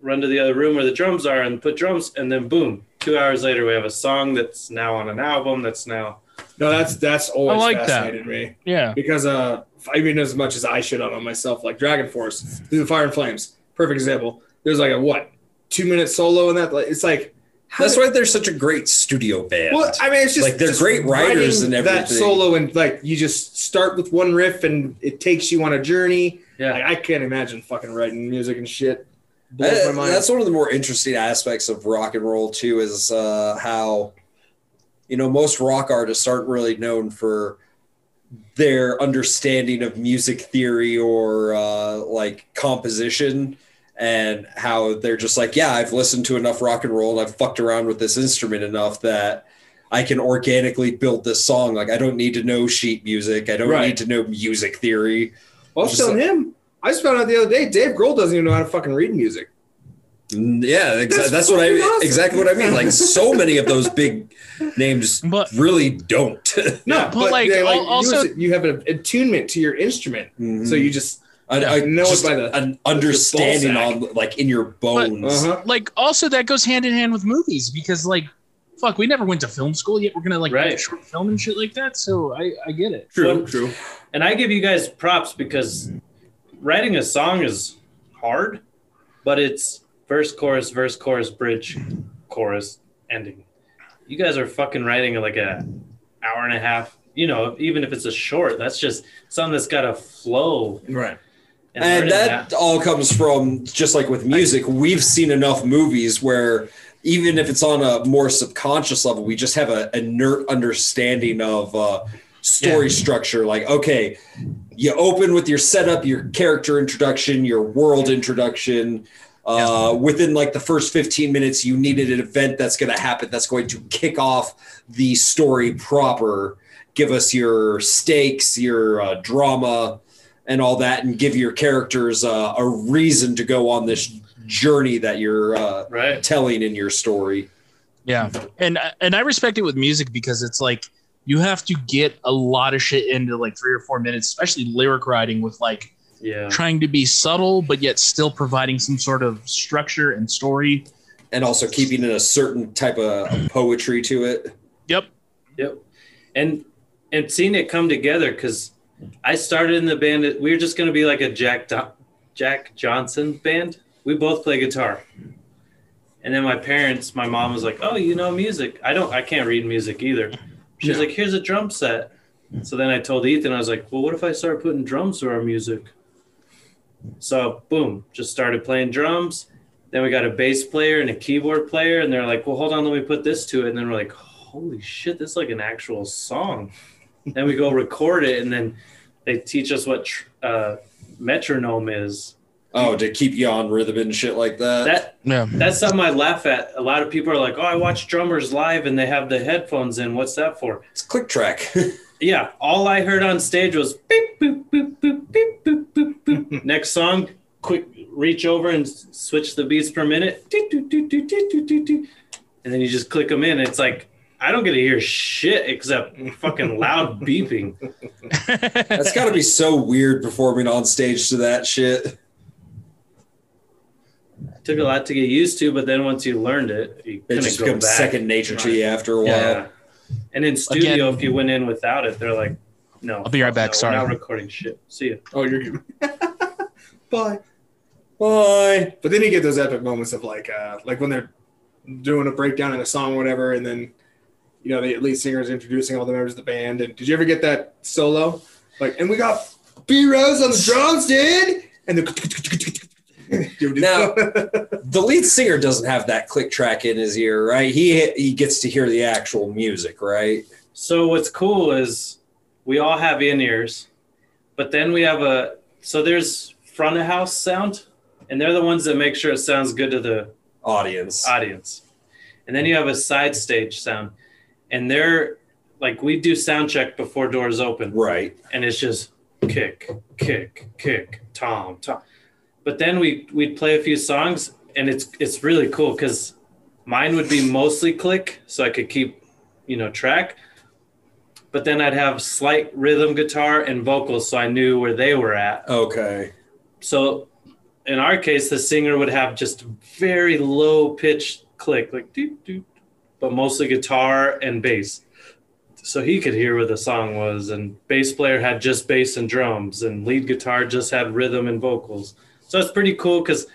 run to the other room where the drums are and put drums and then boom two hours later we have a song that's now on an album that's now
No, that's that's always
I like that.
fascinated me.
Yeah.
because uh, I mean, as much as I shit out on myself, like Dragon Force, through the Fire and Flames, perfect example. There's like a what two minute solo in that. Like, it's like how
That's
did-
why they're such a great studio band.
Well, I mean, it's just
Like, they're
just
great writers
writing
and
That
everything.
solo and like you just start with one riff and it takes you on a journey.
yeah
Like, I can't imagine fucking writing music and shit. Blows
Uh,
my mind.
That's one of the more interesting aspects of rock and roll too is uh, how you know most rock artists aren't really known for their understanding of music theory or uh, like composition and how they're just like yeah I've listened to enough rock and roll and I've fucked around with this instrument enough that I can organically build this song like I don't need to know sheet music I don't
Right.
need to know music theory
I was
just
telling him. I just found out the other day Dave Grohl doesn't even know how to fucking read music.
Mm, Yeah, exa-
That's
that's, what I
fucking awesome.
exactly what I mean. Like so many of those big names
But
really don't.
No,
Yeah, but, like,
they,
al- also-
you, you have an attunement to your instrument, so
Mm-hmm.
you just
I, I
know it
just
by the-
an understanding
ballsack.
on like in your bones.
uh-huh.
like also that goes hand in hand with movies because like fuck, we never went to film school yet. We're gonna like
Right.
make a short film and shit like that. So I I get it.
True,
Well,
true.
and I give you guys props because writing a song is hard, but it's verse, chorus, verse, chorus, bridge, chorus, ending. You guys are fucking writing like a hour and a half. You know, even if it's a short, that's just something that's got to flow.
Right.
and
learning
that all comes from just like with music we've seen enough movies where even if it's on a more subconscious level we just have a inert understanding of uh, story structure like okay you open with your setup your character introduction your world introduction uh, within like the first 15 minutes you needed an event that's going to happen that's going to kick off the story proper give us your stakes your uh, drama and all that and give your characters uh, a reason to go on this journey that you're uh,
right?
telling in your story.
Yeah, and and I respect it with music because it's like you have to get a lot of shit into like three or four minutes, especially lyric writing with like
Yeah.
trying to be subtle but yet still providing some sort of structure and story.
And also keeping in a certain type of poetry to it.
Yep.
Yep. And and seeing it come together because I started in the band. We were just going to be like a Jack Do- Jack Johnson band. We both play guitar. And then my parents, my mom was like, "Oh, you know music. I don't. I can't read music either." She's
Yeah.
like, "Here's a drum set." So then I told Ethan, I was like, "Well, what if I start putting drums to our music?" So boom, just started playing drums. Then we got a bass player and a keyboard player, and they're like, "Well, hold on, let me put this to it." And then we're like, "Holy shit, this is like an actual song." then we go record it, and then they teach us what tr- uh, metronome is.
Oh, to keep you on rhythm and shit like that.
That
Yeah.
that's something I laugh at. A lot of people are like, "Oh, I watch drummers live, and they have the headphones in. What's that for?"
it's click track.
Yeah, all I heard on stage was beep boop boop boop beep boop boop boop. Next song, quick reach over and s- switch the beats per minute. Doo, doo, doo, doo, doo, doo, doo, doo. And then you just click them in. It's like I don't get to hear shit except fucking loud beeping.
That's got to be so weird performing on stage to that shit.
Took a lot to get used to, but then once you learned it, you
It
couldn't
just
go
becomes
back.
second nature to you after a while.
Yeah. And in studio, if you went in without it, they're like, no.
I'll be right back,
no,
sorry.
We're not recording shit. See ya.
Oh, you're good. Bye.
Bye.
But then you get those epic moments of like, uh, like when they're doing a breakdown in a song or whatever, and then you know the lead singer is introducing all the members of the band. And did you ever get that solo? Like, and we got B Rose on the drums, dude. And the
Now- The lead singer doesn't have that click track in his ear, right? He he gets to hear the actual music, right?
So what's cool is we all have in ears, but then we have a so there's front of house sound, and they're the ones that make sure it sounds good to the
Audience.
audience. And then you have a side stage sound, and they're like we do sound check before doors open
right.
and it's just kick, kick, kick, tom, tom. But then we we'd play a few songs, and it's it's really cool because mine would be mostly click, so I could keep you know track. But then I'd have slight rhythm guitar and vocals, so I knew where they were at
Okay.
so in our case the singer would have just very low pitched click like doot doot but mostly guitar and bass so he could hear where the song was and bass player had just bass and drums and lead guitar just had rhythm and vocals so it's pretty cool because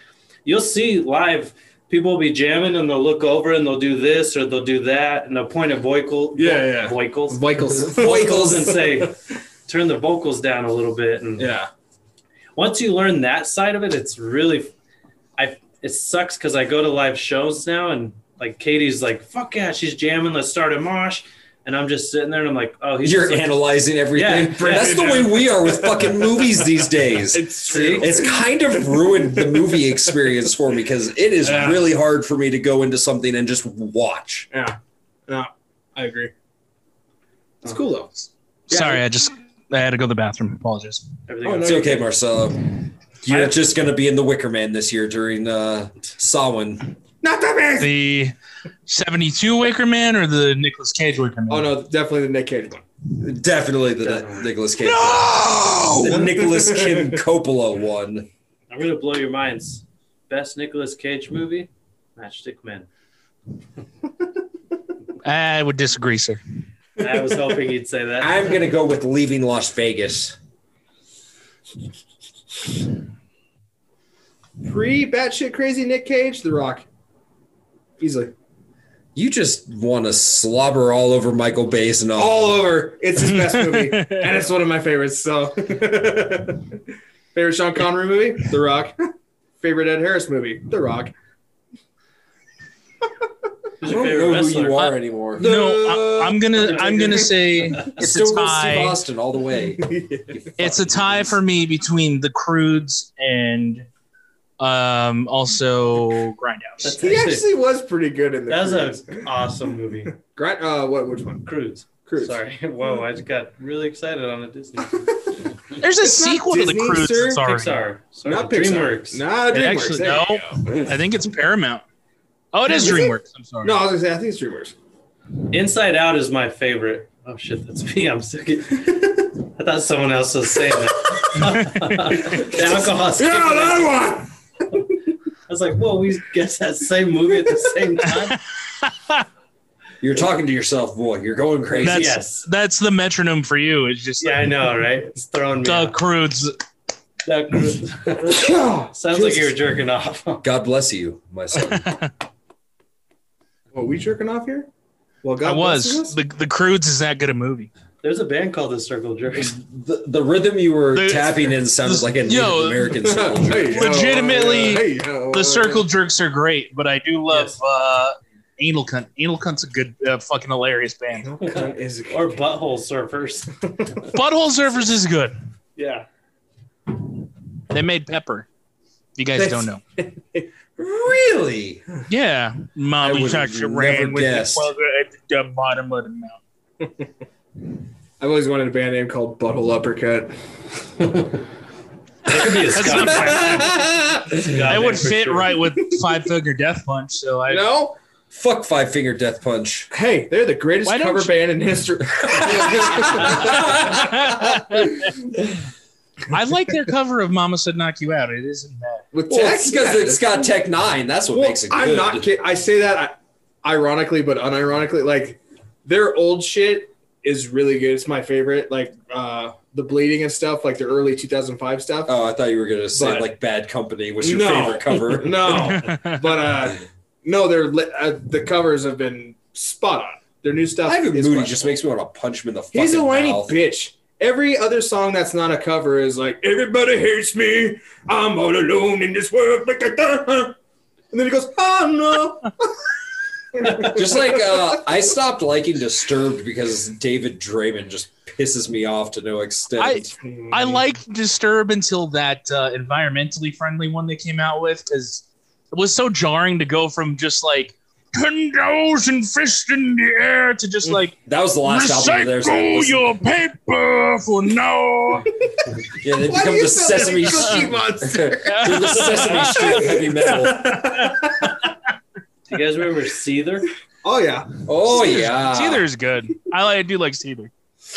you'll see live people will be jamming and they'll look over and they'll do this or they'll do that and they'll point at vocal
Yeah, yeah.
vocals
Michael's
vocals and say turn the vocals down a little bit and
yeah.
once you learn that side of it, it's really, I it sucks because I go to live shows now and like Katie's like fuck yeah she's jamming let's start a mosh, and I'm just sitting there and I'm like oh he's
You're
just like,
analyzing everything.
Yeah, yeah.
That's the way we are with fucking movies these days.
It's
See?
It's kind of ruined the movie experience for me because it is
Yeah.
really hard for me to go into something and just watch.
Yeah. No, I agree. It's cool though.
Sorry, I just I had to go to the bathroom. Apologies.
everything
Oh,
else.
It's okay, Marcelo. You're just going to be in the Wicker Man this year during uh, Samhain.
Not that man.
The 72 Wicker Man or the Nicolas Cage Wicker Man?
Oh no, definitely the Nick Cage one.
Definitely the Nicholas Cage. No! The Nicholas Kim Coppola one.
I'm gonna blow your minds best Nicolas Cage movie Matchstick Men
I would disagree, sir.
I was hoping you'd say that
I'm going to go with Leaving Las Vegas.
Pre batshit crazy Nick Cage, The Rock. Easily.
You just want to slobber all over Michael Bay's and
Oh.
all.
All over. It's his best movie. and it's one of my favorites. So favorite Sean Connery movie? The Rock. Favorite Ed Harris movie? The Rock.
Who's your favorite wrestler
are anymore.
No, I, I'm gonna I'm gonna say it's a
Still goes Steve
tie.
Austin all the way.
It's a tie for me between the Crudes and um also Grindhouse.
that's
He
actually,
actually was pretty good in the
that's
Cruise.
an awesome movie
Grind, uh what which one?
Cruise
Cruise.
sorry whoa I just got really excited on a Disney
There's a
It's not
sequel to
Disney,
the Crudes
sir.
that's already.
Pixar sorry,
Not Pixar.
DreamWorks
Nah,
It
DreamWorks.
actually-
There you go.
I think it's Paramount. Oh, it is
Is it?
DreamWorks. I'm sorry.
No, I was gonna say I think it's DreamWorks.
Inside Out is my favorite. Oh shit, that's me. I'm still getting... I thought someone else was saying that. the alcohol's
Yeah,
kicking in.
that one.
I was like, whoa, we guess that same movie at the same time.
You're talking to yourself, boy. You're going crazy.
That's
yes.
that's the metronome for you. It's just
Yeah, I know, right? It's throwing me.
the
off.
Crudes.
The cru- Sounds like you were jerking off.
God bless you, my son.
Well, we jerking off here? Well, God
I
blesses
was
us?
the the Crudes is that good a movie.
There's a band called the Circle Jerks.
the, the rhythm you were
The-
tapping in sounded like a Native
Yo.
American song.
Hey, yo,
Legitimately,
hey, yo,
The
uh,
circle jerks are great, but I do love
Yes.
uh, anal cunt. Anal cunt's a good uh, fucking hilarious band.
cunt is-
Or Butthole Surfers.
Butthole Surfers is good.
Yeah.
They made Pepper. If you guys
That's-
don't know.
really?
Yeah,
I
mommy
would've
tucks your
never
ran with the
guessed.
plugger at the dumb bottom of the mountain.
I've always wanted a band name called Butthole Uppercut.
That could be a Scott
That would fit right with Five Finger Death Punch. So I
You know?
Fuck Five Finger Death Punch.
Hey, they're the greatest
Why don't
cover
you-
band in history.
I like their cover of Mama Said Knock You Out. It isn't bad.
With
Well,
Tech,
it's because
yeah,
it's got Tech Nine. That's what
Well,
makes it good.
I'm not kidding. I say that I- ironically, but unironically. Like their old shit is really good. It's my favorite. Like uh the bleeding and stuff, like the early 2005 stuff.
Oh, I thought you were gonna say
But-
like Bad Company was your
No.
favorite cover.
No, but uh, No, they're li- uh, the covers have been spot on. Their new stuff.
Ivan Moody
is questionable.
just makes me want to punch him in the fucking
He's a whiny
mouth.
bitch. Every other song that's not a cover is like "Everybody hates me, I'm all alone in this world," and then he goes, "Oh no!"
Just like uh, I stopped liking Disturbed because David Draymond just pisses me off to no extent.
I- I liked Disturb until that uh, environmentally friendly one they came out with because it was so jarring to go from just like condos and fist in the air to just like
that was the last album of theirs. I
recycle
listened-
your paper for now.
Yeah, they become the Sesame Street.
Monster?
They're the Sesame Street of heavy metal.
Do you guys remember Seether?
oh yeah,
Oh yeah,
Seether is good. I, like- I do like Seether.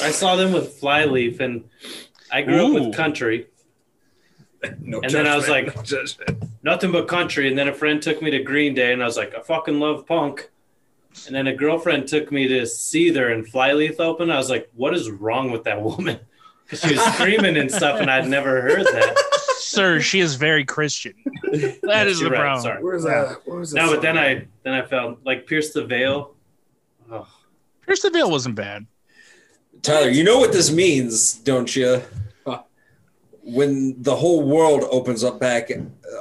I saw them with Flyleaf, and I grew up
Ooh.
with country,
no
and then I was like,
judgment, no judgment.
nothing but country. And then a friend took me to Green Day, and I was like, I fucking love punk. And then a girlfriend took me to Seether and Flyleaf open. I was like, what is wrong with that woman? Because she was screaming and stuff, and I'd never heard that.
Sir, she is very Christian. That is
You're
the
right,
problem.
sorry.
"Where's that? Where's that?"
No, but then I then I felt like Pierce the Veil. Oh,
Pierce the Veil wasn't bad.
Tyler, you know what this means, don't you?
Huh.
When the whole world opens up back, uh,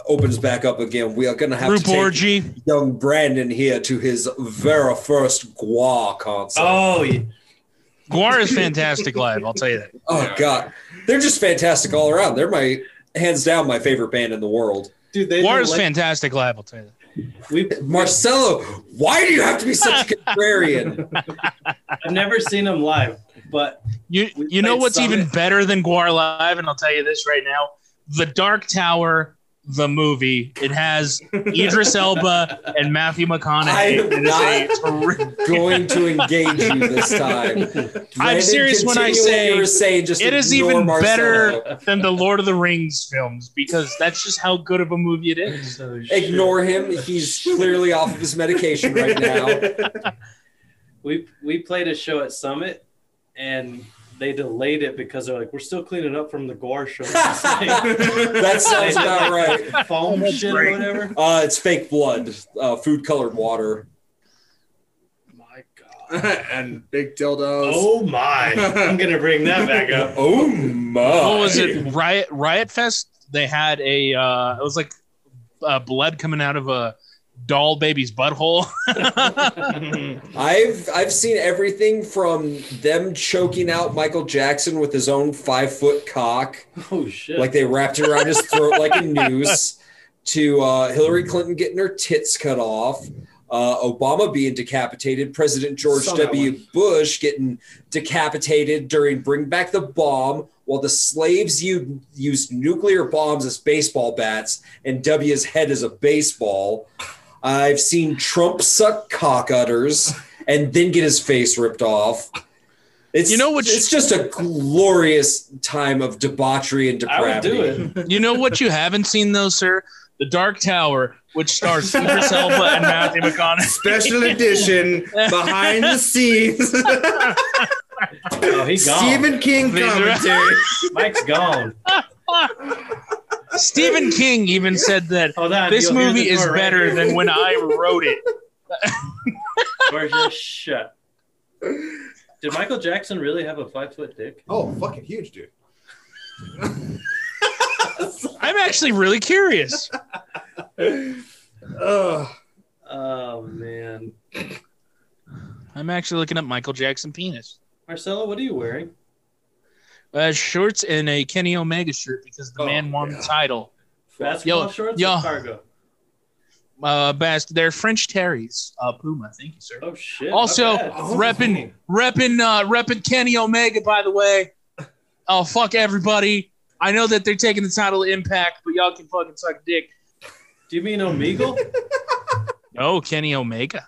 opens back up again, we are gonna have
Group
to take
orgy.
young Brandon here to his very first Gua concert. Oh,
oh yeah.
Guar is fantastic live. I'll tell you that.
Oh, God, they're just fantastic all around. They're my hands down my favorite band in the world.
dude, they
Guar
did
is fantastic live. I'll tell you that.
we,
Marcelo, why do you have to be such a contrarian?
I've never seen them live, but
You
We
you know
played
what's even
Summit.
better than Guar live, and I'll tell you this right now: The Dark Tower, the movie. It has Idris Elba and Matthew
I
McConaughey.
am
It is a terri-
Going to engage you this time. Brandon,
serious when
continue
I
what
say
you were saying, just
it is
ignore
even
Marcelo.
better than the Lord of the Rings films because that's just how good of a movie it is.
Ignore him. He's clearly off of his medication right now.
we we played a show at Summit, and they delayed it because they're like, we're still cleaning up from the Guar show.
that sounds about right.
Foam shit or whatever.
Uh, it's fake blood, uh, food colored water.
My God.
and big dildos.
Oh my! I'm gonna bring that back up.
Oh my!
What was it? Riot Riot Fest. They had a uh, it was like uh, blood coming out of a doll baby's butthole.
I've I've seen everything from them choking out Michael Jackson with his own five foot cock,
Oh shit!
like they wrapped it around his throat like a noose, to uh, Hillary
Hmm.
Clinton getting her tits cut off, uh, Obama being decapitated, President George
Saw that
W. Bush getting decapitated during Bring Back the Bomb, while the slaves u- used nuclear bombs as baseball bats and W's head as a baseball. I've seen Trump suck cock udders and then get his face ripped off. It's,
You know what-
It's just a glorious time of debauchery and
I
depravity.
would do it.
you know what you haven't seen though, sir? The Dark Tower, which stars Idris Elba and Matthew McConaughey.
Special edition behind the scenes.
Oh, he's gone.
Stephen King
These are-
commentary.
Mike's gone.
Stephen King even said that
Hold on.
this
you'll hear
movie
the
is
door right
better
here.
than when I wrote it.
Door just shut. Did Michael Jackson really have a five foot dick?
oh, fucking huge, dude.
I'm actually really curious.
Ugh.
Oh man,
I'm actually looking up Michael Jackson penis.
Marcelo, what are you wearing?
Uh, shorts and a Kenny Omega shirt because the
Oh,
man won
yeah.
the title.
Basketball
Yo,
shorts
yo.
or cargo?
Uh, best they're French Terry's. Uh, Puma, thank you, sir.
Oh shit. my
Also,
bad.
Oh.
repping, repping, uh, repping Kenny Omega. By the way, oh fuck everybody. I know that they're taking the title of Impact, but y'all can fucking suck dick.
do you mean Omegle?
Oh, Kenny Omega,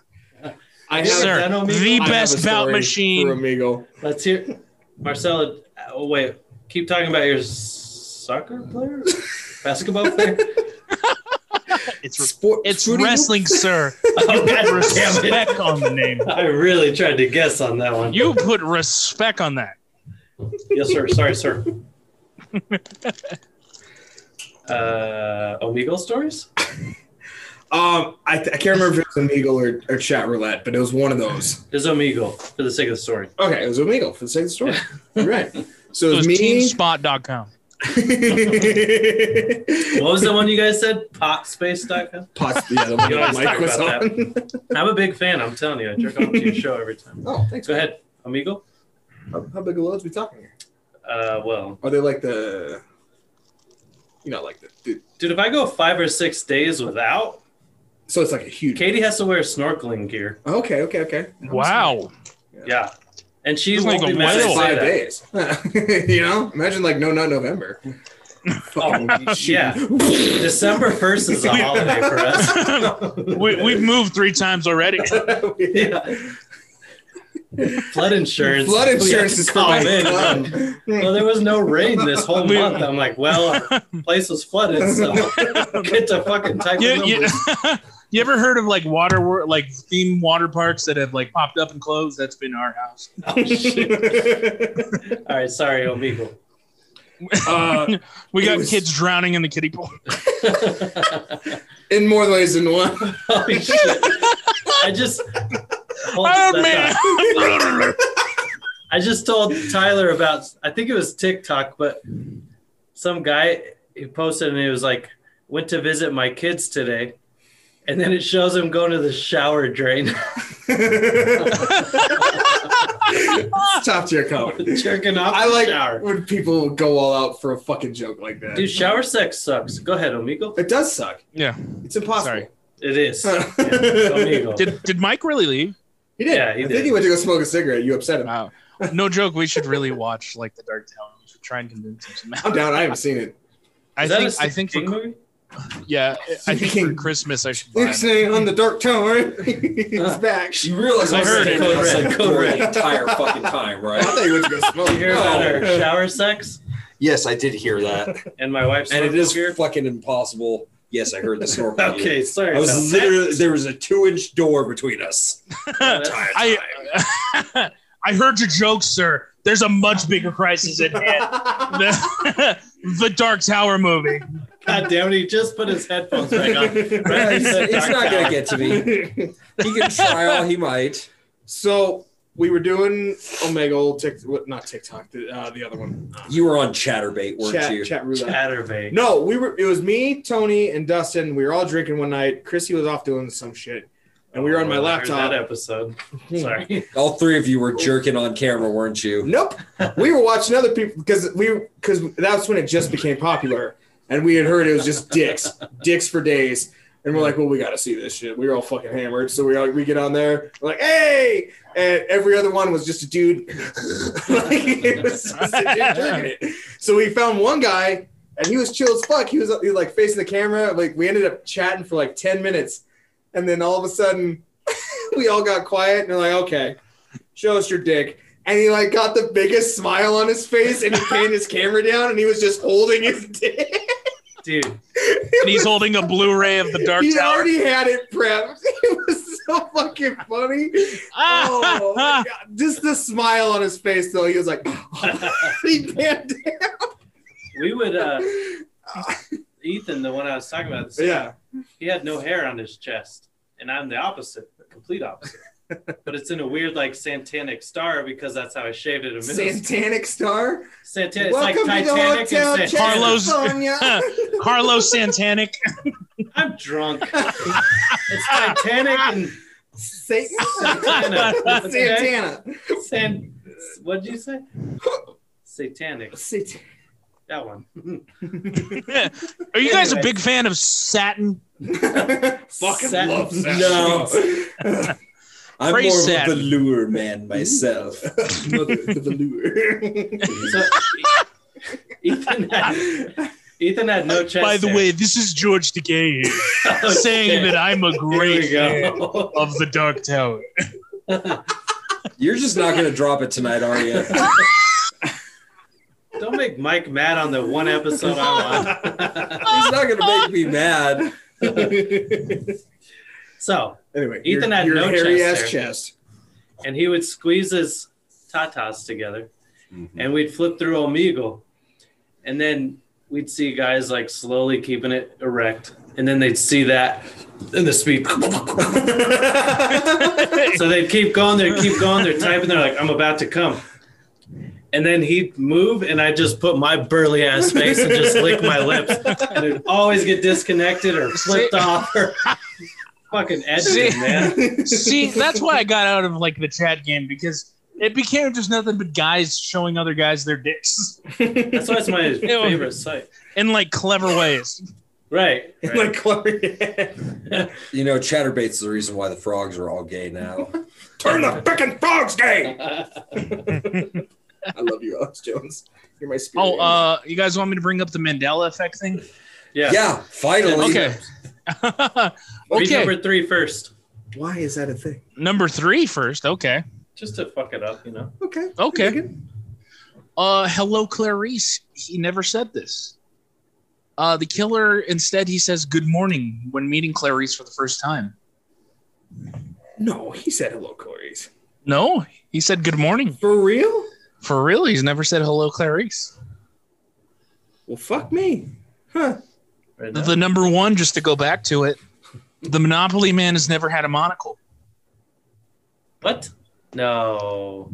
I have,
Yes, sir.
sir,
done Omega?
the
I have a
best bout
story For
machine.
Amigo.
Let's hear. Marcelo, oh, wait. Keep talking about your soccer player, basketball player.
It's
Sport,
it's
Spoonie-
wrestling, sir.
Oh, God
Put
damn it.
respect on the name.
I really tried to guess on that one.
You put respect on that.
Yes, sir. Sorry, sir. Uh, Omegle stories?
Um, I, I can't remember if it was Omegle or, or Chat Roulette, but it was one of those.
It's Omegle for the sake of the story.
Okay, it was Omegle for the sake of the story. You're right. So it was,
was
me.
teamspot.com.
What was the one you guys said? Potspace.com?
Pots, yeah, the one
You
that
always
Mike
talk
was
about
on.
I'm a big fan. I'm telling you, I jerk off to your show every time.
oh, thanks.
Go ahead, Amigo.
How, how big of loads we talking here?
Uh, well,
Are they like the, you know, like the, the
dude, if I go five or six days without,
so it's like a huge.
Katie has to wear snorkeling gear.
Okay, okay, okay.
Wow.
Yeah, and she
It's like
won't be
a
mad
That's
at
whale.
five
that.
days. you know, imagine like no, not November. Fucking shooting.
Oh, Yeah, December first is a holiday for us.
we, we've moved three times already.
Yeah. Flood insurance.
Flood
We have
insurance
to
is
call
coming.
in. Well, there was no rain this whole
We-
month. I'm like, well, the place was flooded, so get to fucking type
You,
of
you,
numbers.
you ever heard of like water, wor- like theme water parks that have like popped up and closed? That's been our house.
Oh, shit. All right, sorry, Omegle.
uh,
We
It
got
was-
kids drowning in the kiddie pool.
in more ways than one.
Holy Oh, shit. I just Hold
Oh,
that
man.
thought. I just told Tyler about I think it was TikTok, but some guy he posted and he was like, went to visit my kids today. And then it shows him going to the shower drain,
It's top tier comedy.
jerking off.
I
in the
like
shower.
when people go all out for a fucking joke like that.
Dude, shower sex sucks. Go ahead, amigo.
it does suck.
Yeah.
It's impossible.
It is. Yeah, amigo.
Did, did Mike really leave?
He did.
Yeah,
I
he
think
did.
he went to go smoke a cigarette. You upset him.
Wow. No joke. We should really watch like The Dark Tower. We should try and convince him.
I'm down. I haven't seen it.
I
Is that
think
a
I think
Stephen
for,
King
yeah I think for
King.
Christmas I should. Buy
Luke's
it.
name on the dark tower. He's back.
You realize
I
I
heard
heard
it.
it. I said
Code
for
red.
the entire fucking time,
I
right?
thought he went to go smoke.
movie? You hear about our
No.
shower sex
Yes, I did hear that,
and my wife's
and it is
here.
fucking impossible. Yes, I heard the snorkel.
Okay, sorry.
I
about
was
that.
literally there was a two-inch door between us.
I I heard your joke, sir. There's a much bigger crisis at hand. The, the Dark Tower movie.
God damn it! He just put his headphones back on. Right?
it's, it's not gonna get to me. He can try all he might.
So we were doing Omegle, tick, what- not TikTok, the, uh, the other one,
You were on Chatterbait, weren't
chat,
you?
chat roulette.
Chatterbait.
No, we were. It was me, Tony, and Dustin. We were all drinking one night. Chrissy was off doing some shit, and we were on my
Oh, I heard That
laptop.
episode. Sorry.
all three of you were jerking on camera, weren't you?
Nope, we were watching other people because we because that's when it just became popular, and we had heard it was just dicks, dicks for days. And we're like, well, we got to see this shit. We were all fucking hammered, so we all, we get on there. We're like, hey, and every other one was just a dude. like, it was just a dude drinking it. So we found one guy and he was chill as fuck. He was, he was like facing the camera. Like we ended up chatting for like ten minutes, and then all of a sudden, we all got quiet and they're like, "Okay, show us your dick." And he like got the biggest smile on his face, and he panned his camera down, and he was just holding his dick.
Dude,
And he's holding a Blu-ray of The Dark
he
Tower.
already had it prepped. It was so fucking funny. Oh, my God. just the smile on his face though. He was like, he panned down.
we would. uh Ethan, the one I was talking about,
Yeah,
he had no hair on his chest, and I'm the opposite, the complete opposite. but it's in a weird, like satanic star because that's how I shaved it a minute.
Santanic star.
Santana, it's like Titanic and
Jack.
Santana.
Harlow's-
California.
Carlos Santanic.
I'm drunk. it's Titanic and
Satan?
Santana. Okay?
Santana.
San- what'd you say? Satanic.
Satan.
That one.
Are you guys a
Anyway.
big fan of satin?
Fucking
Sat-
love that.
No. I'm
Praise
more
Saturn.
of a velour man myself.
Mother to the lure.
So, E-, Ethan had, Ethan had no chest.
By the
hair.
way, this is George Takei
Oh,
saying
shit.
that I'm a
Here
great
we
fan
go.
of The Dark Tower.
You're just not gonna drop it tonight, are you?
Don't make Mike mad on the one episode I'm on.
He's not gonna make me mad.
so,
anyway,
Ethan
your,
had
your
no
hairy
chest
ass
hair.
chest.
and he would squeeze his tatas together, and we'd flip through Omegle, and then we'd see guys like slowly keeping it erect, and then they'd see that and the speed. so they'd keep going, they'd keep going, they're typing, they're like, I'm about to come. And then he'd move, and I'd just put my burly ass face and just lick my lips. And it'd always get disconnected or flipped off or fucking edgy, man.
See, that's why I got out of like the chat game because it became just nothing but guys showing other guys their dicks
That's why it's my favorite site.
in like clever ways.
Right. right.
Like Chloe,
You know, chatterbaits is the reason why the frogs are all gay now.
turn the frickin' frogs gay. I love you, Alex Jones. You're my spirit.
Oh,
animal.
uh, you guys want me to bring up the Mandela effect thing?
yeah.
Oh, Yeah, finally.
Okay.
Read
okay.
number three first,
why is that a thing?
Number three first. Okay.
just to fuck it up, you know.
Okay.
Okay. Uh, hello, Clarice. He never said this. Uh, the killer instead he says good morning when meeting Clarice for the first time.
No, he said hello, Clarice.
No, he said good morning.
For real?
For real, he's never said hello, Clarice.
Well, fuck me. Huh.
Right
The,
now.
the number one, just to go back to it, the Monopoly man has never had a monocle.
what? No.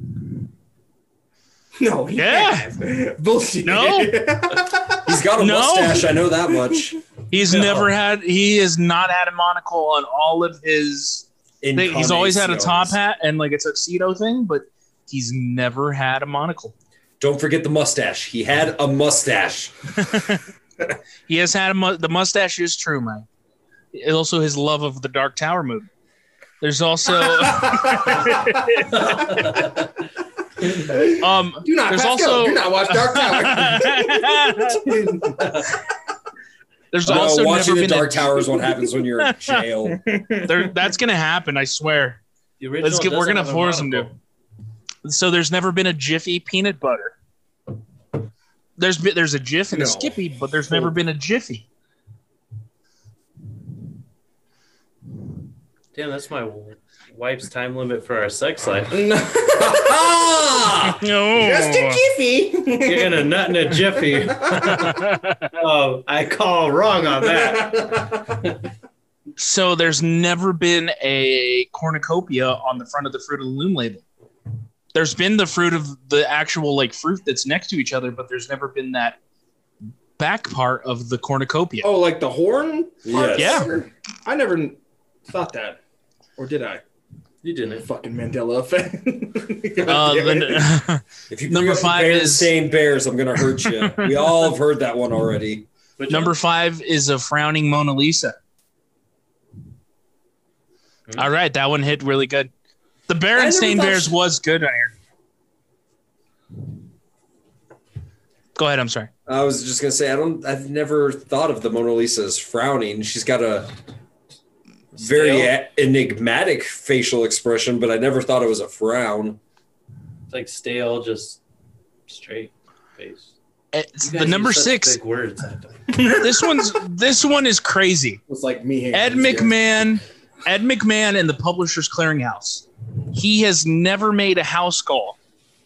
No. He
Yeah.
has. Bullshit.
No.
He's got a
No.
mustache. I know that much.
He's
No.
never had. He has not had a monocle on all of his.
In
Thing. He's always had a top
combinations.
hat and like a tuxedo thing, but he's never had a monocle.
Don't forget the mustache. He had a mustache.
He has had a mu- the mustache is true, man. It- Also, his love of the Dark Tower movie. There's also um.
Do not.
There's
Pascal,
also-
do not watch Dark Tower.
There's
No,
also
watching
never
the
been
Dark
a-
Tower is what happens when you're in jail.
there- that's gonna happen, I swear.
The original
get- we're
doesn't
gonna
have a
force him to.
monocle.
So there's never been a Jiffy peanut butter. There's be- there's a Jiff and a
No.
Skippy, but there's never been a Jiffy.
Damn, that's my wife's time limit for our sex life.
No.
Ah!
No.
Just a jiffy.
You're gonna nut in a jiffy. oh, I call wrong on that.
So there's never been a cornucopia on the front of the Fruit of the Loom label. There's been the fruit of the actual like fruit that's next to each other, but there's never been that back part of the cornucopia.
Oh, like the horn?
Yes.
Yeah.
I never thought that. Or did I?
You didn't.
Fucking Mandela effect. God
Uh,
damn it.
the-
If you
Number
bring up
five
bears,
is-
saying bears, I'm gonna hurt you. we all have heard that one already.
Which
number
one?
five is a frowning Mona Lisa.
Hmm.
All right, that one hit really good. The
I
Berenstain
never thought-
Bears was good on here. Go ahead. I'm sorry.
I was just gonna say I don't. I've never thought of the Mona Lisa as frowning. She's got a very
Stale.
e- enigmatic facial expression, but I never thought it was a frown.
It's like stale, just straight face.
It's
Eh, You
the
guys
number
use such
six.
Big words. I don't-
this one's this one is crazy.
It was like me. hanging
Ed
on this guy.
McMahon, Ed McMahon, and the Publishers Clearinghouse. He has never made a house call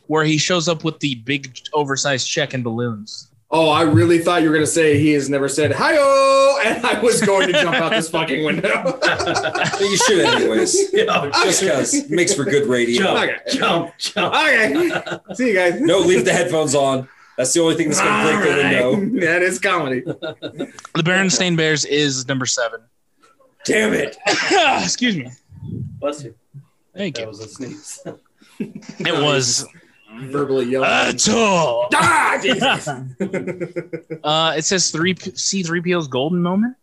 where he shows up with the big oversized check and balloons.
Oh, I really thought you were gonna say he has never said hi oh and I was going to jump out this fucking window.
But you should, anyways.
Yeah,
just because makes for good radio.
jump,
Okay.
jump, jump.
okay. See you guys.
No, leave the headphones on. That's the only thing that's gonna break the window.
That is comedy.
The Berenstain Bears is number seven.
Damn it!
Excuse me.
Bless you.
Thank
That
you. Uh,
was a sneeze.
It was
Verbally yelling.
at all.
ah, Jesus.
Uh, it says three C three PO's golden moment.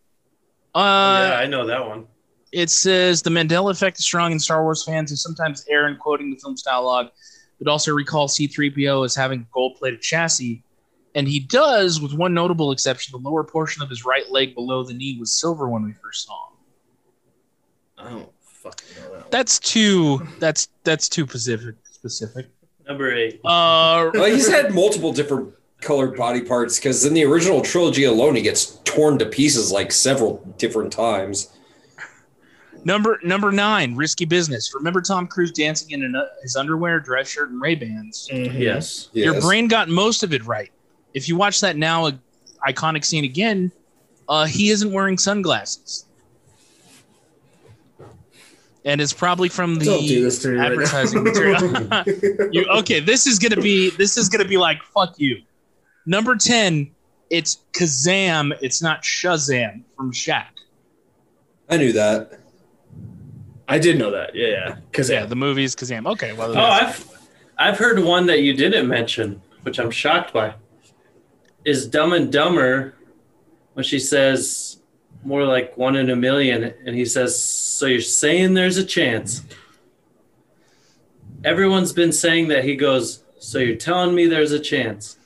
Uh,
yeah, I know that one.
It says the Mandela effect is strong in Star Wars fans who sometimes err in quoting the film's dialogue, but also recall C3PO as having a gold plated chassis. And he does, with one notable exception, the lower portion of his right leg below the knee was silver when we first saw him.
I don't fucking know that.
That's too that's that's too specific specific.
Number eight.
Uh
Well, he's had multiple different colored body parts because in the original trilogy alone, he gets torn to pieces like several different times.
number number nine, risky business. Remember Tom Cruise dancing in an, his underwear, dress shirt, and Ray Bans.
Yes.
Yes.
Your brain got most of it right. If you watch that now iconic scene uh, again, uh, he isn't wearing sunglasses. And it's probably from the
Don't do this to me right now.
advertising material. you, okay, this is gonna be this is gonna be like fuck you. Number ten, it's Kazam. It's not Shazam from Shaq.
I knew that.
I did know that. Yeah, yeah. Because
Yeah, the movie's Kazam. Okay, well,
Oh, I've I've heard one that you didn't mention, which I'm shocked by. Is Dumb and Dumber when she says more like one in a million, and he says, "So you're saying there's a chance." Everyone's been saying that. He goes, "So you're telling me there's a chance?"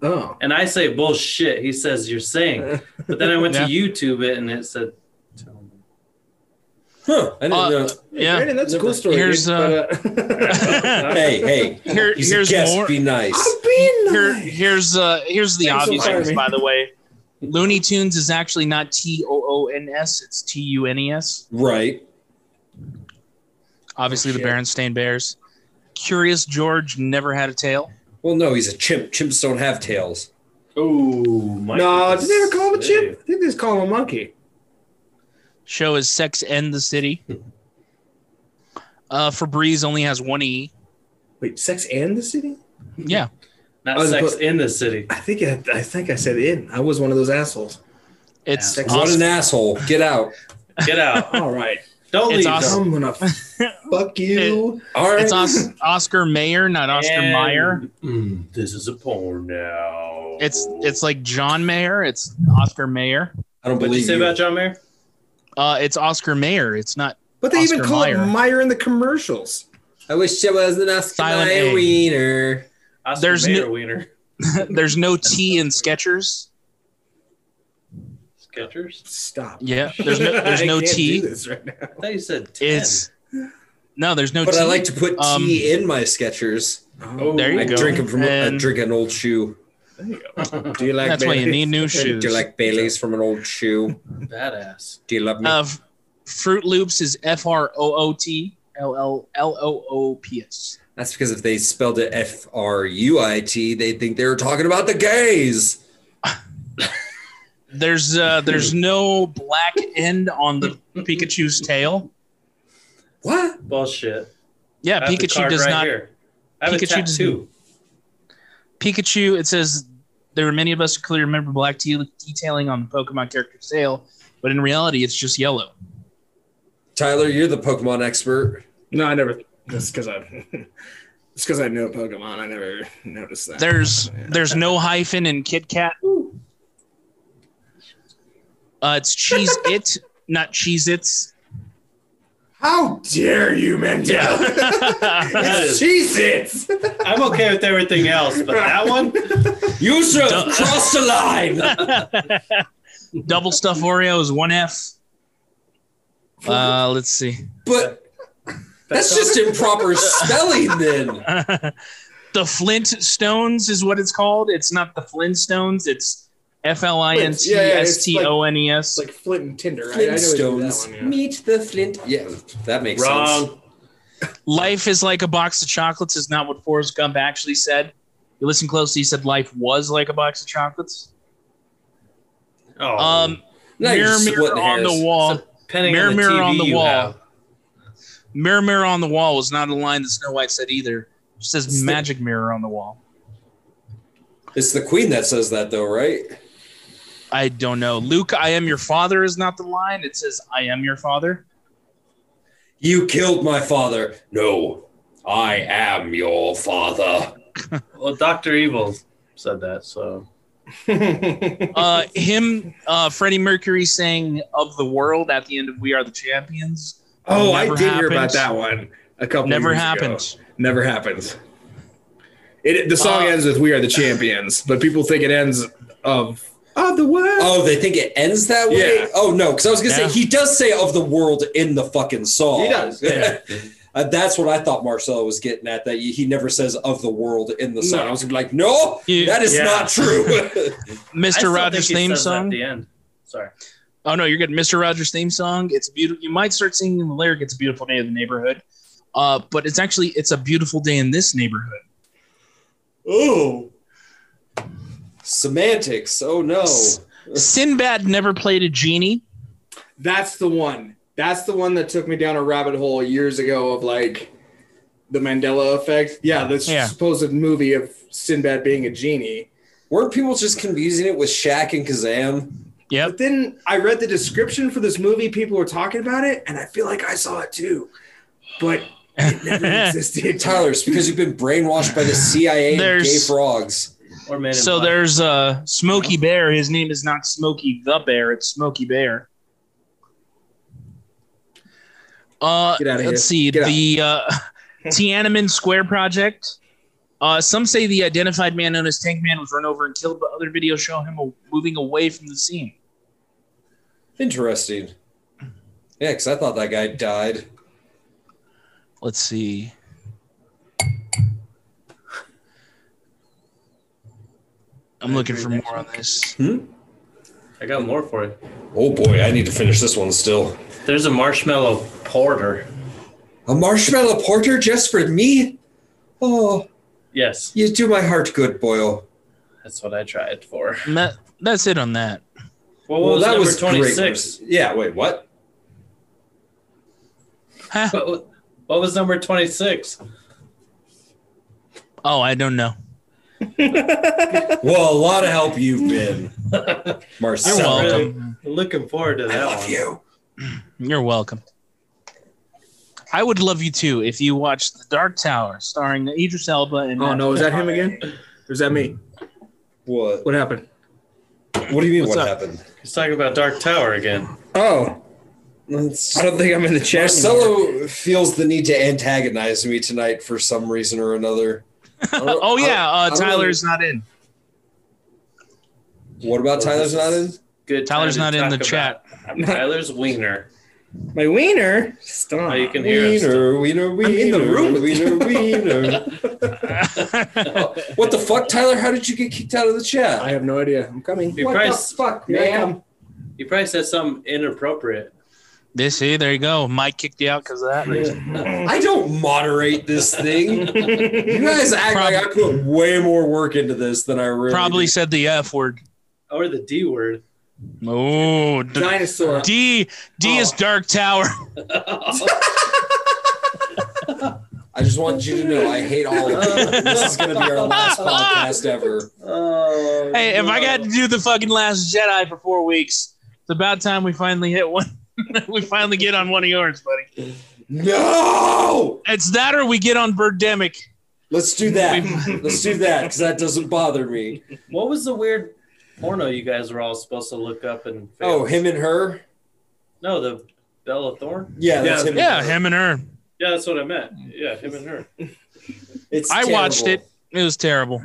oh,
And I say, "Bullshit." He says, "You're saying," but then I went
Yeah.
to YouTube it, and it said, "Tell me."
Huh. I didn't
Uh,
know.
yeah.
Brandon, that's a cool story.
Here's,
dude,
uh,
but, uh,
Hey, hey.
Here,
He's
here's
a guest.
more.
Be nice.
I'm being
Here,
nice.
here's uh, here's the
I'm so
obvious
sorry.
ones, by the way. Looney Tunes is actually not T O O N S. It's T U N E S.
Right.
Obviously,
Oh,
the
shit.
Berenstain Bears. Curious George never had a tail.
Well, no, he's a chimp. Chimps don't have tails.
"Oh my."
No, did they ever call him a chip? I think they just call him a monkey.
Show is Sex and the City. Uh, Febreze only has one E.
Wait, Sex and the City?
Yeah.
Not
I was
sex
put-
in the city.
I think I, I think I said in. I was one of those assholes.
It's
Yeah.
What
Os-
an asshole. Get out.
Get out!
All right,
Don't
It's
leave.
awesome.
though.
I'm gonna fuck you.
All right.
it's Os- Oscar Mayer, not Oscar
And-
Meyer.
Mm, this is a porn now.
It's it's like John Mayer. It's Oscar Mayer.
I don't
What did you
believe
say
you.
about John Mayer?
Uh, it's Oscar Mayer. It's not
But they even
Oscar
call it
Mayer.
Meyer in the commercials.
I wish I was an Oscar
Silent
Mayer
A.
wiener.
Oscar
There's
Mayer
no-
Wiener.
There's no T in Skechers.
Skechers.
Stop.
Yeah, there's no there's
I
no
can't
T.
do this right now.
I thought you said ten.
It's no, there's no
But
T.
I like to put
Um,
tea in my Skechers.
Oh,
there you
I
go.
drink 'em from I
And-
drink an old shoe.
Do you like?
That's why you
Bailey's?
need new
Do
shoes.
you like Bailey's from an old shoe?
badass.
Do you love me?
Uh, F- Fruit Loops is F R O O T L L L O O P S.
That's because if they spelled it F R U I T, they'd think they were talking about the gays.
There's uh,
Hmm.
there's no black end on the Pikachu's tail.
What?
Bullshit.
Yeah,
I have the
Pikachu
card
does
right
not.
Here. I have
Pikachu
a
does-
tattoo.
Pikachu, it says there were many of us who clearly remember black te- detailing on the Pokemon character's tail, but in reality, it's just yellow.
Tyler, you're the Pokemon expert.
No, I never. That's because I. It's because I know Pokemon. I never noticed that.
There's there's no hyphen in Kit Kat. Uh, it's cheese it, not cheese its.
How dare you, Mendel?
That
it's
is-
Jesus.
I'm okay with everything else, but that one.
You should
Duh.
cross the line.
Double stuff Oreos, one F. Uh, let's see.
But that's just improper spelling then.
the Flint Stones is what it's called. It's not the Flintstones. It's F L I N T S T O N E S.
It's like Flint and Tinder. I, I know they do that
Flintstones.
one, yeah.
Meet the Flint. Yeah, that makes sense.
Wrong.
Life is like a box of chocolates is not what Forrest Gump actually said. You listen closely. He said life was like a box of chocolates.
Oh,
Um,
Now you're
mirror,
splitting
mirror on
hairs.
the wall.
depending
mirror,
on the
mirror
TV
on the
you
wall.
have.
Mirror, mirror on the wall was not a line that Snow White said either. It says
It's the-
magic mirror on the wall.
It's the queen that says that, though, right?
I don't know. Luke, I am your father is not the line. It says I am your father.
You killed my father. No, I am your father.
Well, Doctor Evil said that, so
Uh, him, uh, Freddie Mercury sang "Of the World" at the end of "We Are the Champions."
Oh, I
Never
did hear about
happened.
that one a couple.
Never
years
happened.
Ago. Never happens. It the song
Uh,
ends with "We are the champions," but people think it ends of of the world.
Oh, they think it ends that way?
Yeah.
Oh, no, because I was going to
Yeah.
say, he does say of the world in the fucking song.
He does, yeah.
Uh, that's what I thought Marcelo was getting at, that he never says of the world in the song.
No.
I was like, no,
You-
that is
Yeah.
not true.
I still
Mr.
think
Rogers'
he
theme
says that At
song.
the end. Sorry.
Oh no, you're good. Mr. Rogers' theme song. It's beautiful. You might start singing the lyric. It's a beautiful day in the neighborhood. Uh, but it's actually it's a beautiful day in this neighborhood.
oh. Semantics. Oh, no.
Sinbad never played a genie.
That's the one. That's the one that took me down a rabbit hole years ago of like the Mandela effect. Yeah, this
Yeah.
supposed movie of Sinbad being a genie.
Weren't people just confusing it with Shaq and Kazam?
Yep.
But then I read the description for this movie. People were talking about it, and I feel like I saw it too, but it never existed.
Tyler, it's because you've been brainwashed by the CIA and gay
There's-
frogs.
Or man. in
So
Black.
there's uh Smokey Bear. His name is not Smokey the Bear. It's Smokey Bear. Uh,
Get outta here.
let's see
Get out.
the uh, Tiananmen Square project. Uh, some say the identified man known as Tank Man was run over and killed, but other videos show him a- moving away from the scene.
Interesting. Yeah, because I thought that guy died.
Let's see. I'm looking for more on this.
I got more for you.
Oh boy, I need to finish this one still.
There's a marshmallow porter.
A marshmallow porter just for me? Oh,
Yes,
you do my heart good, Boyle.
that's what I tried for.
And that- that's it on that.
Well, what was
that
number
was great.
26?
Yeah, wait, what?
Huh?
What, wa- what was number 26?
Oh, I don't know.
Well, a lot of help you've been, Marcel.
You're welcome.
Looking forward to that
I love
one.
you.
You're welcome. I would love you too if you watched The Dark Tower, starring Idris Elba and.
Oh no, is that him again? Or is that me?
What?
What happened?
What do you mean?
What's
what
up?
happened?
He's talking about Dark Tower again.
Oh,
It's-
I don't think I'm in the chat.
Marcelo feels the need to antagonize me tonight for some reason or another. I don't-
oh yeah,
I- I
uh,
don't
Tyler's not in.
know- What about Tyler's not in?
Good. time
Tyler's
to
not in
talk
the
about
chat.
Tyler's wiener.
My wiener. Stop.
Oh, you can hear us.
Wiener, wiener, wiener.
in the room.
Wiener, wiener. Oh, what the fuck, Tyler? How did you get kicked out of the chat?
I have no idea. I'm coming.
You probably, s-
fuck,
Here I am.
you probably said something inappropriate.
this see, there you go. Mike kicked you out because of that reason.
I don't moderate this thing. you guys act like I put way more work into this than I really
Probably
do.
said the F word.
Or the D word.
Oh, d-
Dinosaur.
D D
Oh.
is Dark Tower.
Oh, I just want you to know I hate all of you. This is going to be our last podcast ever.
Oh,
Hey, if I got to do the fucking Last Jedi for four weeks, it's about time we finally hit one. we finally get on one of yours, buddy.
No!
It's that or we get on Birdemic.
Let's do that. Let's do that because that doesn't bother me.
What was the weird porno you guys were all supposed to look up and fail?
Oh, him and her?
No, the Bella Thorne?
Yeah, that's
Yeah.
him.
Yeah,
and her.
him and her.
Yeah, that's what I meant.
Mm.
Yeah, him and her.
It's
I watched
terrible.
it. It was terrible.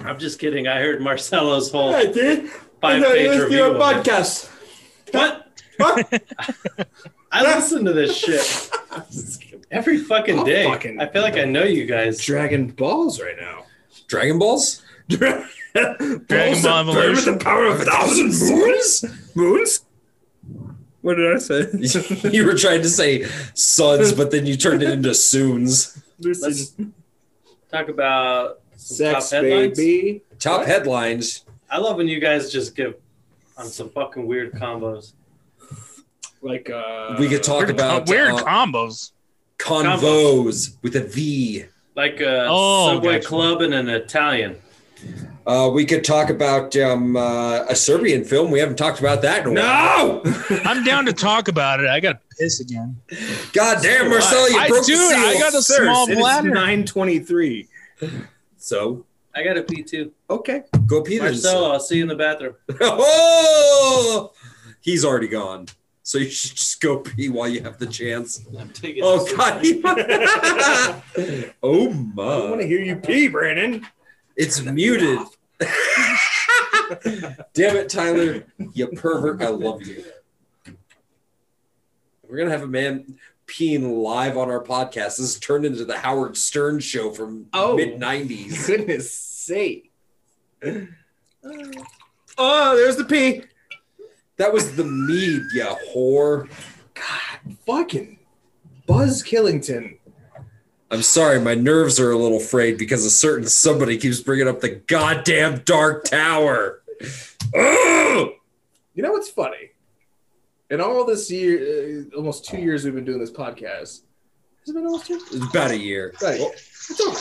I'm just kidding. I heard Marcelo's whole
I did. I
five
know you
page
listen to
review.
your
of it.
podcast.
What?
What?
I listen to this shit every fucking
I'll
day.
fucking-
I feel like I know you guys.
Dragon Balls right now.
Dragon Balls?
Balls
Ball
that burn with
Evolution.
the power of a thousand moons. Moons. What did I say?
you were trying to say sons, but then you turned it into soons.
Let's talk about some
Sex,
top headlines.
baby.
Top headlines.
I love when you guys just give on some fucking weird combos.
Like uh,
We could talk about
weird
uh,
combos.
convos with a V.
Like a
Oh,
Subway
gotcha.
Club and an Italian.
Uh, we could talk about um, uh, a Serbian film. We haven't talked about that in a while.
No.
I'm down to talk about it. I got to piss again.
God damn, Marcel, you
I-
broke the
dude, I
seal.
got a small bladder.
Nine twenty-three.
So
I got a pee too.
Okay.
go Peters.
Marcelo, I'll see you in the bathroom.
oh, he's already gone. So you should just go pee while you have the chance.
I'm taking
Oh
this-
God! oh
I want to
my!
hear you pee, Brandon.
It's muted. Damn it, Tyler! You pervert! I love you. We're gonna have a man peeing live on our podcast. This has turned into the Howard Stern show from
Oh.
mid '90s.
Goodness sake. Oh, there's the pee.
That was the mead, you whore.
God, fucking Buzz Killington.
I'm sorry, my nerves are a little frayed because a certain somebody keeps bringing up the goddamn Dark Tower. Ugh!
You know what's funny? In all this year, uh, almost two years we've been doing this podcast. Has it been almost two?
It's about a year.
Right. It's over.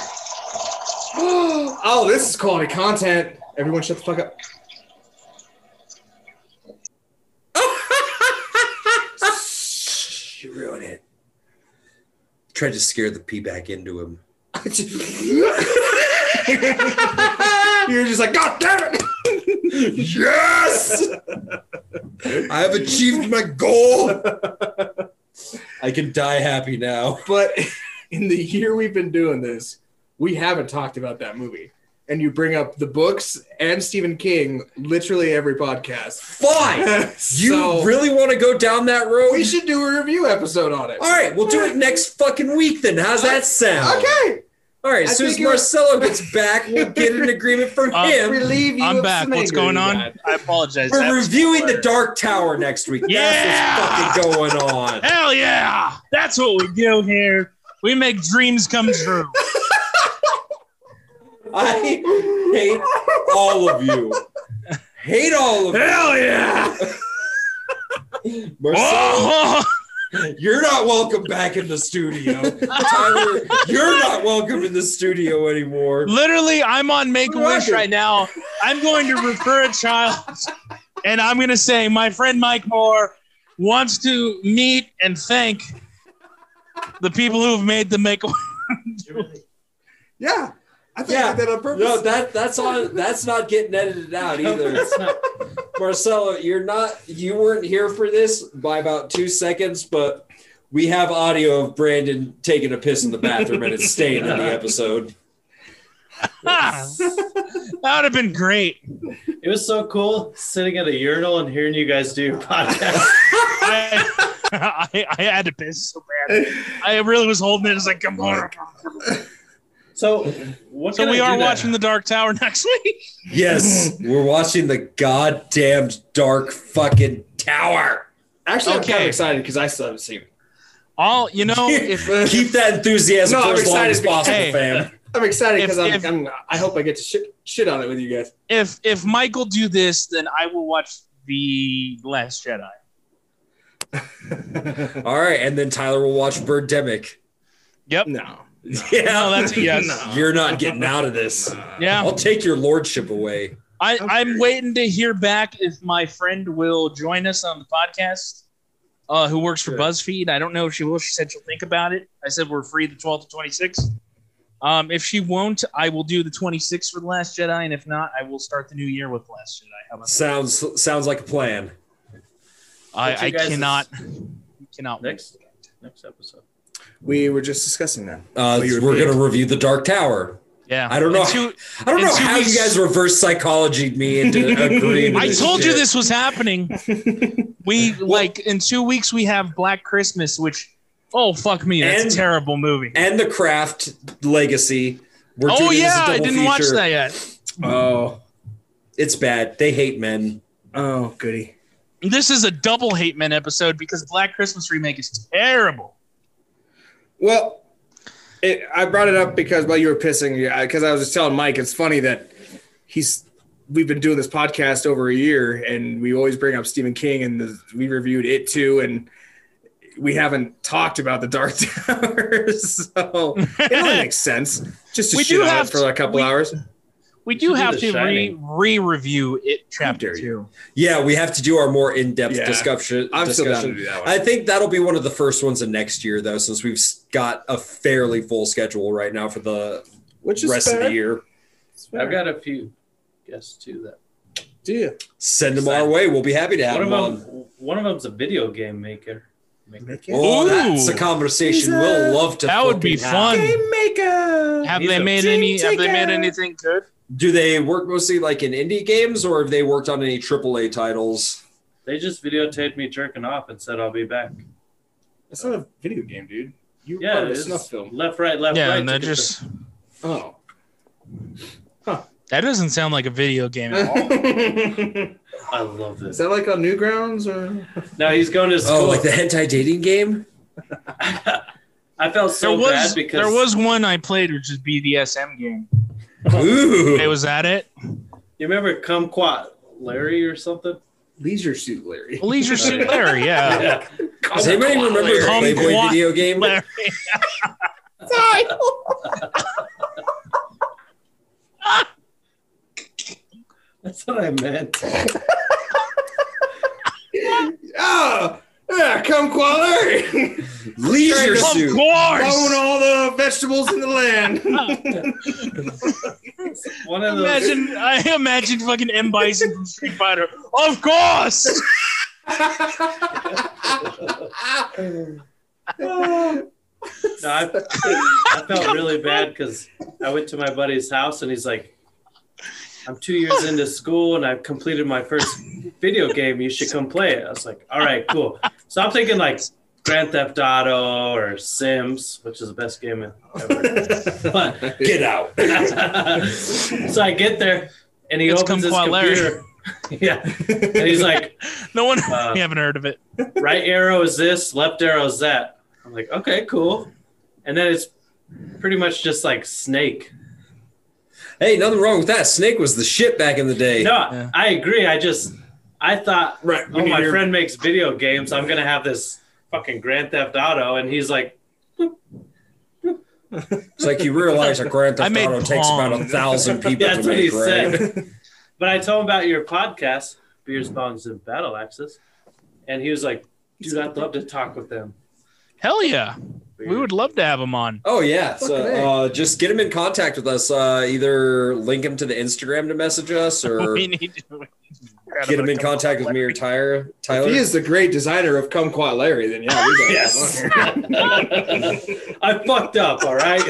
oh, this is quality content. Everyone shut the fuck up.
You ruined it. Tried to scare the pee back into him.
You're just like, God damn it!
Yes! I have achieved my goal. I can die happy now.
But in the year we've been doing this, we haven't talked about that movie. And you bring up the books and Stephen King literally every podcast.
Fine. You
So,
really want to go down that road?
We should do a review episode on it.
All right, we'll do it next fucking week then. How's that sound?
Okay.
All right,
I
as soon as
think it was-
Marcelo gets back, we'll get an agreement from
Uh,
him.
Relieve you.
I'm
of
back.
some
What's
anger you
going on?
got.
I apologize.
We're
That's-
reviewing the Dark Tower next week.
Yeah!
That's what's fucking going on.
Hell yeah! That's what we do here. We make dreams come true.
I hate all of you. Hate all of you.
Hell yeah!
Marcelo,
Oh!
you're not welcome back in the studio. Tyler, you're not welcome in the studio anymore.
Literally, I'm on Make a Wish
Roger.
right now. I'm going to refer a child, and I'm going to say, my friend Mike Moore wants to meet and thank the people who have made the Make a
Yeah. I think
Yeah.
I did that on purpose.
No, that that's on that's not getting edited out either.
It's not-
Marcelo, you're not you weren't here for this by about two seconds, but we have audio of Brandon taking a piss in the bathroom and it's staying in the episode.
That would have been great.
It was so cool sitting at a urinal and hearing you guys do your podcast.
I, I, I had to piss so bad. I really was holding it. It's like, come on.
So, what
So
can
we
I
are
do that?
watching The Dark Tower next week.
Yes, we're watching the goddamn dark fucking tower.
Actually, I'm kind
Okay.
of excited because I still haven't seen it.
All you know, if
Keep that enthusiasm
No,
for
I'm
as long
excited
as possible,
because-
fam.
I'm excited
If-
because I'm,
if-
I'm, I hope I get to shit, shit on it with you guys.
if if Michael do this, then I will watch the Last Jedi.
All right, and then Tyler will watch Birdemic.
Yep.
No.
Yeah,
No, that's a yes.
you're not getting out of this.
Yeah,
I'll take your lordship away.
I, I'm waiting to hear back if my friend will join us on the podcast. Uh, who works for
Good.
BuzzFeed? I don't know if she will. She said she'll think about it. I said we're free the 12th to 26th. Um, if she won't, I will do the 26th for the Last Jedi, and if not, I will start the new year with the Last Jedi. How about
Sounds sounds like a plan.
that? I,
But you
I
guys-
cannot, cannot.
next next episode.
We were just discussing that.
Uh,
Well, you're
we're
big.
going to review the Dark Tower.
Yeah,
I don't know.
And two-
I don't
In
know
two
how
weeks-
you guys reverse psychology me into agreeing. to
I told you
shit.
this was happening. We like in two weeks we have Black Christmas, which oh fuck me, that's
And-
a terrible movie.
And the Craft Legacy. We're
Oh
doing this as
yeah,
a
I
double
didn't watch
feature.
that yet.
Oh.
It's bad. They hate men.
Oh, goody.
This is a double hate men episode because Black Christmas remake is terrible.
Well, it, I brought it up because while you were pissing, because I was just telling Mike, it's funny that he's we've been doing this podcast over a year, and we always bring up Stephen King, and the, we reviewed it too, and we haven't talked about the Dark Tower, so it only makes sense just to
We
shit
do
on
have
it for a couple
we-
hours.
We do
should do
have
The
to re
Shining.
re review it chapter
dare you.
two.
Yeah, we have to do our more in depth
Yeah.
discussion.
I'm still down to
discussion.
do that one.
I think that'll be one of the first ones in next year, though, since we've s- got a fairly full schedule right now for the
Which is
rest of the year.
I've got a few guests too. That
deal.
Send them our way. We'll be happy to have
one of
them on.
them, one of them's a video game maker. maker.
Oh, that's a
Ooh.
conversation
He's a-
we'll love to.
That would be
fucking have.
fun.
Game maker.
Have
He's
they
a
made
team
any? Have they made
taker.
anything good?
Do they work mostly like in indie games, or have they worked on any AAA titles?
They just videotaped me jerking off and said I'll be back.
That's not a video game, dude. You
Yeah,
yeah,
it
a
is.
Oh, snuff film.
Left, right, left,
Yeah,
right.
and
to
that
get the-
just
Oh.
that doesn't sound like a video game at all.
is
I love this.
that like on Newgrounds or?
Now he's going to school.
Oh, like the hentai dating game.
I felt
There
so
was
bad because
there was one I played which is BDSM game.
Ooh,
Hey, was that it?
You remember Kumquat Larry or something.
Leisure Suit Larry.
Leisure Suit Larry, yeah.
Does anybody remember the
Come
Playboy
qua-
video game?
Larry.
That's what I meant.
Ah, yeah, Kumquat Larry.
Leisure
Of
Of
Suit.
Own
course.
all the vegetables in the land.
One of those.
Imagine, I imagine fucking M Bison from Street Fighter. Of course.
No, I, I felt really bad because I went to my buddy's house and he's like, I'm two years into school and I've completed my first video game. You should come play it. I was like, all right, cool. So I'm thinking like Grand Theft Auto or Sims, which is the best game ever. But
Get out.
so I get there and he
It's
opens his
Kumquat Larry.
computer. yeah. And he's like,
No one.
Uh,
we haven't heard of it.
right arrow is this, left arrow is that. I'm like, okay, cool. And then it's pretty much just like snake.
Hey, nothing wrong with that. Snake was the shit back in the day.
No,
Yeah.
I agree. I just, I thought,
right.
oh, my friend makes video games. I'm going to have this fucking Grand Theft Auto. And he's like,
It's like you realize a Grand
I
Theft
made
Auto takes
Pong.
about a thousand people to
yeah, that's what he
make, right?
said. but I told him about your podcast, Beers, Bongs, and Battle Axes. And he was like, dude, I'd love to talk with them.
Hell yeah. We would love to have him on.
Oh yeah, so
Fucking A.
uh, just get him in contact with us. Uh, either link him to the Instagram to message us, or
We need to.
get him in contact with me or Tyler. Tyler,
If he is the great designer of Kumquat Larry, then yeah, we got
Yes.
him.
I fucked up, all right?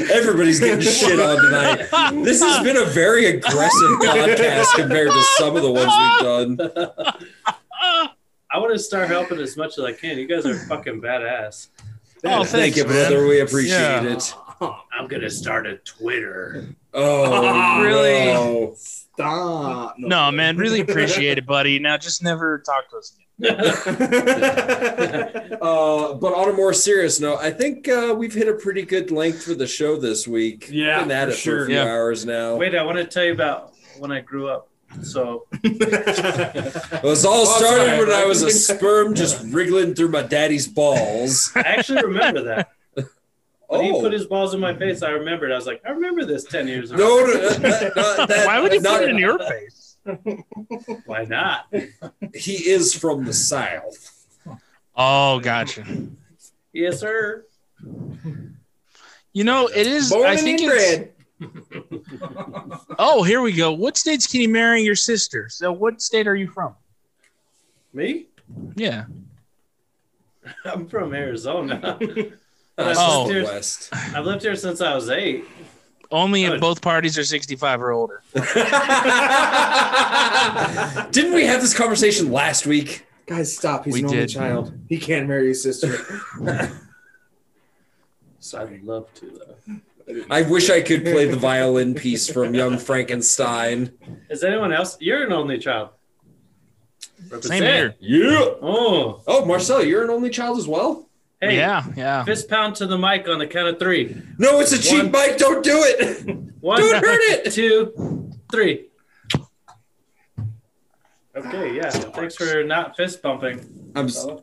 everybody's getting shit on tonight. This
Oh,
has been a very aggressive podcast compared to some of the ones we've done.
I want to start helping as much as I can. You guys are fucking badass.
Oh,
Thank
thanks,
you,
man.
brother. We appreciate
Yeah.
it.
I'm gonna start a Twitter.
Oh,
Really?
no.
Stop.
No, man, really appreciate it, buddy. Now just never talk to us again.
Uh, but on a more serious note, I think uh, we've hit a pretty good length for the show this week.
Yeah,
been at
for
it for
sure.
a few
Yeah.
hours now.
Wait, I want to tell you about when I grew up. So
It was all
Oh,
started
sorry.
when I was a sperm just wriggling through my daddy's balls.
I actually remember that. When he
Oh.
put his balls in my face, I remembered. I was like, I remember this ten years ago.
No, uh, no, that- that- that-
Why would he
not-
put it in your face?
Why not?
He is from the south.
Oh, gotcha.
Yes, sir.
You know, it is. I think it's- Oh, here we go. What states can you marry your sister? So, what state are you from?
Me?
Yeah.
I'm from Arizona.
That's
Oh.
just the Uh, West.
I've lived here since I was eight.
Only if
Good.
both parties are 65 or older.
Didn't we have this conversation last week?
Guys, stop. He's
We
an only
did.
child. He can't marry his sister.
So I'd love to though.
I wish I could play the violin piece from Young Frankenstein.
Is anyone else? You're an only child.
Same
Represent.
here.
Yeah.
Oh,
Oh, Marcel, you're an only child as well?
hey.
Yeah, yeah.
Fist pound to the mic on the count of three.
No, it's a cheap
One-
mic. Don't do it.
One,
Don't hurt it.
two, three. Okay, yeah. Thanks for not fist bumping.
I'm s-
fella.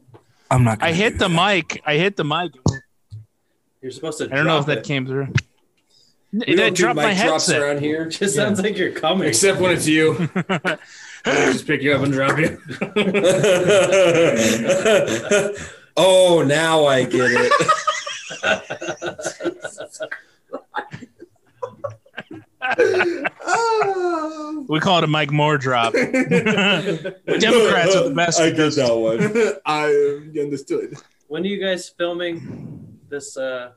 I'm not.
I
gonna
hit
do
the
that.
mic. I hit the mic.
You're supposed to.
I don't know if that
drop it.
came through.
we
It
don't do
dropped my
mic drops
headset.
around here.
It just sounds like you're coming.
Except when it's you. I'll just pick you up and drop you.
oh, now I get it.
Ah.
We call it a Mike Moore drop. Democrats are the best.
I get that one.
I understood.
When are you guys filming this? Uh,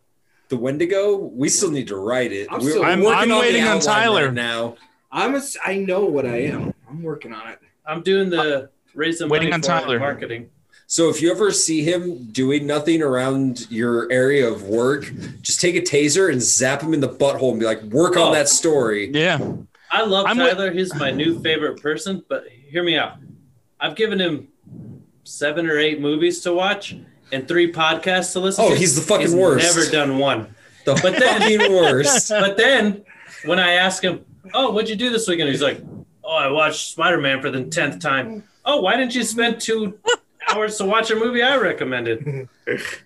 The Wendigo, we still need to write it.
I'm
We're-
still-
we're
I'm-
working
I'm
the
waiting on
outline
Tyler.
right now.
I'm a, I know what I am. I'm working on it.
I'm doing the raise the
Waiting
money
on
for
Tyler.
marketing.
So if you ever see him doing nothing around your area of work, just take a taser and zap him in the butthole and be like, "Work
Oh.
on that story."
Yeah.
I love
I'm with-
Tyler. He's my new favorite person. But hear me out. I've given him seven or eight movies to watch and three podcasts to listen
Oh,
to.
he's the fucking worst.
Never done one.
The
But then-
fucking worst.
But then when I ask him, "Oh, what'd you do this weekend?" He's like, "Oh, I watched Spider Man for the tenth time." Oh, why didn't you spend two hours to watch a movie I recommended?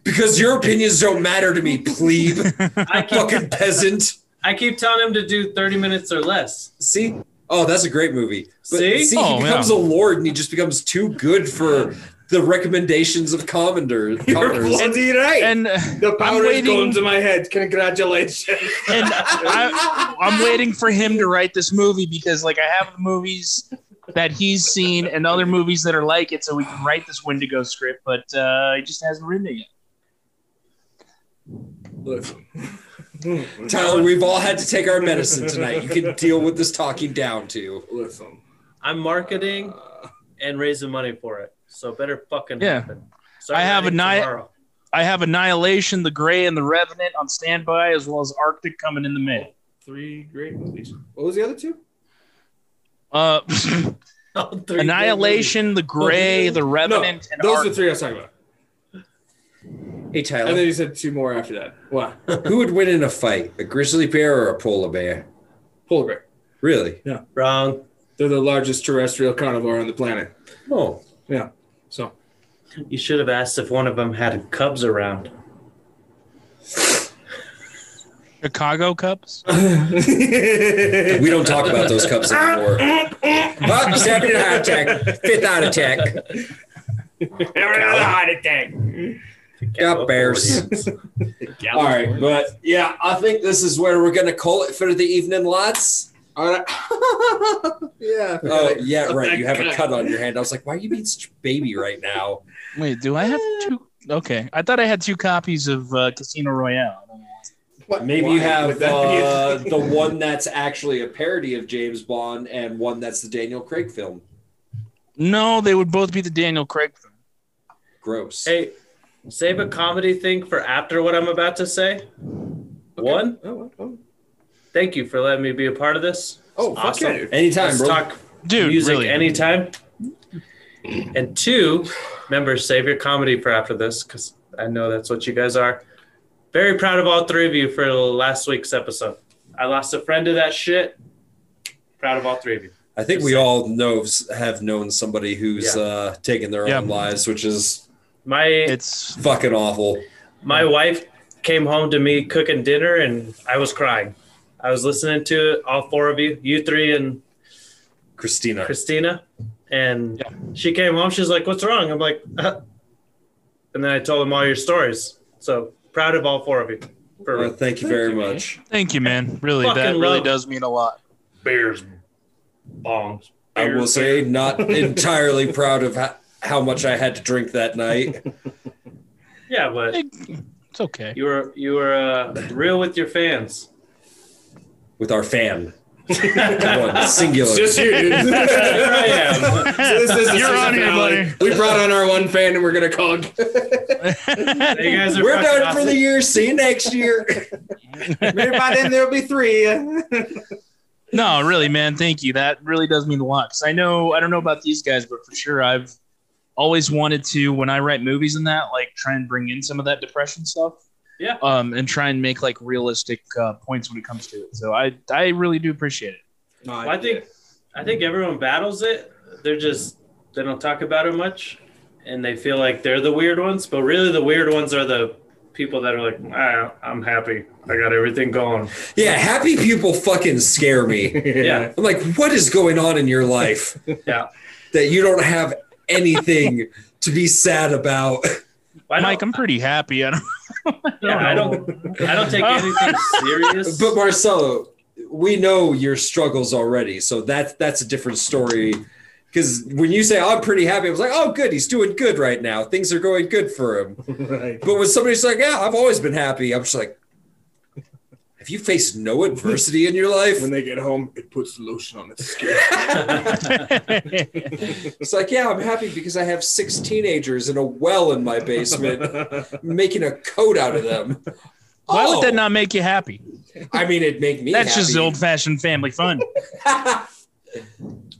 Because your opinions don't matter to me, plebe.
I keep
Fucking peasant.
I keep telling him to do thirty minutes or less.
See? Oh, that's a great movie. But
See?
see,
Oh,
he becomes a lord and he just becomes too good for the recommendations of commanders.
You're
commoners.
bloody right.
And uh,
the power is
waiting-
going to my head. Congratulations.
and I, I'm waiting for him to write this movie because like I have the movies that he's seen and other movies that are like it, so we can write this Wendigo script. But uh, he just hasn't written it yet.
Listen.
Tyler, we've all had to take our medicine tonight. You can deal with this talking down to.
Listen.
I'm marketing and raising money for it, so better fucking
Yeah.
happen. So
I have a night-
tomorrow.
I have Annihilation, The Gray, and The Revenant on standby, as well as Arctic coming in the May.
Three great movies. What was the other two?
Uh,
All three
Annihilation, The Gray, The Revenant,
No,
and
those are
Arctic.
the three I was talking about.
Hey,
And then
Tyler,
you said two more after that. What?
who would win in a fight, a grizzly bear or a polar bear?
Polar bear.
Really?
movies. Wrong.
They're the largest terrestrial carnivore on the planet.
Oh,
Yeah. So
You should have asked if one of them had cubs around.
Chicago Cubs.
we don't talk about those cups anymore. Well, he's having a heart attack, fifth heart attack. Got bears. All right, but yeah, I think this is where we're gonna call it for the evening, lads.
All right. yeah.
Oh yeah, right. You have a cut on your hand. I was like, why are you being such a baby right now?
Wait, do I have two? Okay, I thought I had two copies of uh, Casino Royale.
What-
Maybe
why
you
would
have
that be a
uh,
thing?
the one that's actually a parody of James Bond and one that's the Daniel Craig film.
No, they would both be the Daniel Craig. film.
Gross.
Hey, save a comedy thing for after what I'm about to say. One,
Oh, oh,
thank you for letting me be a part of this.
oh fuck
Awesome.
yeah, dude.
Anytime,
Let's
bro.
talk
Dude,
music
really?
anytime. And two, remember, save your comedy for after this because I know that's what you guys are. Very proud of all three of you for last week's episode. I lost a friend to that shit. Proud of all three of you.
I think we all know have known somebody who's
Yeah.
uh, taken their
Yeah.
own lives, which is
My
it's
fucking awful.
My wife came home to me cooking dinner and I was crying. I was listening to it, all four of you, you three and
Christina.
Christina. And she came home. She's like, What's wrong? I'm like, uh. And then I told them all your stories. So proud of all four of you. For
Uh,
real.
thank you very much.
thank you, man. Really,
Fucking
that really
love.
does mean a lot.
Bears, bongs.
I will say, not entirely proud of how, how much I had to drink that night.
Yeah, but
It's okay.
you were you were uh, real with your fans.
with our fan. One singular.
It's just you, dude.
Here I am.
this is the
You're
season
on here,
finale. We brought on our one fan and we're going to call it-
You guys are
We're
fucking
done for
awesome.
the year. See you next year.
Maybe by then there'll be three.
no, really, man. Thank you. That really does mean a lot. Because I know I don't know about these guys, but for sure, I've always wanted to when I write movies and that, like, try and bring in some of that depression stuff.
Yeah.
Um, and try and make like realistic uh, points when it comes to it. So I I really do appreciate it.
Well, I think I
Mm-hmm.
think everyone battles it. They're just they don't talk about it much, and they feel like they're the weird ones. But really, the weird ones are the people that are like, ah, I'm happy. I got everything going.
Yeah, happy people fucking scare me.
Yeah,
I'm like, what is going on in your life
yeah.
that you don't have anything to be sad about?
I don't,
Mike, I'm pretty happy. I don't.
yeah, I don't. I don't take anything serious.
But Marcelo, we know your struggles already, so that's that's a different story. Because when you say I'm pretty happy, I was like, oh, good, he's doing good right now. Things are going good for him.
right.
But when somebody's like, yeah, I've always been happy, I'm just like, have you faced no adversity in your life?
When they get home, it puts lotion on its skin.
It's like, yeah, I'm happy because I have six teenagers in a well in my basement making a coat out of them.
Why
Oh!
would that not make you happy?
I mean, it'd make me
That's
happy.
just old fashioned family fun.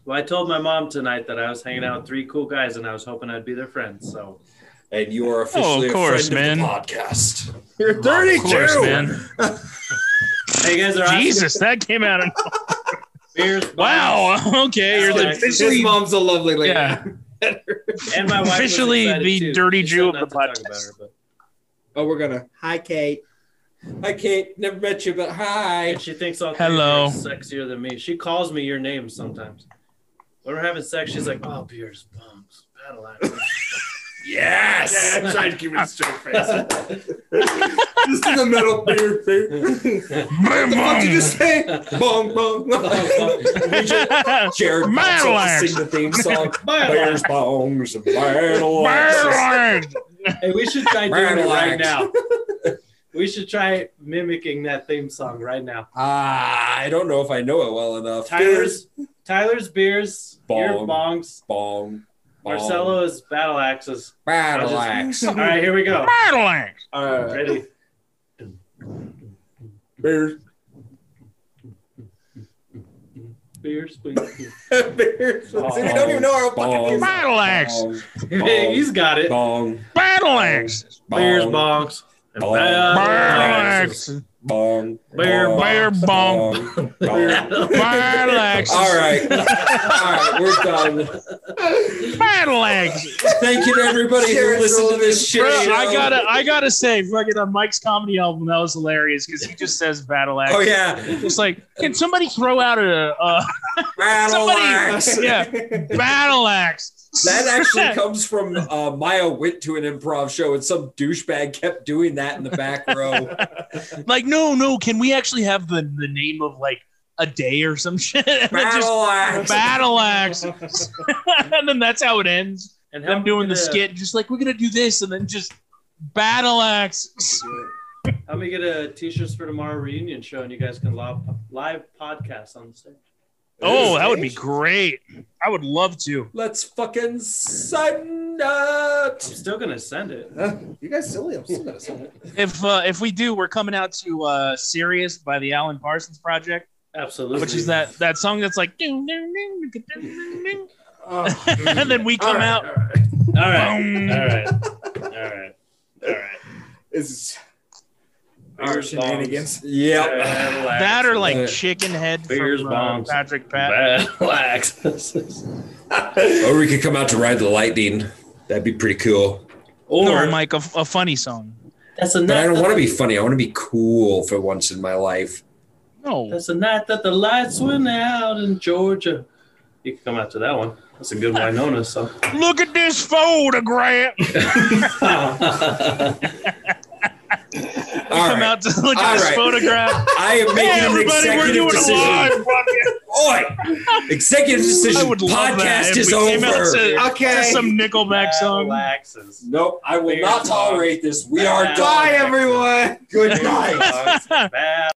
well, I told my mom tonight that I was hanging out with three cool guys, and I was hoping I'd be their friends. So
and you are officially
Oh, course,
a friend
man.
of the podcast.
You're
Of course, man.
hey, you guys are awesome.
Jesus, that came out. Of-
Beers. bombs,
Wow. Okay. You're the
Alex.
His
officially,
mom's a lovely lady.
yeah.
And my wife was
Officially
excited,
the
too.
dirty
She
Jew
said
of the
not to talk about
podcast.
her, but-
Oh, we're gonna.
Hi, Kate.
Hi, Kate. Never met you, but hi.
And she thinks all three of
Hello.
you are sexier than me. She calls me your name sometimes. When we're having sex, she's like, "Oh, beers, bums, paddle axe."
Yes. I'm trying to keep it straight face. just in the middle. Beer, beer.
Boom,
What the fuck did you say? Bong, bong.
We just- Jared
Battle
Bounce will
axe.
sing the theme song.
Battle
Bears, bongs, and battle axes.
boom.
Hey, we should try doing it
Paddle
right
axe.
now. We should try mimicking that theme song right now.
Ah, I don't know if I know it well enough.
Tyler's Tyler's beers, your
Bong.
bongs.
bong. bong,
Marcelo's battle axes.
battle
I'll
axe.
All right, here we go.
Rattling.
All right.
Ready?
Beer.
Beers, please.
Beer. See, we don't even know our fucking
Bong.
music.
Battle axe.
Bong,
Hey, He's got it.
bong,
Battle axe.
Beers,
bong,
bongs. and
Bong.
Battle
battle
axe.
bong,
Bear,
bong,
bear, bong.
bong, bong.
Battle axe.
All right. All right, we're done.
Battle axe.
Thank you to everybody who
Jared's
listened to this shit.
Bro,
show.
I gotta, I gotta say, fucking on Mike's comedy album, that was hilarious because he just says battle axe.
Oh yeah,
It's like, can somebody throw out a, a
battle
Somebody-
axe.
yeah battle axe?
That actually comes from uh, Maya went to an improv show and some douchebag kept doing that in the back row.
like, no, no. Can we actually have the the name of like a day or some shit? And then just
Battle axe.
battle axe, and then that's how it ends.
And how
Them doing the
many get a-
skit, just like we're gonna do this, and then just battle axe.
I'm gonna get a t-shirts for tomorrow reunion show, and you guys can live, live podcast on the stage.
Oh, that would be great. I would love to.
Let's fucking send it.
I'm still gonna send it.
Uh, you guys silly. I'm still gonna say it.
If uh, if we do, we're coming out to uh, "Serious" by the Alan Parsons Project,
Absolutely.
which is that that song that's like, "Doo, doo, doo, doo, doo, doo, doo."
Oh.
and then we come out.
All right.
Boom.
All right. All right. All right.
This is our
Beers,
shenanigans.
Yep.
Battle axe.
That or like
Uh,
chicken head
Beers,
from uh,
bombs.
Patrick Pat.
battle axes.
Or we could come out to ride the lightning. That'd be pretty cool.
Or
no, Mike, a, a funny song.
that's a
But I
night.
don't want to be funny. I want to be cool for once in my life.
No,
That's a night that the lights went out in Georgia. You can come out to that one. That's a good Winona song.
look at this photograph.
All
All
come
right.
out to look at
All
this
right.
photograph.
I am
hey,
making an
everybody, we're
executive
doing a
decision.
live podcast.
Oi! Executive
I
decision.
would love that
Podcast
if
is
we came out
over.
to,
Okay.
to some Nickelback song.
Battle axes.
Nope, I will
uh,
Bears
not
bombs.
tolerate this. We are
Battle
done.
Bye, everyone.
Good night.
Battle